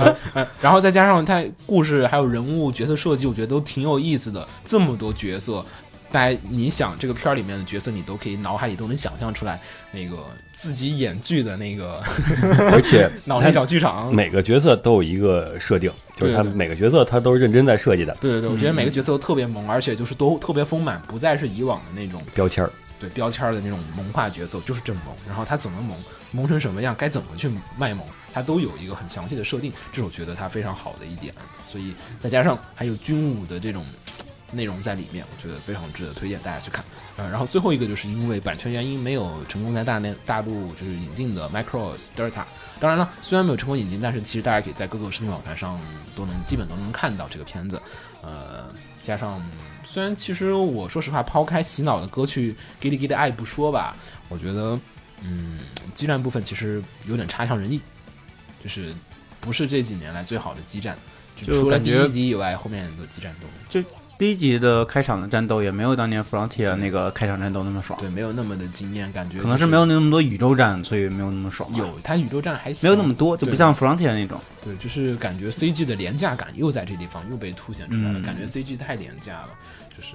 S3: 然后再加上它故事还有人物角色设计，我觉得都挺有意思的。这么多角色，大家你想这个片儿里面的角色，你都可以脑海里都能想象出来，那个自己演剧的那个 [LAUGHS]
S2: 而且
S3: 脑力小剧场。
S2: 每个角色都有一个设定，就是它
S3: 对对对
S2: 每个角色它都是认真在设计的
S3: 对对对，我觉得每个角色都特别萌，而且就是都特别丰满，不再是以往的那种
S2: 标签儿。
S3: 对标签儿的那种萌化角色就是这么萌，然后他怎么萌，萌成什么样，该怎么去卖萌，他都有一个很详细的设定，这是我觉得他非常好的一点。所以再加上还有军武的这种内容在里面，我觉得非常值得推荐大家去看。呃，然后最后一个就是因为版权原因没有成功在大内大陆就是引进的 Micros Delta。当然了，虽然没有成功引进，但是其实大家可以在各个视频网站上都能基本都能看到这个片子。呃，加上虽然其实我说实话，抛开洗脑的歌去《给 i 给 i 爱》不说吧，我觉得嗯，激战部分其实有点差强人意，就是不是这几年来最好的激战。就
S4: 就
S3: 除了
S4: 感
S3: 第
S4: 觉
S3: 一集以外，后面的激战都
S4: 第一集的开场的战斗也没有当年 Frontier 那个开场战斗那么爽，
S3: 对没有那么的惊艳，感觉
S4: 可能是没有那么多宇宙战，所以没有那么爽吧。
S3: 有它宇宙战还行
S4: 没有那么多，就不
S3: 对
S4: 像 Frontier 那种。
S3: 对，就是感觉 CG 的廉价感又在这地方又被凸显出来了，
S4: 嗯
S3: 感觉 CG 太廉价了，就是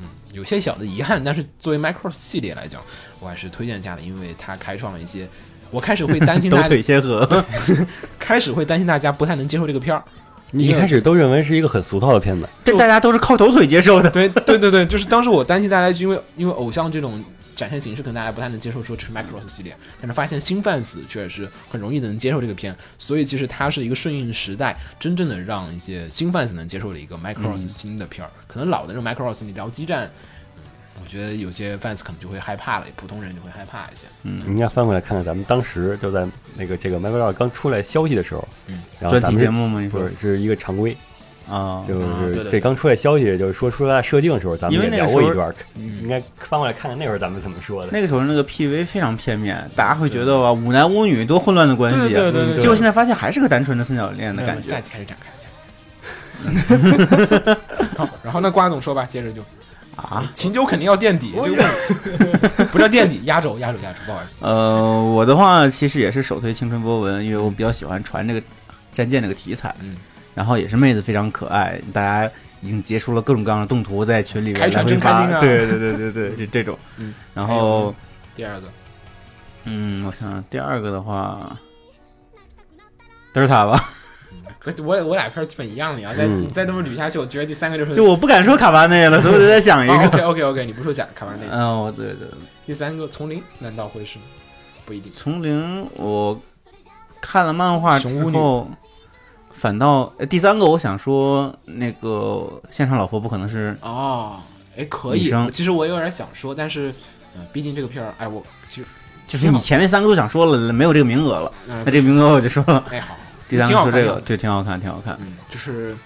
S3: 嗯有些小的遗憾，但是作为 Micros 系列来讲，我还是推荐一下的，因为它开创了一些。我开始会担心
S4: [LAUGHS] 抖
S3: 大
S4: 腿先河，
S3: 开始会担心大家不太能接受这个片儿。
S2: 你一开始都认为是一个很俗套的片子，
S4: 这大家都是靠抖腿接受的。
S3: 对对对对，就是当时我担心大家，因为因为偶像这种展现形式，可能大家不太能接受，说是 Macross 系列，但是发现新 fans 确实很容易能接受这个片，所以其实它是一个顺应时代，真正的让一些新 fans 能接受的一个 Macross 新的片儿。可能老的这种 Macross 你聊激战，嗯，我觉得有些 fans 可能就会害怕了，普通人就会害怕一些。
S2: 你应该翻过来看看咱们当时就在那个这个 m i c r o 刚出来消息的时候，
S3: 嗯，
S2: 然后
S4: 专
S2: 咱
S4: 题
S2: 们
S4: 节
S2: 是
S4: 目吗？你
S2: 不
S4: 说
S2: 是是一个常规，
S4: 啊？
S2: 就
S3: 啊对对
S2: 是
S3: 对
S2: 这刚出来消息，就是说出来设定的时候，咱们
S4: 因为
S2: 也
S4: 那个
S2: 聊过
S4: 时
S2: 一
S4: 候
S2: 段儿，
S3: 嗯
S2: 应该翻过来看看那会儿咱们怎么说的。
S4: 那个时候那个 PV 非常片面，大家会觉得哇，五男五女多混乱的关系。啊嗯
S3: 对对对对对
S4: 结果现在发现还是个单纯的三角恋
S3: 那
S4: 的
S3: 我
S4: 感
S3: 们下
S4: 觉
S3: 一。集开始展开一下。好，然后那瓜总说吧，接着就
S4: 啊，
S3: 秦九肯定要垫底，就 [LAUGHS] 问，不叫垫底，压轴压轴压轴，不好意思。
S4: 呃，我的话其实也是首推青春波纹，因为我比较喜欢船这个战舰这个题材，
S3: 嗯，
S4: 然后也是妹子非常可爱，大家已经截出了各种各样的动图在群里面
S3: 开船
S4: 来回
S3: 真开
S4: 发
S3: 心啊
S4: 对对对对对，这这种
S3: 嗯。
S4: 然
S3: 还有
S4: 后
S3: 呢第二个，
S4: 嗯，我想想第二个的话，德尔塔吧，
S3: 可我我俩片儿基本一样的，你要再、
S2: 嗯
S3: 你再这么捋下去，我觉得第三个 [LAUGHS] 就是
S4: 就我不敢说卡巴内了，所以我就在想一
S3: 哦 [LAUGHS] OK
S4: 个。
S3: OK OK，你不说假卡完那个，
S4: 嗯，我对对，对
S3: 第三个丛林难道会是？不一定。
S4: 丛林我看了漫画之
S3: 熊巫女
S4: 后，反倒、呃第三个我想说那个现场老婆不可能是
S3: 哦，哎，可
S4: 女
S3: 以
S4: 生。
S3: 其实我有点想说，但是，呃，毕竟这个片儿，哎，我其实
S4: 就是你前面三个都想说了，没有这个名
S3: [LAUGHS]
S4: 额了，
S3: 嗯
S4: 那，这个名额我就说了。
S3: 哎好，
S4: 第三
S3: 挺
S4: 个
S3: 好
S4: 说
S3: 看
S4: 这个
S3: 的，
S4: 就挺好看，挺好看。
S3: 嗯，就是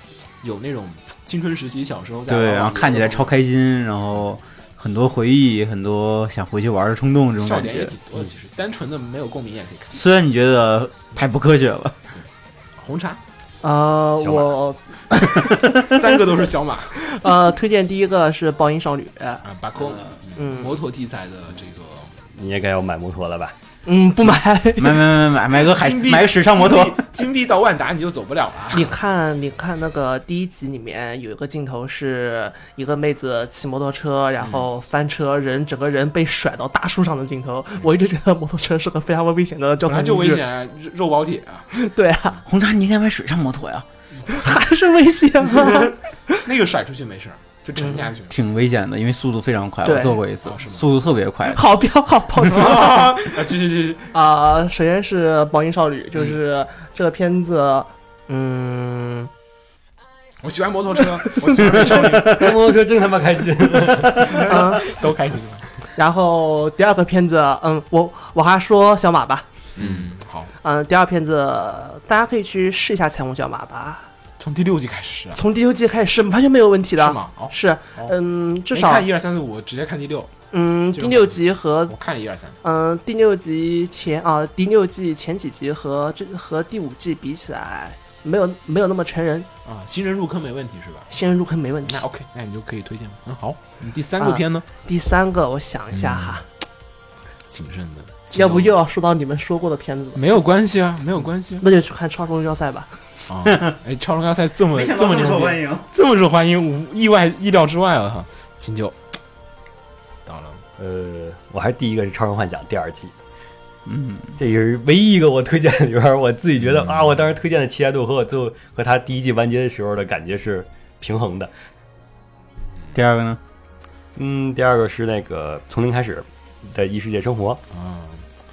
S3: 有那种青春时期小时候在
S4: 对，
S3: 玩
S4: 然后看起来超开心，然后很多回忆，很多想回去玩的冲动，这种
S3: 笑
S4: 感
S3: 点也
S4: 觉。嗯
S3: 挺多的。其实单纯的没有共鸣也可以看。
S4: 虽然你觉得太不科
S3: [LAUGHS]
S4: 学了，
S3: 红
S4: [LAUGHS]
S3: 茶，
S5: 呃，
S2: 小马
S5: 我
S3: 三个都是小马
S5: 呃推荐第一个是《暴音少女》，
S3: 啊，把控，
S5: 嗯
S3: 摩托题材的这个
S2: 你也该要买摩托了吧？
S5: 嗯，不买。
S4: 买买买买买个海
S3: 金币
S4: 买个时尚摩托
S3: 金，币金币到万达你就走不了啊 [LAUGHS]
S4: [LAUGHS]
S3: 了。
S5: 你看，你看那个第一集里面有一个镜头，是一个妹子骑摩托车，然后翻车，人整个人被甩到大树上的镜头。我一直觉得摩托车是个非常危险的交
S3: 本来
S5: 通
S3: 就
S5: 工
S3: 危
S5: 具，
S3: 险啊，肉肉包铁啊， [LAUGHS]
S5: 对啊，
S4: 红茶你应该买水上摩托呀，
S5: 还是危险
S3: [LAUGHS]
S5: 啊。
S3: 那个甩出去没事儿，就沉下去。
S4: 挺危险的，因为速度非常快，
S5: 对
S4: 我坐过一次
S3: 哦，是吗
S4: 速度特别 [LAUGHS] 快。
S5: 好标好爆头
S4: 嗯
S3: [LAUGHS] 啊，继续继续，
S5: 啊、首先是《暴音少女》，就是这个片子，嗯，
S3: 我喜欢摩托车，
S4: [LAUGHS]
S3: 我喜欢美少女，
S2: 摩托车真他妈开心！
S5: 嗯，
S3: 都开心了。
S5: 然后第二个片子，嗯，我我还说小马吧，
S3: 嗯，好，
S5: 嗯，第二片子大家可以去试一下《彩虹小马》吧，
S3: 从第六季开始是啊，
S5: 从第六季开始试完全没有问题
S4: 啊
S5: 的，
S3: 是吗？哦，
S5: 是嗯，至
S3: 没
S5: 少
S3: 看一二三四五，我直接看第六，
S5: 嗯，
S3: 这
S5: 第
S3: 种
S5: 六集和
S3: 我看一二三，
S5: 嗯第六集前啊，第六季前几集和这和第五季比起来，没有没有那么成人，
S3: 啊，新人入坑没问题是吧？
S5: 新人入坑没问题
S3: 那。OK，那你就可以推荐了。嗯，好，你第三个片呢？
S5: 第三个，我想一下
S3: 嗯
S5: 哈，
S3: 谨慎的，
S5: 要不又要说到你们说过的片子了，
S3: 没有关系啊，没有关系啊。
S5: 那就去看《超时空要塞》吧。
S3: 啊， [LAUGHS] 哎，超人要塞这么这么牛逼，
S4: 迎，
S3: 这么受欢迎，无意外意料之外了哈。秦九到了，
S2: 呃，我还是第一个是《超人幻想》第二季，
S4: 嗯，
S2: 这也是唯一一个我推荐 [LAUGHS] 里边儿，我自己觉得
S3: 嗯
S2: 啊，我当时推荐的期待度和我最后和他第一季完结的时候的感觉是平衡的。
S4: 第二个呢？
S2: 嗯，第二个是那个从零开始的异世界生活，
S3: 啊，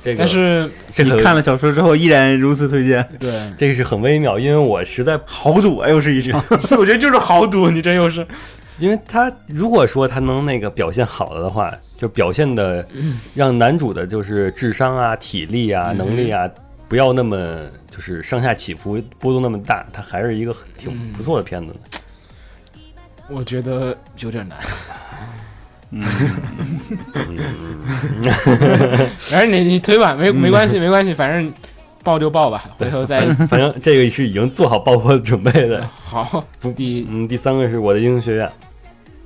S2: 这个
S3: 但是
S2: 这个嗯
S4: 你看了小说之后依然如此推荐，
S3: 对， [LAUGHS]
S2: 这个是很微妙，因为我实在
S4: 豪赌啊，又是一场。
S3: 我觉得就是豪赌，你这又是
S2: 因为他如果说他能那个表现好了的话，就表现的让男主的就是智商啊、体力啊、
S3: 嗯
S2: 能力啊，不要那么就是上下起伏波动那么大，他还是一个很挺
S3: 嗯
S2: 不错的片子的。
S3: 我觉得有点难。嗯 [LAUGHS] 反正你你推吧，没没 [LAUGHS] 关系，没关系，反正报就报吧，回头再
S2: 反正这个是已经做好爆破准备
S3: [LAUGHS]
S2: 的。
S3: 好。第
S2: 嗯，第三个是我的英雄学院，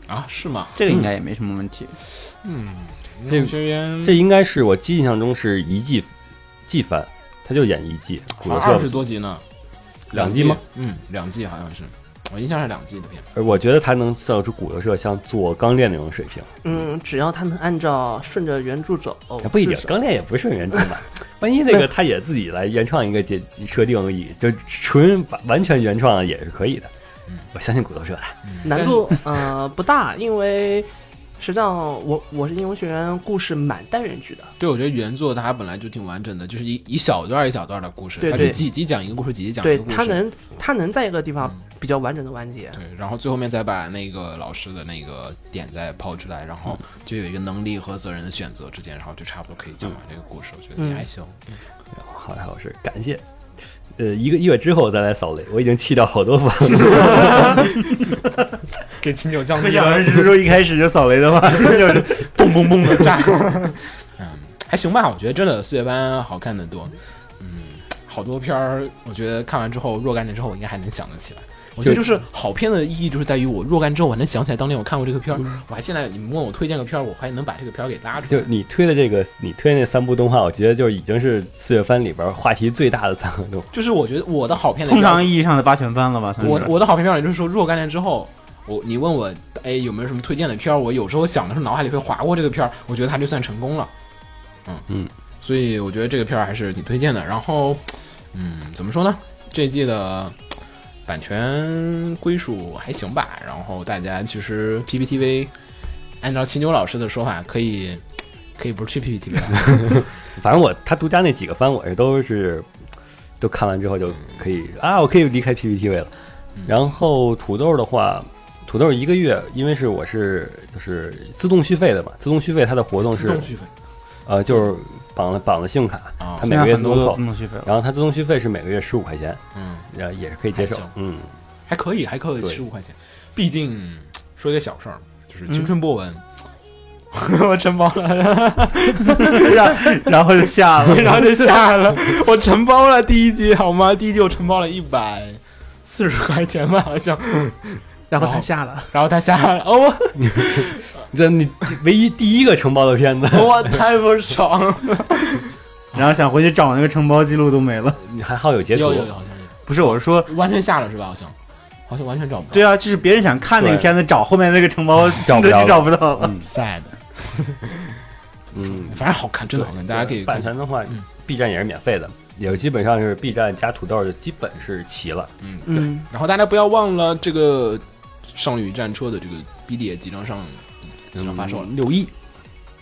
S3: 啊是吗？
S4: 这个应该也没什么问题。
S3: 嗯，
S2: 这
S3: 这学员
S2: 这应该是我印象中是一季季番，他就演一季，古
S3: 二
S2: 色
S3: 十多集呢，
S2: 两季吗？？
S3: 嗯，两季好像是，我印象是两季的片。
S2: 而我觉得他能造出骨头社像做钢炼那种水平，
S5: 嗯，只要他能按照顺着原著走，
S3: 啊
S2: 不一定
S5: 至，少
S2: 钢炼也不是原著嘛。万一那个他也自己来原创一个解设定，也就纯完完全原创也是可以的
S3: 嗯。
S2: 我相信骨头社的。
S5: 难度呃不大，因为实际上我我是英雄学院故事蛮单元剧的，
S3: 对，我觉得原作它本来就挺完整的，就是一一小段一小段的故事，
S5: 对
S3: 它是
S5: 对
S3: 几集讲一个故事，几集讲一
S5: 对
S3: 个故事。
S5: 他能他能在一个地方比较完整的完结，
S3: 对，然后最后面再把那个老师的那个点再抛出来，然后就有一个能力和责任的选择之间，然后就差不多可以讲完这个故事。我觉得也
S5: 嗯
S3: 还行。
S2: 好像是感谢。呃，一个月之后再来扫雷，我已经气掉好多番了。 [LAUGHS]
S3: 给秦九降
S4: 可想而 [LAUGHS] 知，说一开始就扫雷的话， [LAUGHS] 就是
S3: 嘣嘣嘣的炸。
S4: [LAUGHS]
S3: 嗯，还行吧，我觉得真的四月班好看的多。嗯，好多片儿，我觉得看完之后若干年之后，我应该还能想得起来。我觉得就是好片的意义，就是在于我若干之后，我还能想起来当年我看过这个片儿，
S4: 嗯
S3: 我还现在你们问我推荐个片儿，我还能把这个片儿给拉出
S2: 就
S3: 来。
S2: 你推的这个，你推那三部动画，我觉得就已经是四月番里边话题最大的三个动画。
S3: 就是我觉得我的好片的
S4: 通常意义上的八全番了吧？
S2: 嗯
S4: 算是
S3: 我我的好评标准就是说，若干年之后，我你问我，哎，有没有什么推荐的片儿？我有时候想的是脑海里会划过这个片儿，我觉得它就算成功了。嗯
S2: 嗯，
S3: 所以我觉得这个片儿还是挺推荐的。然后，嗯，怎么说呢？这一季的版权归属还行吧。然后大家其实 PPTV，按照秦九老师的说法，可以可以不是去 PPTV 了。
S2: 反正我他独家那几个番，我是都是都看完之后就可以啊，我可以离开 PPTV 了。
S3: 嗯
S2: 然后土豆的话，土豆一个月，因为是我是就是自动续费的嘛，自动续费它的活动
S3: 自
S2: 是
S3: 动续费嗯
S2: 呃就是绑了绑了信用卡，
S3: 啊
S2: 它，每
S4: 现
S2: 个
S4: 在
S2: 月
S4: 很
S2: 自
S4: 多
S2: 动
S4: 都
S2: 扣
S4: 自，动续 [LAUGHS] 费了。
S2: 然后它自动续费是每个月十五块钱，
S3: 嗯，
S2: 呃也是可以接受
S3: 还行，
S2: 嗯。
S3: 还可以，还可以，
S2: 对
S3: 十五块钱。毕竟说一个小事儿，就是青春波纹，我承包了，
S4: [LAUGHS] 然后就下了，
S3: 然后就下了。 [LAUGHS] 我承包了第一季，好吗？第一季我承包了一百四十块钱吧，好像。
S5: 然后
S3: 然
S5: 他
S3: 后
S5: 下了，
S3: 然后他下了，哦，
S2: 这你唯一第一个承包的片子， [LAUGHS]
S3: 我我太不爽了。
S4: [LAUGHS] 然后想回去找那个承包记录都没了。
S2: 你还好有截
S3: 有
S2: 图，
S3: 有有，好像
S4: 不是，我是说，
S3: 有，完全下了是吧？好像，好像完全找不到。
S4: 对啊，就是别人想看那个
S2: 对
S4: 片子，找后面那个承包
S2: 找不
S4: 就
S2: 着了
S4: 找不到了。
S3: ，sad，
S2: 嗯，
S3: 反正好看，真的好看，大家可以
S2: 半残的话
S3: 嗯
S2: ，B 站也是免费的，也基本上是 B 站加土豆就基本是齐了。
S3: 嗯，对。
S5: 嗯，
S3: 然后大家不要忘了这个《少女战车》的这个 BD 也即将上，即将发售了，
S2: 嗯六一，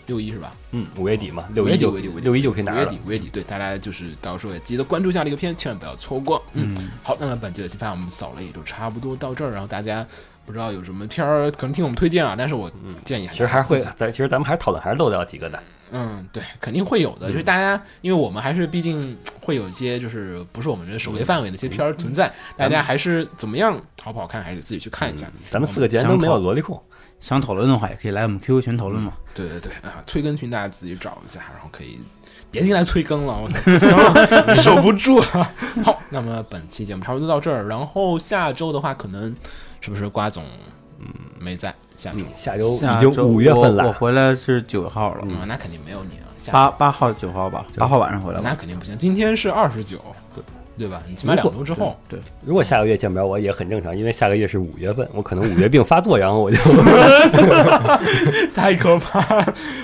S3: 六一是吧？
S2: 嗯，五月底嘛，
S3: 五
S2: 六
S3: 月
S2: 一
S3: 底
S2: 就
S3: 五月底
S2: 六一就可以拿
S3: 五月
S2: 了
S3: 底。五月底，对大家就是到时候也记得关注一下这个片，千万不要错过。嗯，好，那么本期的新番我们扫了也就差不多到这儿，然后大家不知道有什么片儿可能听我们推荐啊，但是我建议
S2: 嗯其实还是会
S3: 自己，
S2: 咱其实咱们还是讨论还是漏掉几个的。
S3: 嗯，对，肯定会有的，
S2: 嗯
S3: 就是大家因为我们还是毕竟会有一些就是不是我们的
S2: 嗯
S3: 首页范围的一些片儿存在，大家还是怎么样好不好看还是自己去看一下。
S2: 咱们四个既然都没有萝莉控，
S4: 想讨论的话，也可以来我们 QQ 群讨论嘛。
S3: 对对对啊，催更群大家自己找一下，然后可以别进来催更了，我操， [LAUGHS] 守不住 [LAUGHS] 了。好，那么本期节目差不多到这儿，然后下周的话，可能是不是瓜总嗯没在下周
S2: 嗯，下周
S4: 下
S2: 已
S4: 周
S2: 经五月份
S4: 我我
S2: 了，
S4: 回来是九号了，
S3: 嗯，那肯定没有你啊，下
S4: 八
S3: 周
S4: 八号九号吧，八号晚上回来吧
S3: 那。肯定不行，今天是二十九，对对吧？你起码两周之后，
S4: 对，
S2: 如果下个月见不着我也很正常，因为下个月是五月份，我可能五月病发作，然后我就 [LAUGHS]
S3: [LAUGHS] 太可怕！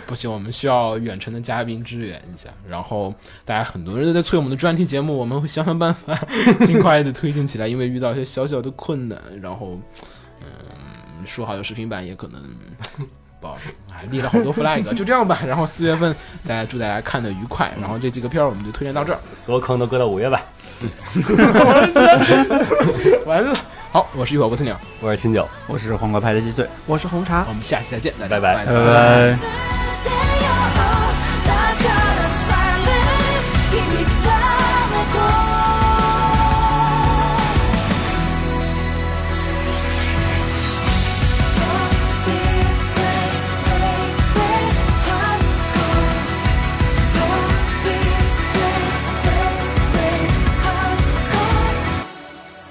S3: 不行，我们需要远程的嘉宾支援一下。然后大家很多人都在催我们的专题节目，我们会想想办法，尽快的推进起来，因为遇到一些小小的困难。然后，嗯，说好的视频版也可能 [LAUGHS] 不好说，哎，立了好多 flag，就这样吧。然后四月份，大家祝大家看的愉快。然后这几个片儿我们就推荐到这儿，
S2: 所有坑都搁到五月吧。
S3: [LAUGHS] 完了。好，我是浴火不死鸟，
S2: 我是秦九，
S4: 我是黄瓜派的鸡碎，
S5: [LAUGHS] 我是红茶
S3: 我。们下期再见，大
S2: 拜
S3: 家
S2: 拜
S4: 拜拜。
S6: 「だから silence」「響くためと」「Don't be afraid, take that high score」「Don't be afraid, take that high score」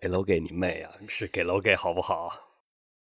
S2: 给楼给你妹啊，是给楼给好不好？